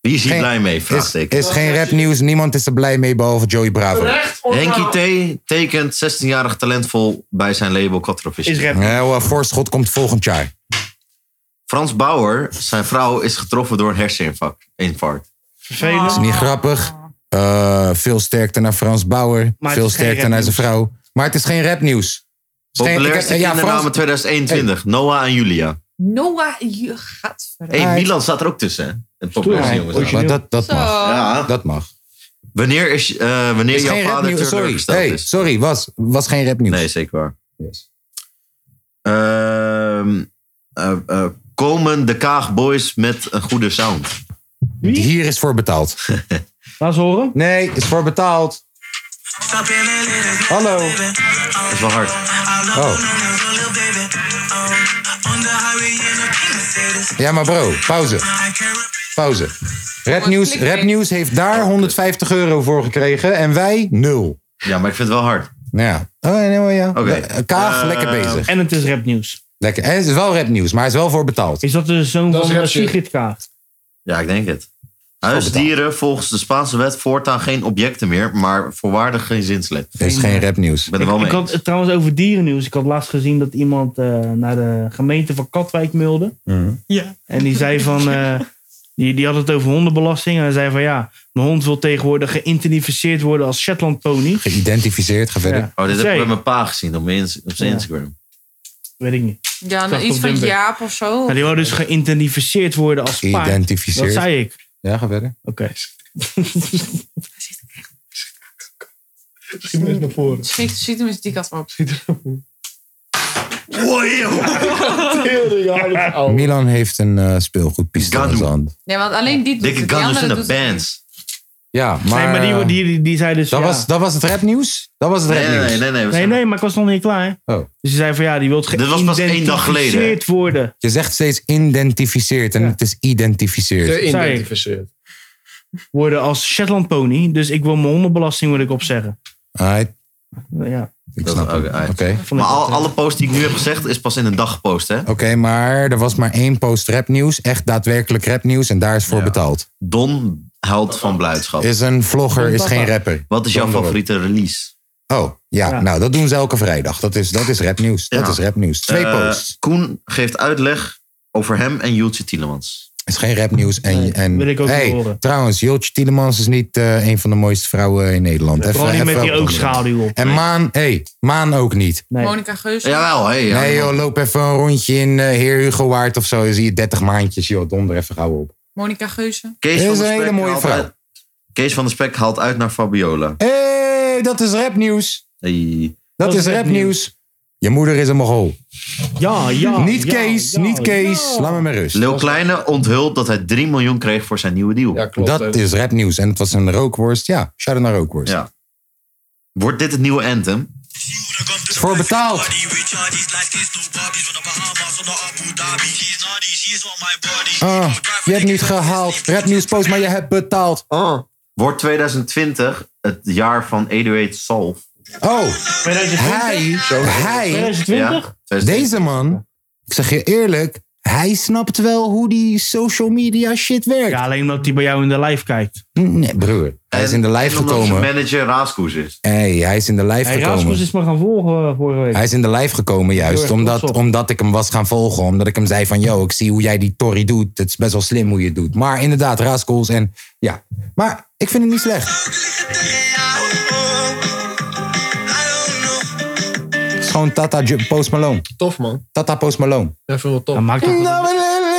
Wie is hier blij mee? Vraagt ik. Is geen rapnieuws. Niemand is er blij mee, behalve Joey Bravo. Henkie T tekent 16-jarig talentvol bij zijn label Quattrovision. Nou, eh, voorschot komt volgend jaar. Frans Bauer, zijn vrouw, is getroffen door een herseninfarct. Infarct. Dat is niet grappig. Eh, veel sterkte naar Frans Bauer. Maar het veel is geen sterkte naar zijn vrouw. Maar het is geen rapnieuws. Het is geen- Populairste ik- eh, ja, kindernamen Frans- 2021. Noah en Julia. Noah, je gaat verder. Hé, Milan staat er ook tussen. hè? Het populairste Ja, jongens. maar dat, dat Zo. mag. Ja. Dat mag. Wanneer is, eh, wanneer Is jouw geen vader rapnieuws, sorry. teleurgesteld Hey, is? Sorry, was, was geen rapnieuws. Nee, zeker waar. Yes. Ehm, eh, eh, komen de Kaag Boys met een goede sound? Hier is voor betaald. Laat eens horen. Nee, is voor betaald. Hallo. Dat is wel hard. Oh. Ja, maar bro, pauze. Pauze. Rapnieuws, rapnieuws heeft daar 150 euro voor gekregen en wij nul. Ja, maar ik vind het wel hard. Ja. Oh, nee, maar ja. Oké. Eh, Kaag, Eh, lekker bezig. En het is rapnieuws. Lekker. En het is wel rapnieuws, maar hij is wel voor betaald. Is dat de zoon van eh, Sigrid Kaag? [laughs] Ja, ik denk het. Huisdieren volgens de Spaanse wet voortaan geen objecten meer, maar voorwaardig geen zinslet. Er is geen rapnieuws. Ik ben er wel Ik mee. had het trouwens over dierennieuws. Ik had laatst gezien dat iemand eh, naar de gemeente van Katwijk mailde. Mm. Ja. En die zei van. eh, die, die had het over hondenbelasting. En hij zei van ja. Mijn hond wil tegenwoordig geïdentificeerd worden als Shetland pony. Geïdentificeerd, ga verder. Oh, dit heb Zij- ik bij mijn pa gezien op, mijn ins- op zijn Ja. Instagram. Weet ik niet. Ja, nou, Ik dacht iets op van Limburg. Jaap of zo. Maar die wil dus geïdentificeerd worden als paard. Geïdentificeerd. Dat zei ik. Ja, ga verder. Oké. Schiet me eens naar voren. Schiet, schiet hem eens die kant op. [laughs] Milan heeft een eh, speelgoedpistool in zijn hand. Nee, want alleen die doet het. Die andere doet het niet. Ja, maar, nee, maar die, eh, die, die, die zei dus. dat, ja. was, dat was het rapnieuws? Dat was het Nee, rapnieuws. nee, nee. Nee, nee, maar ik was nog niet klaar. Oh. Dus die zei van ja, die wil Dit was pas één dag geleden. geïdentificeerd worden. Je zegt steeds identificeerd en het is identificeerd. Geïdentificeerd. Worden als Shetland pony. Dus ik wil mijn hondenbelasting wil ik opzeggen. Alright. Ja. Ah, Ik snap het. Oké, Maar al- eh, alle posts die ik nu heb gezegd is pas in een dag gepost, hè? Oké, maar er was maar één post rapnieuws. Echt daadwerkelijk rapnieuws en daar is voor betaald. Don huilt van blijdschap. Is een vlogger, is geen rapper. Wat is jouw Don de Rock. favoriete release? Oh, ja, Ja. nou dat doen ze elke vrijdag. Dat is, dat is rapnieuws. Dat is rapnieuws. Dus Twee Eh, posts. Koen geeft uitleg over hem en Jultje Tielemans. is geen rapnieuws. En, en, wil ik ook hey, niet horen. Trouwens, Joltje Tielemans is niet eh, een van de mooiste vrouwen in Nederland. Vooral niet met even die opkomen. oogschaduw op. En Maan, hey, Maan ook niet. Monica Geus. nee joh, loop even een rondje in eh Heer Hugo Waard of zo. Dan zie je 30 maandjes. Joh, donder even gauw op. Monica Geuze. Kees Dit van is der een hele Spek mooie haalt vrouw. uit- Kees van der Spek haalt uit naar Fabiola. Hé, hey, dat is rapnieuws. Hey. Dat is rapnieuws. Je moeder is een mogol. Ja, Niet Kees, niet Kees. Laat me maar rust. Lil Kleine onthult dat hij 3 miljoen kreeg voor zijn nieuwe deal. Dat is rapnieuws. En het was een rookworst. Ja, shout-out naar rookworst. Ja. Wordt dit het nieuwe anthem? Is voor betaald. Ah, je hebt niet gehaald. Rapnieuws post, maar je hebt betaald. Ah. Wordt 2020 het jaar van Eduard Solf? Oh, hij, 2020? Zo. hij, 2020? deze man, ik zeg je eerlijk, hij snapt wel hoe die social media shit werkt. Ja, alleen omdat hij bij jou in de live kijkt. Nee, broer. Hij is in de live En omdat zijn gekomen. manager Raaskoes is. Hey, hij is in de live Hey, gekomen. Rasmus is maar gaan volgen eh, vorige week. Hij is in de live gekomen Heel juist, erg omdat, trots op. omdat ik hem was gaan volgen. Omdat ik hem zei van, yo, ik zie hoe jij die Tory doet. Het is best wel slim hoe je het doet. Maar inderdaad, raaskools en ja. Maar ik vind het niet slecht. Het is gewoon Tata Ju- Post Malone. Tof man. Tata Post Malone. Even wel tof. Hij maakt Nou, ook,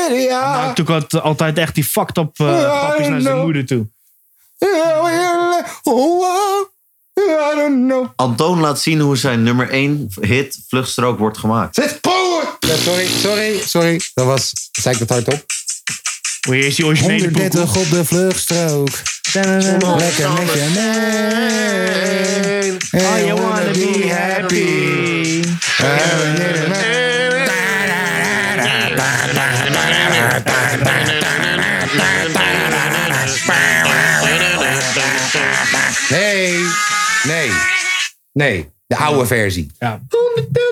hij Ja. maakt ook altijd- eh, altijd echt die fucked up Oh, eh, grapjes naar zijn moeder toe. Oh, I don't know. Antoon laat zien hoe zijn nummer 1 hit Vluchtstrook wordt gemaakt. Zit power! Ja, sorry, sorry, sorry. Dat was, zei ik dat hardop? Wil je eerst die originele 130 op de vluchtstrook. Lekker met je mee. Oh, you wanna be happy. Nee, nee, nee. De oude versie. Ja.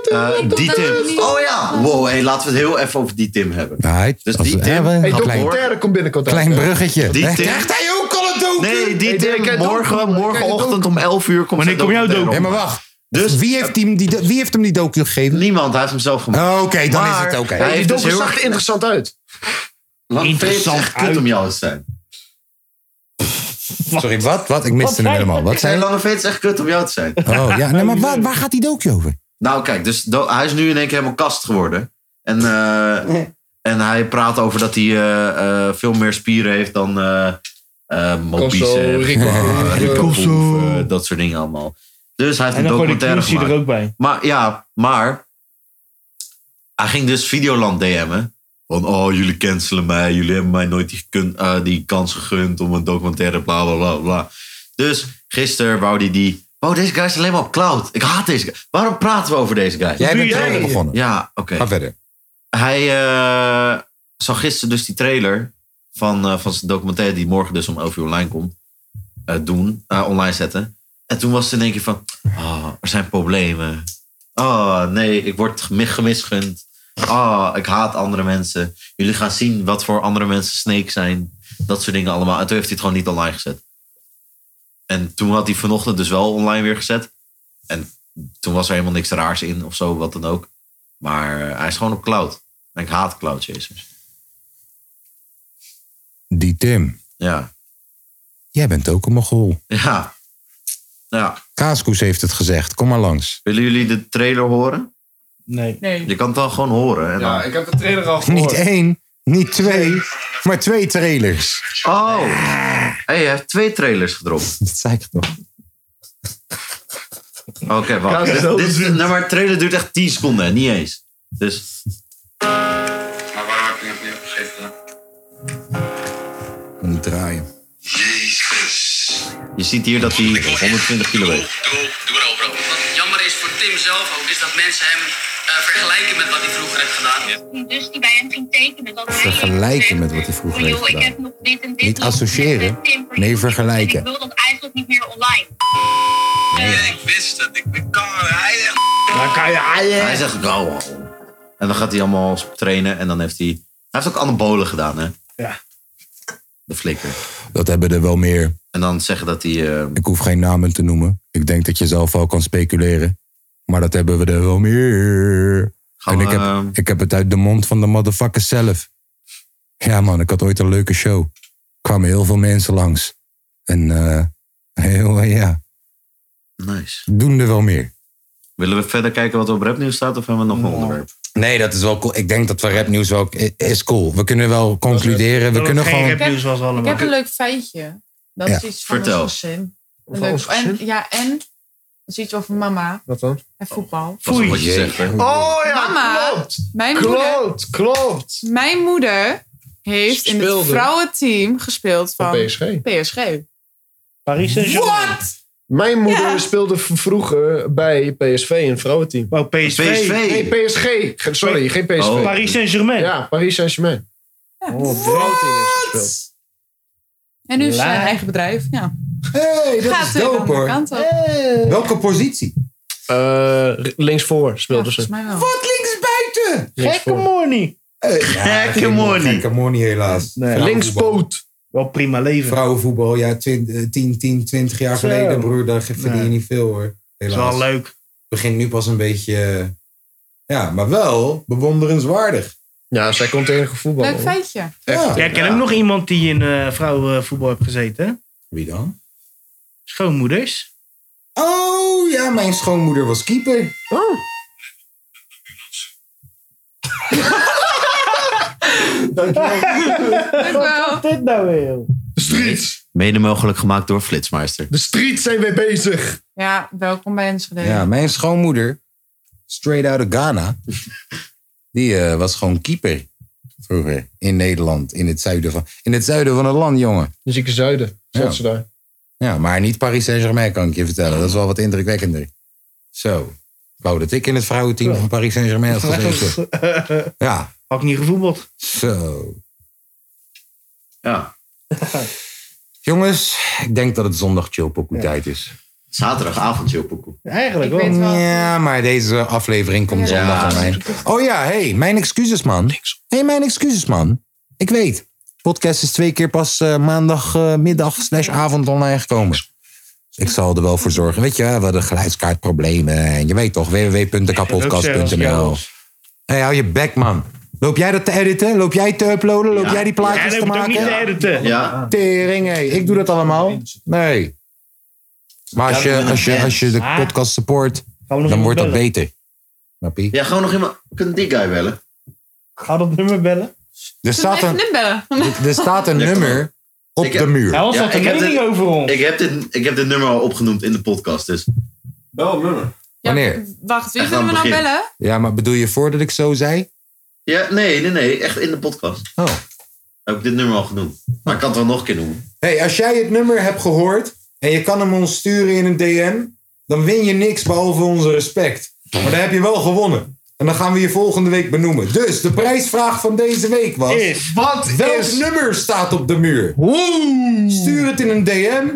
Eh, die Tim. Oh ja. Wow, hey, laten we het heel even over die Tim hebben. dus die Tim. Hey, had morgen- documentaire komt binnenkort uit. Klein bruggetje. Die Hè? Tim. Krijgt hij ook al een docu? Nee, die Hey, Tim, kijk, morgen- docu. morgenochtend Kijk, om 11 uur komt Wanneer zijn komt jouw docu? documentaire Ja, op. Dus- maar wacht. wie, heeft hem die, wie heeft hem die docu gegeven? Niemand, hij heeft hem zelf gemaakt. Oké, dan is het oké. oké. Hey, die dus docu zag er interessant uit. Interessant echt kut om jou te zijn. Sorry, wat? Wat? Ik miste hem helemaal. Wat zei Hey, je? Lange V, het is echt kut om jou te zijn. Oh ja, nee, [laughs] maar waar, waar gaat die docu over? Nou, kijk, dus do- hij is nu in één keer helemaal kast geworden. En, eh, en hij praat over dat hij eh, eh, veel meer spieren heeft dan eh eh Mobise, Kosso, Rico. [laughs] Kosso. eh, dat soort dingen allemaal. Dus hij heeft En een dan gooi je documentaire Quincy gemaakt. er ook bij. Maar ja, maar hij ging dus Videoland DM'en. Van, oh, jullie cancelen mij. Jullie hebben mij nooit die, kun- eh, die kans gegund om een documentaire, bla, bla, bla, bla. Dus gisteren wou hij die... Oh, deze guy is alleen maar op cloud. Ik haat deze guy. Waarom praten we over deze guy? Jij bent erover begonnen. Ja, oké. Ga verder. Hij eh, zag gisteren dus die trailer van, eh, van zijn documentaire... die morgen dus om 11 uur online komt, eh, doen, eh, online zetten. En toen was het in één keer ah, van... Oh, er zijn problemen. Oh nee, ik word gemi- gemisgund. Ah, ik haat andere mensen. Jullie gaan zien wat voor andere mensen snake zijn. Dat soort dingen allemaal. En toen heeft hij het gewoon niet online gezet. En toen had hij vanochtend dus wel online weer gezet. En toen was er helemaal niks raars in of zo, wat dan ook. Maar eh, hij is gewoon op cloud. En ik haat cloud chasers. Die Tim, Ja. jij bent ook een mogol. [laughs] Ja. Ja. Kaaskoes heeft het gezegd. Kom maar langs. Willen jullie de trailer horen? Nee. nee. Je kan het dan gewoon horen. En dan... heb de trailer al [laughs] Niet één, niet twee, maar twee trailers. Oh. hey, je hebt twee trailers gedropt. Dat zei ik toch? Oké, wacht. Dit, dit is, nou, maar de trailer duurt echt 10 seconden, hè, niet eens. Dus Maar waarom heb je het niet opgegeven? Niet draaien. je ziet hier dat hij 120 kilo weegt. Doe maar overal. Wat jammer is voor Tim zelf ook, is dat mensen hem eh, vergelijken met wat hij vroeger heeft gedaan. Dus die bij hem ging tekenen. Dat hij Vergelijken met wat hij vroeger heeft Oh, joh, ik gedaan. heb nog dit en dit. Niet nog associëren, met Tim voor nee jullie. En Ik vergelijken. wil dat eigenlijk niet meer online. Ik wist het. Ik ben kan rijden. kan je Hij zegt go. En dan gaat hij allemaal trainen en dan heeft hij... Hij heeft ook anabolen gedaan, hè? Ja. De flikker. Dat hebben er wel meer. En dan zeggen dat hij... eh, Ik hoef geen namen te noemen. Ik denk dat je zelf al kan speculeren. Maar dat hebben we er wel meer. Gaan en ik we, ehm, heb, ik heb het uit de mond van de motherfuckers zelf. Ja man, ik had ooit een leuke show. Er kwamen heel veel mensen langs. En eh, heel, eh, ja, nice. doen er wel meer. Willen we verder kijken wat er op rapnieuws staat of hebben we nog een onderwerp? Nou. Nee, dat is wel cool. Ik denk dat we rapnieuws wel... Is cool. We kunnen wel concluderen. We Dat kunnen het geen gewoon... rapnieuws was Ik heb allemaal. een leuk feitje. Dat Ja, is iets van vertel. ons gezin. Een Van leuk- ons en, gezin? ja, en dat is iets over mama Wat dan? en voetbal. Dat is wat je zegt, hè? Oh ja, Mama. klopt. Mijn moeder, Klopt, klopt. mijn moeder heeft in het Speelde. vrouwenteam gespeeld van Van PSG. PSG. Paris Saint-Germain. What? Mijn moeder Ja. speelde v- vroeger bij PSV, een vrouwenteam. Wow, PSV. PSV. Nee, PSG. Ge- Sorry, geen PSV. Oh. Paris Saint-Germain. Ja, Paris Saint-Germain. Oh, vrouwenteam heeft gespeeld. En nu is ze Laat. haar eigen bedrijf. Ja. Hey, dat Gaat is weer dope andere hoor. kant op. Ja, Welke positie? Eh, linksvoor speelden volgens ze. mij wel. Wat linksbuiten? Gekke Linksvoor. [laughs] morning. Gekke money. Gekke money helaas. Vrouwenvoetbal. Linkspoot. Wel prima leven. Vrouwenvoetbal, ja, eh, 10, 10, 20 jaar Zo. geleden, broer, daar verdien je Nee. niet veel hoor. is Helaas. wel leuk. Het begint nu pas een beetje. eh, Ja, maar wel bewonderenswaardig. Ja, zij kon tegen voetbal. Leuk feitje. eh, Ja. Jij kent ook nog iemand die in eh vrouwenvoetbal heeft gezeten. hè? Wie dan? Schoonmoeders. Oh ja, mijn schoonmoeder was keeper. Oh, Leuk wel. Dit nou weer. De streets. Mede mogelijk gemaakt door Flitsmeister. De streets zijn weer bezig. Ja, welkom bij Enschede. Ja, mijn schoonmoeder, straight out of Ghana, [laughs] die eh, was gewoon keeper. Vroeger in Nederland, in het zuiden van, in het, zuiden van het land, jongen. De zieke zuiden. Zat Ja. ze daar. Ja, maar niet Paris Saint-Germain, kan ik je vertellen. Dat is wel wat indrukwekkender. Zo. Ik wou dat ik in het vrouwenteam van Paris Saint-Germain had gezeten. Ja, Had ik niet gevoetbald. zo. Ja. Jongens, ik denk dat het zondag chillpokoe tijd is. Zaterdagavond, Jopoekoe. Eigenlijk Ik wel. weet wel. Ja, maar deze aflevering komt Ja. zondag aan mij. Oh ja, hey, mijn excuses, man. hey, mijn excuses, man. Ik weet, podcast is twee keer pas eh, maandagmiddag slash avond online gekomen. Ik zal er wel voor zorgen. Weet je, we hadden geluidskaartproblemen. En je weet toch, www.kapodcast.nl. Hey, hou je bek, man. Loop [laughs] jij dat te editen? Loop jij te uploaden? Loop Ja. jij die Ja, plaatjes dat te moet ook niet maken? editen. Ja. Tering, hé. Ik doe dat allemaal. Nee. Maar als je, als je, als je de Ah. podcast support, Gaan we nog dan iemand wordt dat bellen? beter. Snappie? Ja, gewoon nog iemand. Kunnen die guy bellen? Gaan we dat nummer bellen? Er Zullen staat we even een, Nim bellen? er staat een Ja, nummer op Ik de heb- muur. Hij was Ja, dat een ik heb mening dit- over ons. Ik heb, dit, ik heb dit nummer al opgenoemd in de podcast, dus. Bel nummer. Ja, Wanneer? wacht, wie Echt willen we aan nou het begin. bellen? Ja, maar bedoel je voordat ik zo zei? Ja, nee, nee, nee. Echt in de podcast. Oh. Heb ik dit nummer al genoemd. Maar ik kan het wel nog een keer noemen. Hey, als jij het nummer hebt gehoord en je kan hem ons sturen in een DM, dan win je niks behalve onze respect. Maar dan heb je wel gewonnen. En dan gaan we je volgende week benoemen. Dus de prijsvraag van deze week was: Is. Wat welk is... nummer staat op de muur? Oeh. Stuur het in een DM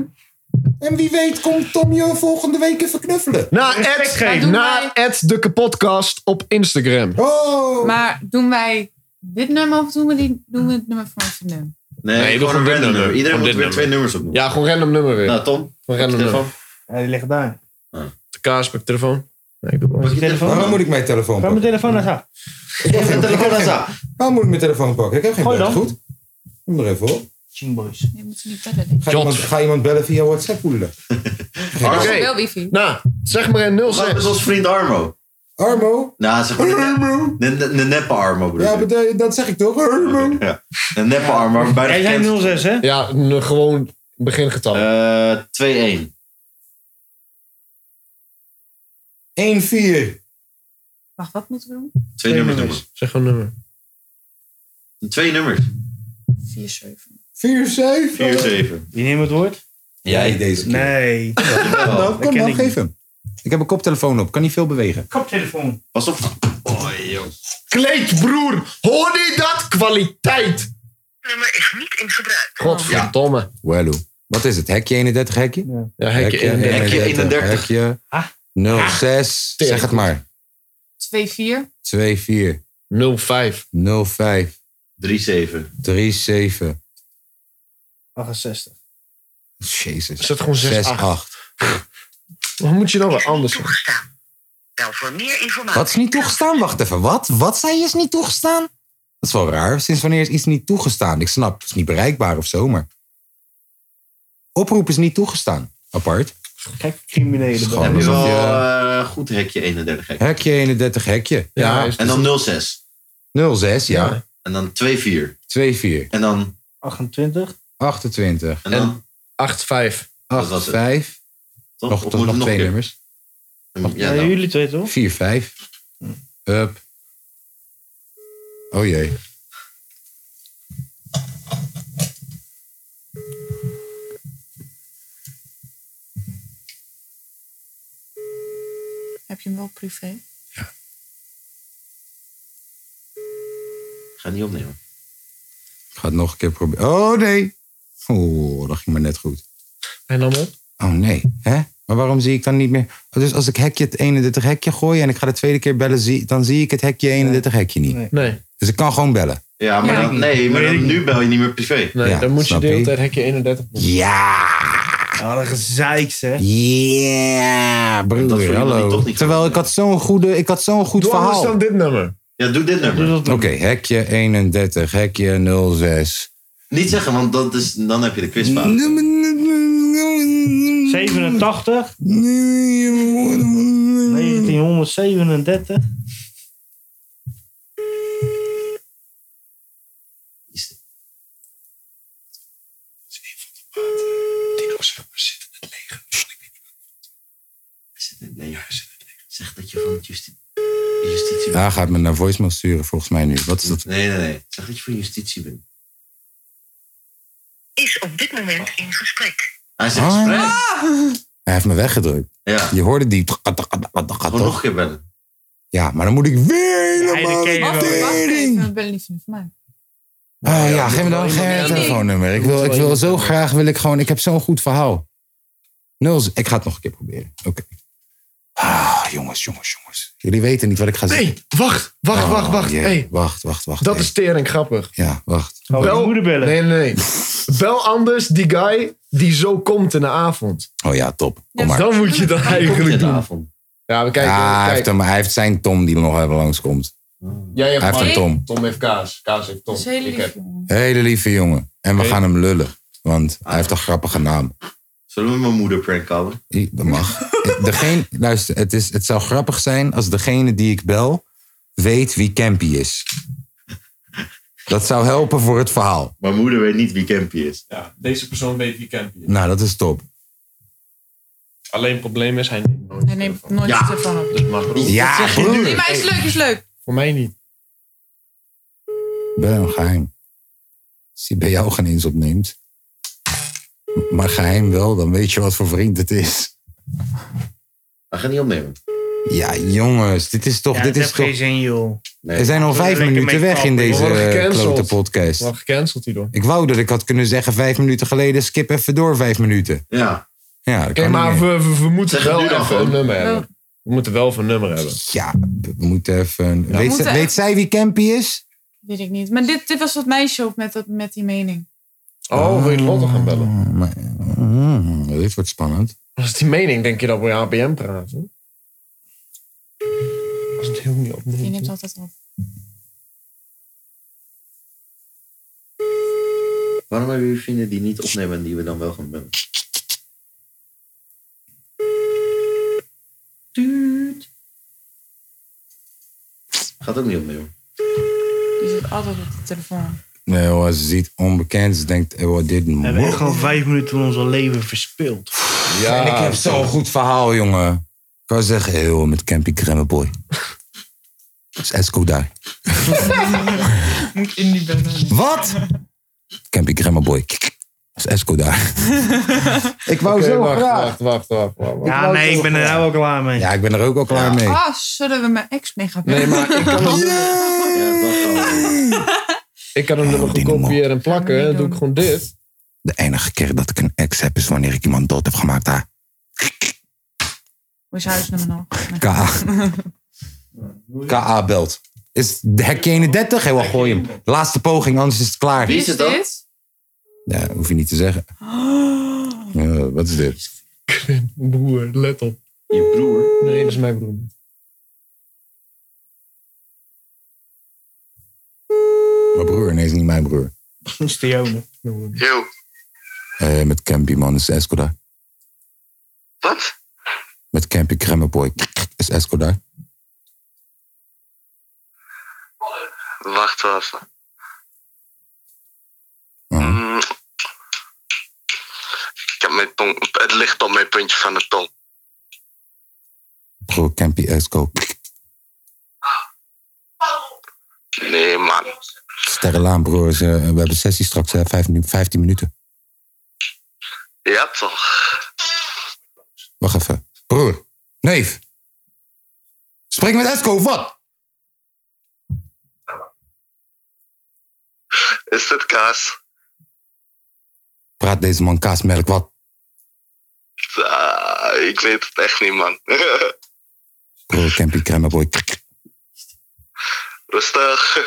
En wie weet komt Tom je volgende week even knuffelen. Na het, na het de kapotkast op Instagram. Oh. Maar doen wij dit nummer of doen we, die, doen we het nummer van het nummer? Nee, we gewoon een random nummer. Iedereen moet weer twee nummers opnoemen. Ja, gewoon random nummer weer. Nou, Tom. Gewoon random telefoon. nummer. Ja, die ligt daar. De kaas, pak telefoon. Nee, ik doe Pak je telefoon? Waarom moet ik mijn telefoon Waar mijn telefoon naar gaan? telefoon Waarom moet ik mijn telefoon pakken? Ik heb geen Gooi bel. dan. Goed. Kom er even op. Chingboys. Je moet ze niet bellen. denk ik. Ga iemand, ga iemand bellen via WhatsApp poelen. Ik heb wel wifi. Nou, zeg maar een 06. Wat is ons vriend Armo? Armo? Nou, zeg maar de, ne- de, de, de neppe Armo bedoel Ja, ik. maar de- dat zeg ik toch? Armo. Ja. De neppe Armo. maar Bijna Jij gekend. 06, hè? Ja, n- gewoon begingetal. Eh 2-1. 1-4. Wacht, wat moeten we doen? Twee nummers doen we. Zeg gewoon nummer. Twee nummers. 4-7. 4-7. 4-7. Wie neemt het woord? Jij deze keer. Nee. Nou, kom dan, geef hem. Ik heb een koptelefoon op, kan niet veel bewegen. Koptelefoon. Pas op. Oh, joh. Kleedbroer, hoor je dat? Kwaliteit. Nummer is niet in gebruik. Godverdomme. Wello. Wat is het? Hekje 31, hekje? Ja, hekje 31. Hekje 31. Hekje 06. Zeg het maar. 2-4. 2-4. 05. 05. 3-7. 3-7. 68. Jezus. Is dat gewoon 6-8? 6-8. Hoe moet je nou wat anders doen? Bel voor meer informatie. Wat is niet toegestaan? Wacht even, wat? Wat zei je is niet toegestaan? Dat is wel raar. Sinds wanneer is iets niet toegestaan? Ik snap, het is niet bereikbaar of zo, maar... Oproep is niet toegestaan. Apart. Gek criminelen. Gewoon Heb je alsof wel je- eh, goed hekje 31 hekje. Hekje 31, hekje. Ja, Ja, en dan 06. 06, ja. En dan 2-4. 2-4. En dan 28. 28. En dan? 8-5. 8-5. Toch? Nog, Of toch nog moet het nog twee een keer? nou. nummers. Ja, jullie twee toch? Hm. 4-5. Up. Oh jee. Heb je hem wel privé? Ik ga het niet opnemen. Ik ga het nog een keer proberen. Oh nee. Oeh, dat ging maar net goed. En dan op? Oh nee, hè? Maar waarom zie ik dan niet meer? Oh, dus als ik hekje het 31 hekje gooi en ik ga de tweede keer bellen, zie, dan zie ik het hekje 31 hekje niet. Nee. Dus ik kan gewoon bellen. Ja, maar dan, nee, maar dan, nu bel je niet meer privé. Nee, Ja, dan moet je snap de hele je. tijd hekje 31. Ah, Ja, dat gezeik zeg. Yeah, Ah, broer, hallo. Terwijl ik had zo'n goede, ik had zo'n goed Doe anders verhaal. dan dit nummer. Ja, doe dit nummer. Oké, hekje 31, hekje 06. Niet zeggen, want dat is, dan heb je de quiz fout. 87. 1937. Nee, ja. Zeg dat je van het justitie... justitie Ja, gaat me naar voicemail sturen volgens mij nu. Wat is dat? Nee, nee, nee. Zeg dat je van justitie bent. Is op dit moment in gesprek. Hij is in Ah. Ah. gesprek. Hij heeft me weggedrukt. Ja. Je hoorde die. Gewoon nog een keer bellen. Ja, maar dan moet ik weer Ja, helemaal die ken je de wel. Wacht tering. even, we bellen niet van mij. Ah, ja, geef me dan geef me een telefoonnummer. Ik wil, ik wil zo graag, wil ik gewoon, ik heb zo'n goed verhaal. Nul, ik ga het nog een keer proberen. Oké. Ah, jongens, jongens, jongens. Jullie weten niet wat ik ga zeggen. Nee, wacht, wacht, Oh, wacht, wacht. jee. Hey, Wacht, wacht, wacht. dat Hey. is tering grappig. Ja, wacht. Gaan we je moeder bellen? Nee, [laughs] nee, nee. Wel anders die guy die zo komt in de avond. Oh ja, top. Kom maar. Dan moet je dat eigenlijk doen. Ja, we kijken. Ah, hij, we heeft kijken. hem, hij heeft zijn Tom die er nog even langskomt. Jij hebt hij heeft Mike. een Tom. Tom heeft kaas. Kaas heeft Tom. Dat is Ik heel lief. heb. jongen. Hele lieve jongen. En we gaan hem lullen. Want hij Ah. heeft een grappige naam. Zullen we mijn moeder prank callen? I- Dat [laughs] mag. Degene, luister, het, is, het zou grappig zijn als degene die ik bel weet wie Campy is. Dat zou helpen voor het verhaal. Mijn moeder weet niet wie Campy is. Ja, deze persoon weet wie Campy is. Nou, dat is top. Alleen het probleem is, hij neemt nooit. Hij neemt nooit Ja. de telefoon op. Dus maar broer. Ja, broer. Nee, maar is leuk, is leuk. Voor mij niet. Bel een geheim. Als hij bij jou geen eens opneemt. Maar geheim wel, dan weet je wat voor vriend het is. Hij gaat niet opnemen. Ja, jongens, dit is toch... Ja, dit dat is heeft toch geen zin joh. er zijn al Zullen we vijf lekker minuten mee weg in kappen? deze We worden eh, gecanceld. klote podcast. Wat gecanceld hierdoor. Ik wou dat ik had kunnen zeggen vijf minuten geleden, skip even door vijf minuten. Ja. Ja, Nou, dat Oké, kan maar niet meer. we, we, we moeten Zeg wel nu dan even gewoon. een nummer Ja. hebben. Oh. We moeten wel even een nummer hebben. Ja, we moeten even... We weet, moeten zij- echt- weet zij wie Campy is? Weet ik niet. Maar dit, dit was dat meisje op met, dat, met die mening. Oh, wil je Lotte gaan bellen? Mm, Ah, dit wordt spannend. Als het die mening, denk je dat we ABM praten? Als het heel niet Die neemt opneemt. altijd op. Waarom hebben jullie vrienden die niet opnemen en die we dan wel gaan bellen? Tuut. Gaat ook niet opnemen. Die zit altijd op de telefoon. Nee hoor, als ze ziet onbekend, ze denkt, oh, dit We hebben echt gewoon vijf minuten van ons leven verspild. Ja, en ik heb zo'n goed verhaal, jongen. Ik kan zeggen, hé, joh, met Campy Crème [laughs] Boy. Dat is Esco daar. Moet in die bellen. Wat? Campy Crème Boy. Dat is Esco [laughs] daar. Ik wou Oké, zo wacht, graag. Wacht, wacht, wacht. wacht, wacht. Ja, nee, ik ben er nou al klaar mee. Ja, ik ben er ook al klaar mee. Ah, zullen we mijn ex mee gaan Nee, bellen? maar ik kan [laughs] het- Ik kan Oh, hem nummer goed kopiëren en plakken. Dan doe ik gewoon dit. De enige keer dat ik een ex heb, is wanneer ik iemand dood heb gemaakt. Ah, Hoe is je huisnummer nou? Nee. K.A. K.A. belt. Is de hek 31? Heel wel, gooi hem. Laatste poging, anders is het klaar. Wie is dit? Ja, hoef je niet te zeggen. Ja, wat is dit? [laughs] Broer, let op. Je broer? Nee, dat is mijn broer. Mijn broer, nee, is niet mijn broer. Dat is de jouwe. Yo. Eh, met Campy, man, is Esco daar. Wat? Met Campy Kremmerboy, is Esco daar. Wacht even. Mm. Ik heb mijn tong, het ligt op mijn puntje van de tong. Bro, Campy, Esco. Nee, man. Sterrenlaan, broer. is, eh, we hebben sessie straks, hè, 15, 15 minuten. Ja, toch? Wacht even. Broer, neef. Spreek met Esco, of wat? Is dit kaas? Praat deze man kaasmelk, wat? Ah, ik weet het echt niet, man. [laughs] Broer, Campy Kremmerboy. Rustig.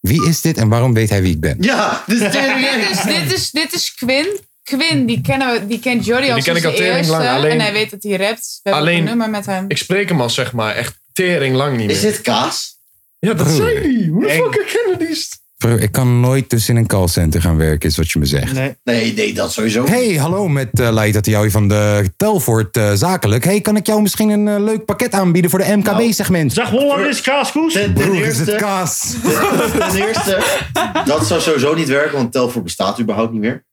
Wie is dit en waarom weet hij wie ik ben? Ja, dus dit is dit, is, dit, is, dit is Quinn. Quinn, die, kennen we, die kent Jordi Die als ken ik de al tering eerste. lang, alleen- En hij weet dat hij rapt. We hebben Alleen- ook een nummer met hem. Ik spreek hem al, zeg maar, echt tering lang niet meer. Is dit kaas? Ja, dat Broer. zijn die. Hoe de fuck herkennen die het? Broer, ik kan nooit dus in een callcenter gaan werken, is wat je me zegt. Nee. nee, dat sowieso. Hey, hallo met eh Leid, dat jou van de Telvoort eh, zakelijk. Hey, kan ik jou misschien een eh, leuk pakket aanbieden voor de Nou, MKB-segment? Zeg, Holland is kaaskoes. Broer, is het kaas? [laughs] Ten eerste, dat zou sowieso niet werken, want Telfort bestaat überhaupt niet meer.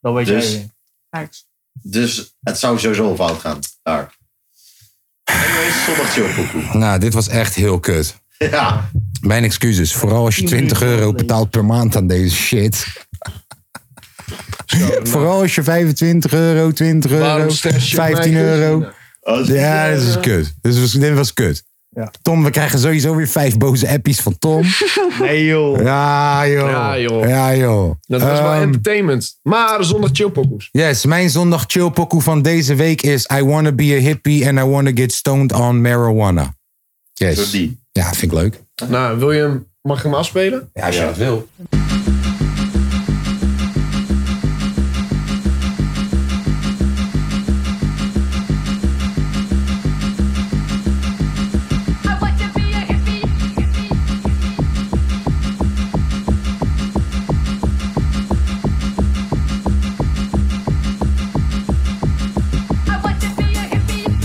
Dat weet dus, jij Dus het zou sowieso fout gaan. Daar. Anyways, zondag chillpokoe. Nou, dit was echt heel kut. [laughs] Ja. Mijn excuses, vooral als je 20 euro betaalt per maand aan deze shit. Vooral als je 25 euro, 20 euro, Waarom stress je 15 mij, euro. Christina? Ja, dit is kut. Dit was, dit was kut. Tom, we krijgen sowieso weer vijf boze appies [laughs] van Tom. Nee, joh. Ja, joh. Ja, joh. Ja, joh. Dat was wel Ehm, entertainment. Maar zonder chillpokoes. Yes, mijn zondag chillpokoe van deze week is I wanna be a hippie and I wanna get stoned on marijuana. Yes. Ja, vind ik leuk. Nou, wil je hem, mag ik hem afspelen? Ja, als je dat wil. I oh.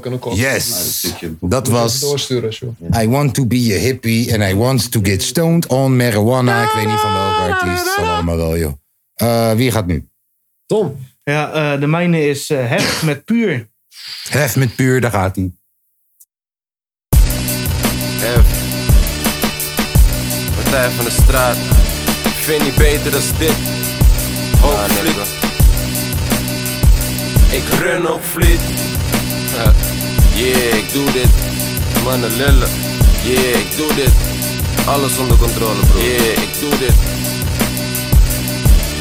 kunnen kopen. Yes, dat was Doorsturen, joh. I want to be a hippie and I want to get stoned on marijuana. Ik weet niet van welke artiest, dat zal allemaal wel joh. Eh, wie gaat nu? Tom. Ja, eh, de mijne is eh Hef met puur. Hef met puur, daar gaat hij. Hef. Partij van de straat. Ik vind niet beter dan dit. Hoogvliet. ik run op vliet. Ha. Yeah, ik doe dit. Mannen lullen. Yeah, ik doe dit. Alles onder controle, bro. Yeah, ik doe dit.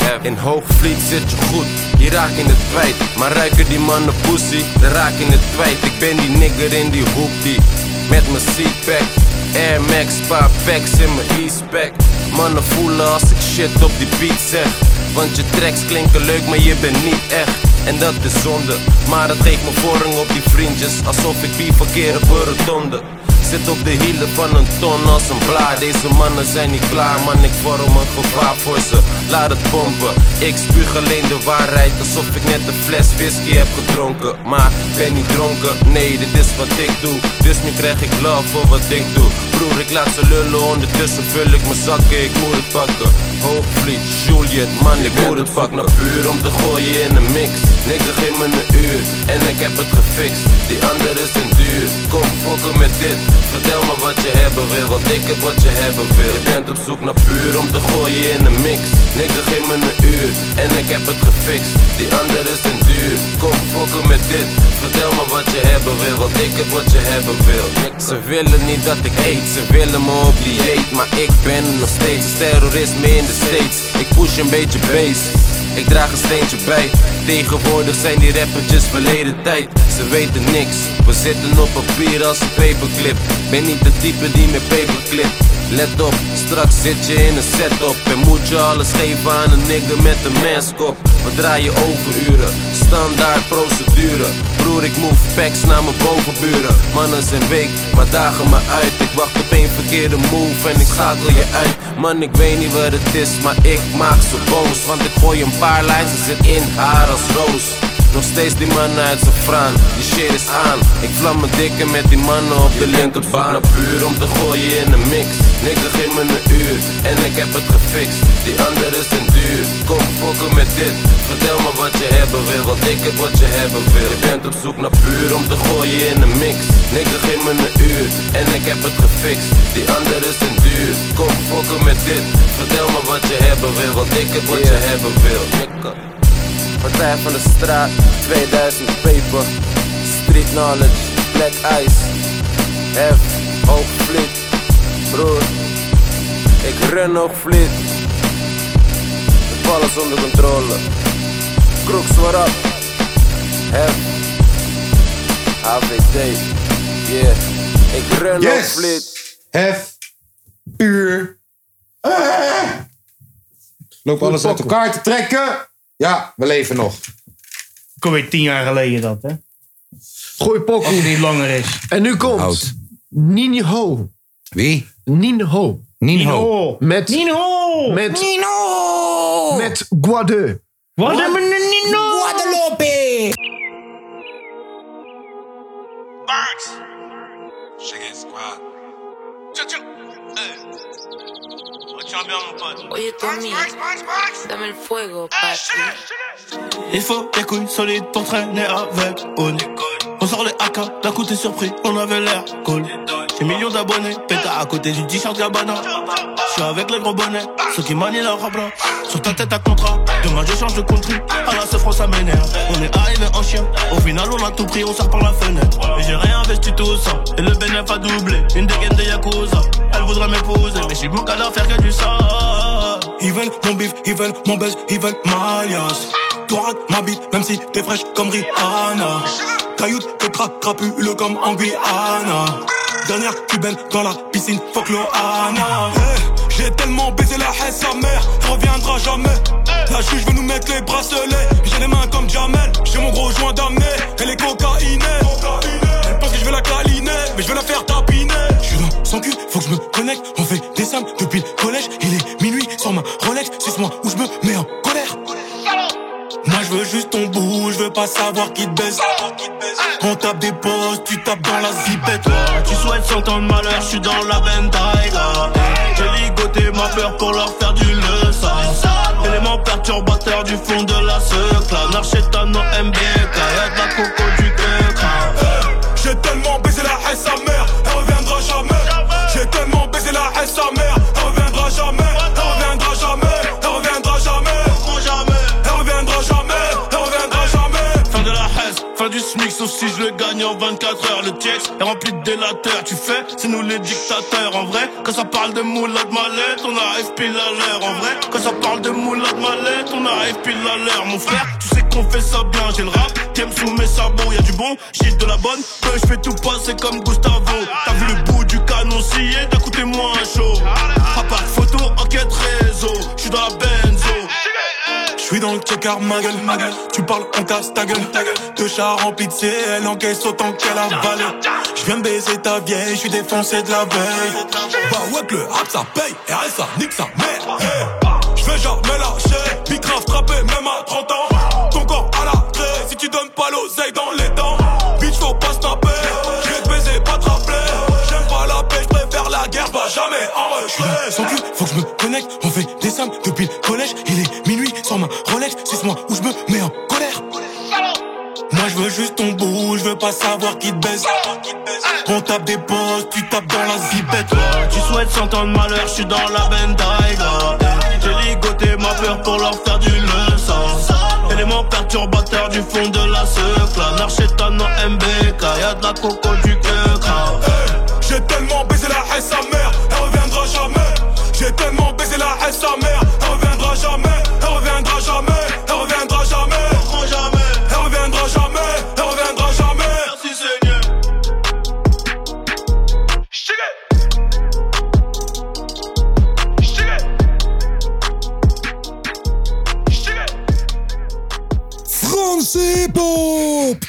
Hef. In hoogvliet zit je goed, je raakt in het kwijt. Maar ruiken die mannen pussy, dan raak je het kwijt. Ik ben die nigger in die hoek die met mijn seatback. Air Max, paar packs in mijn e-spec. Mannen voelen als ik shit op die beat zeg. Want je tracks klinken leuk, maar je bent niet echt. En dat is zonde, maar het geeft me voorrang op die vriendjes. Alsof ik wie verkeerde voor het donde. Zit op de hielen van een ton als een blaar Deze mannen zijn niet klaar, man ik vorm een gevaar voor ze Laat het pompen, ik spuug alleen de waarheid Alsof ik net een fles whisky heb gedronken Maar ik ben niet dronken, nee dit is wat ik doe Dus nu krijg ik love voor wat ik doe Broer ik laat ze lullen, ondertussen vul ik mijn zakken Ik moet het pakken, hoogvliet, Juliet Man ik moet het pak naar puur om te gooien in een mix Niks geef me een uur, en ik heb het gefixt Die andere is een duur, kom fokken met dit Vertel me wat je hebben wil, want ik heb wat je hebben wil Je bent op zoek naar puur om te gooien in een mix Niks geef me een uur, en ik heb het gefixt Die andere is een duur, kom fokken met dit Vertel me wat je hebben wil, want ik heb wat je hebben wil Ze willen niet dat ik eet, ze willen me op dieet Maar ik ben nog steeds een terrorisme in de States Ik push een beetje base ik draag een steentje bij Tegenwoordig zijn die rappertjes verleden tijd Ze weten niks, we zitten op papier als een paperclip Ben niet de type die met paperclip Let op, straks zit je in een setup En moet je alles geven aan een nigger met een menskop We draaien overuren, standaard procedure Broer ik move packs naar mijn bovenburen Mannen zijn week, maar dagen maar uit Ik wacht op één verkeerde move en ik schakel je uit Man ik weet niet wat het is, maar ik maak ze boos Want ik gooi een paar lijns en zit in haar als roos nog steeds die man uit zijn fraan, die shit is aan Ik vlam me dikke met die mannen op de linkerbaan Naar puur om te gooien in een mix Nikke geef me een uur, en ik heb het gefixt Die andere is een duur, kom fokken met dit Vertel me wat je hebben wil, want ik heb wat je hebben wil Je bent op zoek naar puur om te gooien in een mix Nikke geef me een uur, en ik heb het gefixt Die andere is een duur, kom fokken met dit Vertel me wat je hebben wil, want ik heb wat je hebben wil Nikke. Partij van de straat, 2000 paper. Street knowledge, black ice. F, ook vliet. Broer, ik run ook vliet. Ik heb alles onder controle. Crooks, what up? F, AVD. Yeah, ik run ook Yes! vliet. Hef, puur. Ah! Loop alles uit elkaar te trekken. Ja, we leven nog. Ik alweer tien jaar geleden dat, hè? Gooi pokken. Als het niet langer is. En nu komt Ninho. Wie? Ninho. Ninho. Met, Ninho. Met, Ninho. Met Guade. Guadalupe! Box. Check it, squad. Chuk, chuk. Hey. What y'all doing, bud? Oye, Tommy, dame el fuego, papi. Il faut des couilles solides pour traîner avec On. On sort les AK, d'un coup t'es surpris, on avait l'air cool. J'ai millions d'abonnés, pétard à côté du t-shirt Gabbana. Je suis avec les gros bonnets, ceux qui manient la rabla. Sur ta tête à contrat, demain je change de country. À la France ça m'énerve. On est arrivé en chien, au final on a tout pris, on sort par la fenêtre. Mais j'ai réinvesti tout ça, et le bénéfice a doublé. Une dégaine de Yakuza, elle voudrait m'épouser, mais j'ai beaucoup à faire que du sale. Ils veulent mon bif, ils veulent mon buzz, ils veulent ma liasse. Toi rate ma bite, même si t'es fraîche comme Rihanna. Cailloute, t'es tra crapuleux comme en Guyana. Dernière cubaine dans la piscine, fuck l'Ohana. Hey, J'ai tellement baisé la haine, sa mère reviendra jamais. La juge veut nous mettre les bracelets, j'ai les mains comme Jamel. J'ai mon gros joint d'amener, elle est cocaïnée. Elle pense que je vais la câliner, mais je vais la faire tapiner. Je suis dans son cul, faut que je me connecte. On fait des sommes depuis le collège. Il est minuit sur ma Rolex, c'est moi où je me mets en colère. Moi je veux juste ton bout, je veux pas savoir qui te baise. On tape des pauses, tu tapes dans la zipette Tu souhaites cent ans de malheur, je suis dans la veine taïga J'ai ligoté ma peur pour leur faire du leçon Élément perturbateur du fond de la secla Narchetano MBK, y'a de la coco du kekra J'ai tellement baisé la haine sa mère, elle reviendra jamais. J'ai tellement baisé la haine sa mère, elle reviendra jamais. Elle reviendra jamais, elle reviendra jamais. Elle reviendra jamais, elle reviendra jamais. Fin de la haine, fin du SMIC, sauf si je le gagne en 24 heures. Le texte est rempli de délateurs, tu fais, c'est nous les dictateurs. En vrai, quand ça parle de moula de mallette, on arrive pile à l'heure. En vrai, quand ça parle de moula de mallette, on arrive pile à l'heure. Mon frère, tu sais qu'on fait ça bien, j'ai le rap, t'aimes sous mes sabots. Y'a du bon, j'ai de la bonne, que je fais tout passer comme Gustavo. T'as vu le bout du canon scié, t'as coûté moins chaud. À part photo, enquête réseau, je suis dans la benzo. Je suis dans le checker, ma gueule, ma gueule. Tu parles, on casse ta gueule, ta gueule. Deux chars remplis de CL, encaisse autant qu'elle avale. Je viens de baiser ta vieille, je suis défoncé de la veille. Bah ouais, que le rap ça paye, RSA, nique sa mère. Je vais jamais lâcher, Bicraft frappé même à 30 ans. Ton corps à la craie, si tu donnes pas l'oseille dans les dents. Bitch, faut pas snapper, je vais te baiser, pas te rappeler. J'aime pas la paix, je préfère la guerre, bah jamais en retrait. Sans plus, faut que je me connecte. On fait des sommes depuis le collège. Il est minuit sans ma Rolex. C'est ce mois où je me mets en colère. Moi je veux juste ton bout, je veux pas savoir qui te baisse. On tape des pauses, tu tapes dans la zipette Tu souhaites cent ans de malheur, je suis dans la bendaïga J'ai ligoté ma peur pour leur faire du leçon Élément perturbateur du fond de la secla Narchetano MBK, y'a de la coco du kekra J'ai tellement baisé la haine sa mère, elle reviendra jamais. J'ai tellement baisé la haine sa mère, elle reviendra jamais. Elle reviendra jamais, elle reviendra jamais. Elle reviendra jamais, elle reviendra jamais. Merci Seigneur. Franse [laughs] Pop!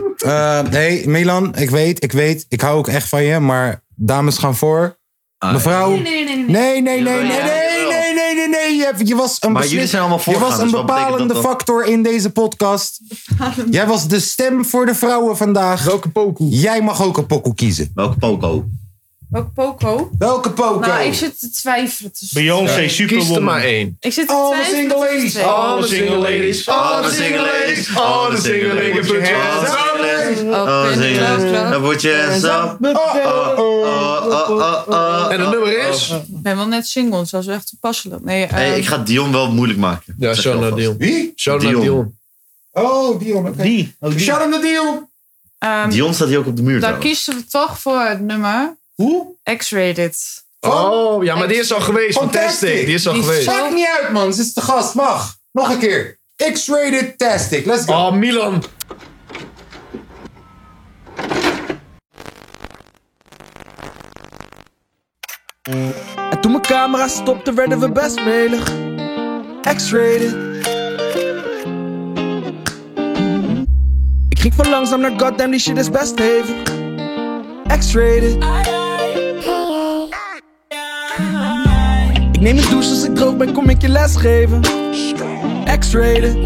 [laughs] Eh, nee, Milan, ik weet, ik weet, ik hou ook echt van je, maar dames gaan voor. Ah, Mevrouw. Nee, nee, nee, nee. Nee, nee, nee, nee, nee, nee, nee, nee, nee. Je, hebt- je was een Maar jullie beslis- zijn allemaal Je voorgaanders, was een wat betekent dat bepalende dan? factor in deze podcast. Jij was de stem voor de vrouwen vandaag. Welke pokoe? Jij mag ook een pokoe kiezen. Welke poko? Welke Poco? Welke Poco? Nou, ik zit te twijfelen. tussen- Beyoncé, Ja, Eh, kies er superwoman. maar één. Ik zit te Oh, twijfelen. Alle single ladies. Alle single ladies, alle single ladies, alle single ladies. Put your hands up. Oh, zing eens. Dan word je zo. Uh, En het nummer is? Ik ben wel net single, dus dat is wel echt toepasselijk. Nee, eh, Hey, ik ga Dion wel moeilijk maken. Ja, Shona Dion. Wie? Shona Dion. Oh, Dion. oké. Die. Shout out to Dion. ehm, Dion staat hier ook op de muur Dan trouwens. kiezen we toch voor het nummer. Hoe? X-rated. Oh, ja, maar die is al geweest. Fantastic. Die is al geweest. Maakt niet uit, man. Ze is de gast. Mag. Nog een keer. X-rated Tastic. Let's go. Ah, Oh, Milan. En toen mijn camera stopte, werden we best melig. X-rated. Ik ging van langzaam naar goddamn, die shit is best hevig. X-rated. Ik neem een douche als ik droog ben, kom ik je les geven. X-rated.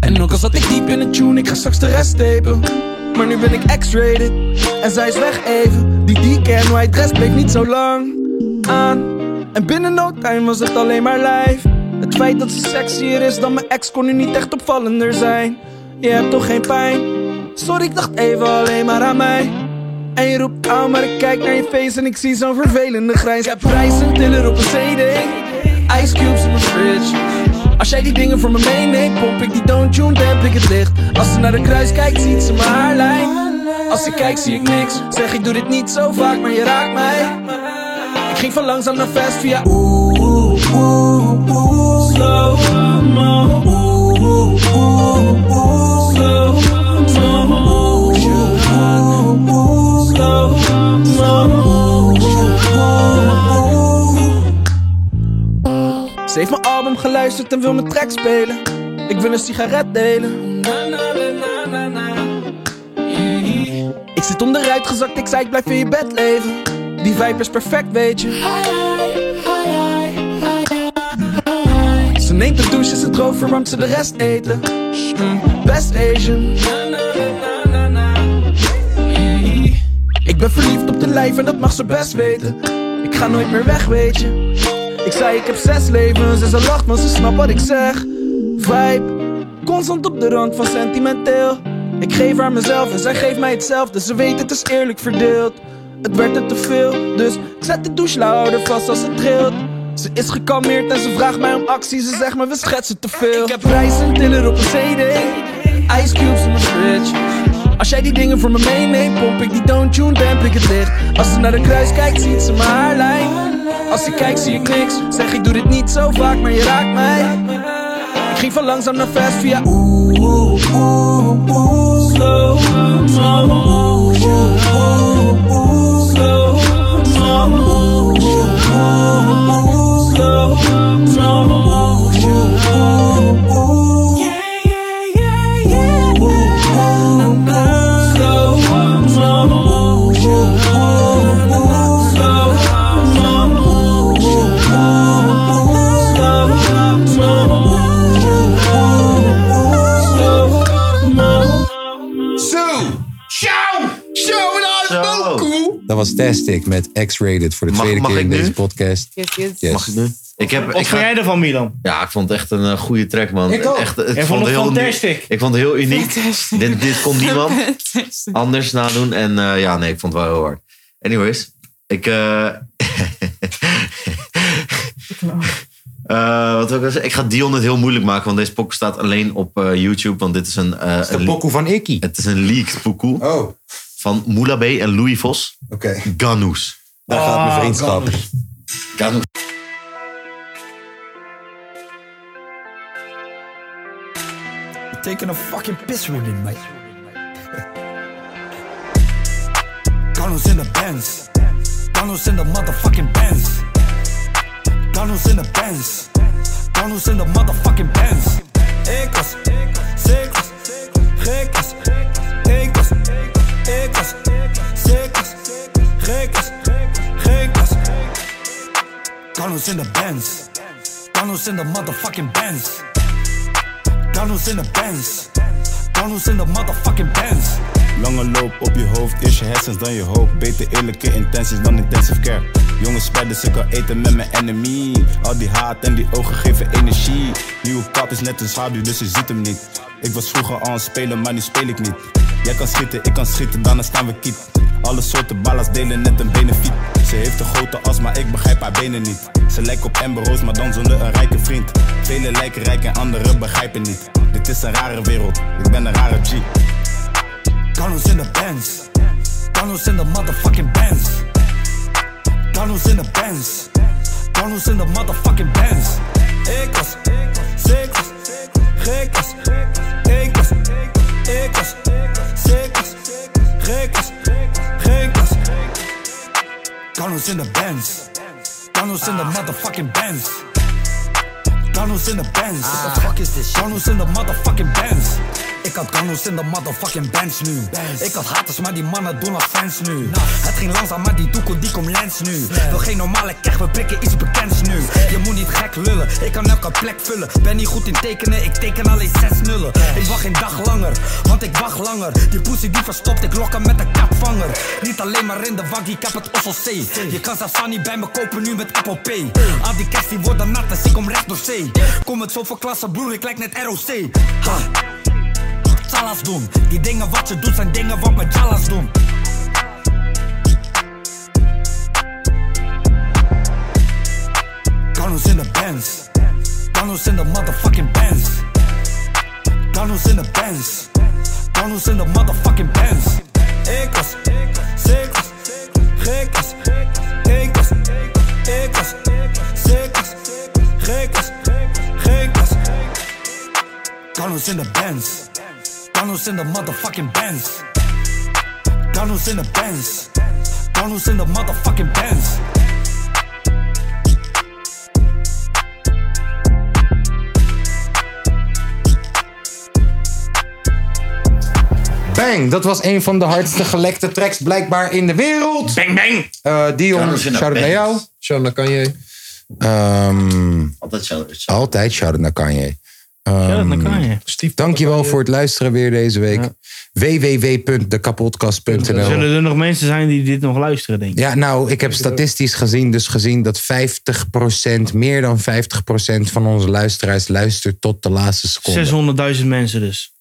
En ook al zat ik diep in de tune, ik ga straks de rest tapen. Maar nu ben ik X-rated en zij is weg even. Die decan, hoe hij dress bleek niet zo lang aan. En binnen no time was het alleen maar lijf. Het feit dat ze sexier is dan mijn ex kon nu niet echt opvallender zijn. Je hebt toch geen pijn? Sorry, ik dacht even alleen maar aan mij. En je roept aan, maar ik kijk naar je face en ik zie zo'n vervelende grijns. Ik heb prijzen, tiller op een CD. Ice cubes in mijn fridge. Als jij die dingen voor me meeneemt, pomp ik die don't tune, damp ik het licht. Als ze naar de kruis kijkt, ziet ze mijn haarlijn. Als ze kijkt, zie ik niks. Zeg ik doe dit niet zo vaak, maar je raakt mij. Ik ging van langzaam naar fast via oeh, oeh, oeh, oeh, slow mo. Oeh, oeh, oeh, oeh, slow mo. Oeh, oeh, oeh, slow mo. Oeh, oeh, oeh. Ze heeft mijn album geluisterd en wil mijn track spelen. Ik wil een sigaret delen. Ik zit onderuit gezakt, ik zei ik blijf in je bed leven. Die vibe is perfect, weet je. Ze Neemt de douche, is het droog, verwarmt ze de rest eten. Mm, best Asian. Hey. Ik ben verliefd op de lijf en dat mag ze best weten. Ik ga nooit meer weg, weet je. Ik zei ik heb zes levens en ze lacht, maar ze snapt wat ik zeg. Vibe, constant op de rand van sentimenteel. Ik geef haar mezelf en zij geeft mij hetzelfde. Ze weet het is eerlijk verdeeld. Het werd er te veel, dus ik zet de douchehouder vast als ze trilt. Ze is gekalmeerd en ze vraagt mij om actie. Ze zegt me we schetsen te veel. Ik heb reis en tiller op een CD, ice cubes in mijn fridge. Als jij die dingen voor me meeneemt, pomp ik die don't tune, damp ik het licht. Als ze naar de kruis kijkt, ziet ze mijn haarlijn. Als ze kijkt, zie ik niks. Zeg ik doe dit niet zo vaak, maar je raakt mij. Ik ging van langzaam naar fast via oeh, oeh, oeh, oeh. Slow, slow, oeh, oeh, oeh, oeh. Slow, slow, oeh, oeh, oeh, oeh. Slow, slow, oeh, oeh, oeh, oeh. Zo! Ciao! Ciao, en alles cool! Dat was Tastic met X-Rated voor de Mag- tweede mag keer ik in nu? deze podcast. Yes, yes. Mag ik nu? Ik heb, Wat ik vond jij ervan, Milan? Ja, ik vond het echt een eh, goede track, man. Ik ook. Echt, eh, Ik het vond het heel fantastic. uniek. Ik vond het heel uniek. Dit, dit kon [laughs] niemand [laughs] anders nadoen. En eh, ja, nee, ik vond het wel heel hard. Anyways, ik... eh, [laughs] eh, wat wil ik wel zeggen? Ik ga Dion het heel moeilijk maken, want deze pokoe staat alleen op eh, YouTube. Want dit is een... eh de pokoe van Ikkie. Het is een leaked pokoe. Oh. Van Moula B en Louis Vos. Oké. Ganoes. Daar gaat mijn vriendschap. Ganoes. You're taking a fucking piss in mate. [laughs] Donald's in the Benz. Donald's in the motherfucking Benz. Donald's in the Benz. Donald's in the motherfucking Benz. Ik was, sick was, gek was, ik was, ik was, sick was, gek was, gek was. Donald's in the Benz. Donald's in the motherfucking Benz. Donald's in the Benz. Donald's in the motherfucking Benz. Lange loop op je hoofd, eerst je hersens dan je hoop. Beter eerlijke intenties dan intensive care. Jongens, spiders, ik kan eten met mijn enemy. Al die haat en die ogen geven energie. Nieuwe kap is net een schaduw, dus je ziet hem niet. Ik was vroeger al een speler, maar nu speel ik niet. Jij kan schieten, ik kan schieten, daarna staan we kiet. Alle soorten ballas delen net een benefiet. Ze heeft een grote as, maar ik begrijp haar benen niet. Ze lijkt op Amber Rose, maar dan zonder een rijke vriend. Velen lijken rijk en anderen begrijpen niet. Dit is een rare wereld, ik ben een rare G. Donald's in the Benz. Donald's in the motherfucking Benz. Donald's in the Benz. Donald's in the motherfucking Benz. Ik was, sick was, gek was, ik was, ik was, sick was, gek was, gek was. Donald's in the Benz. Donald's in the motherfucking Benz. Donald's in the Benz. What Ah. the fuck is this shit? Donald's in the motherfucking Benz. Ik had Donald's in de motherfucking Benz nu. Ik had haters, maar die mannen doen nog fans nu. Het ging langzaam, maar die doekoe die komt lens nu. Wil geen normale kech, we prikken iets bekends nu. Je moet niet gek lullen, ik kan elke plek vullen. Ben niet goed in tekenen, ik teken alleen zes nullen. Ik wacht geen dag langer, want ik wacht langer. Die poesie die verstopt, ik lok hem met een kapvanger. Niet alleen maar in de waggie, ik heb het Ossel C. Je kan zelfs niet bij me kopen nu met Apple Pay. Al die kerst die worden nat, dus ik kom recht door zee. Kom met zoveel klassen, broer, ik lijk net ROC. Ha. Salas doen. Die dingen wat je doet zijn dingen wat mijn Jalas doen. Donald's in the Benz. Donald's in the motherfucking Benz. Donald's in the Benz. Donald's in the motherfucking Benz. Ik was, sick was, gek was, ik was, ik was, sick was, gek was, gek was. Donald's in the Benz. Donald's in the motherfucking Benz. Donald's in the Benz. Donald's in the motherfucking Benz. Bang, dat was een van de hardste gelekte tracks blijkbaar in de wereld. Bang, bang. Dion, Trouwens, in de shout-out naar band. jou. Sean, dan kan je. Ehm, Altijd shout-out. altijd shout-out naar Kanye. Ehm, Shout-out naar Kanye. Dankjewel voor het luisteren weer deze week. Er www.dekapotkast.nl zullen er nog mensen zijn die dit nog luisteren, denk ik. Ja, nou, ik heb statistisch gezien, dus gezien dat 50%, meer dan 50% van onze luisteraars luistert tot de laatste seconde. 600.000 mensen dus.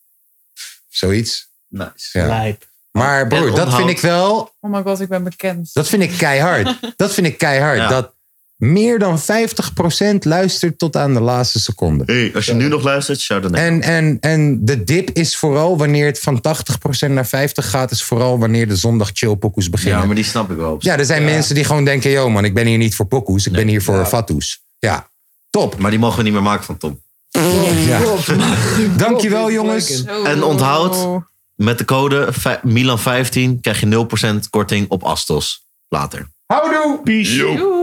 Zoiets. Nice. Maar broer, dat vind ik wel, Oh my god, ik ben bekend. dat vind ik [laughs] keihard. Dat vind ik keihard. Ja. Dat meer dan 50% luistert tot aan de laatste seconde. Hey, als je nu nog luistert, shout-out naar En, en, en de dip is vooral wanneer het van 80% naar 50% gaat, is vooral wanneer de zondag chillpokoes beginnen. Ja, maar die snap ik wel. op zich. Ja, er zijn mensen die gewoon denken: yo man, ik ben hier niet voor pokoes, ik ben hier voor fatsoes. Ja, top. Maar die mogen we niet meer maken van Tom. Ja. Dankjewel jongens. En onthoud, met de code fi- Milan15 krijg je 0% korting op Astos. Later. Houdoe. Peace. Yo.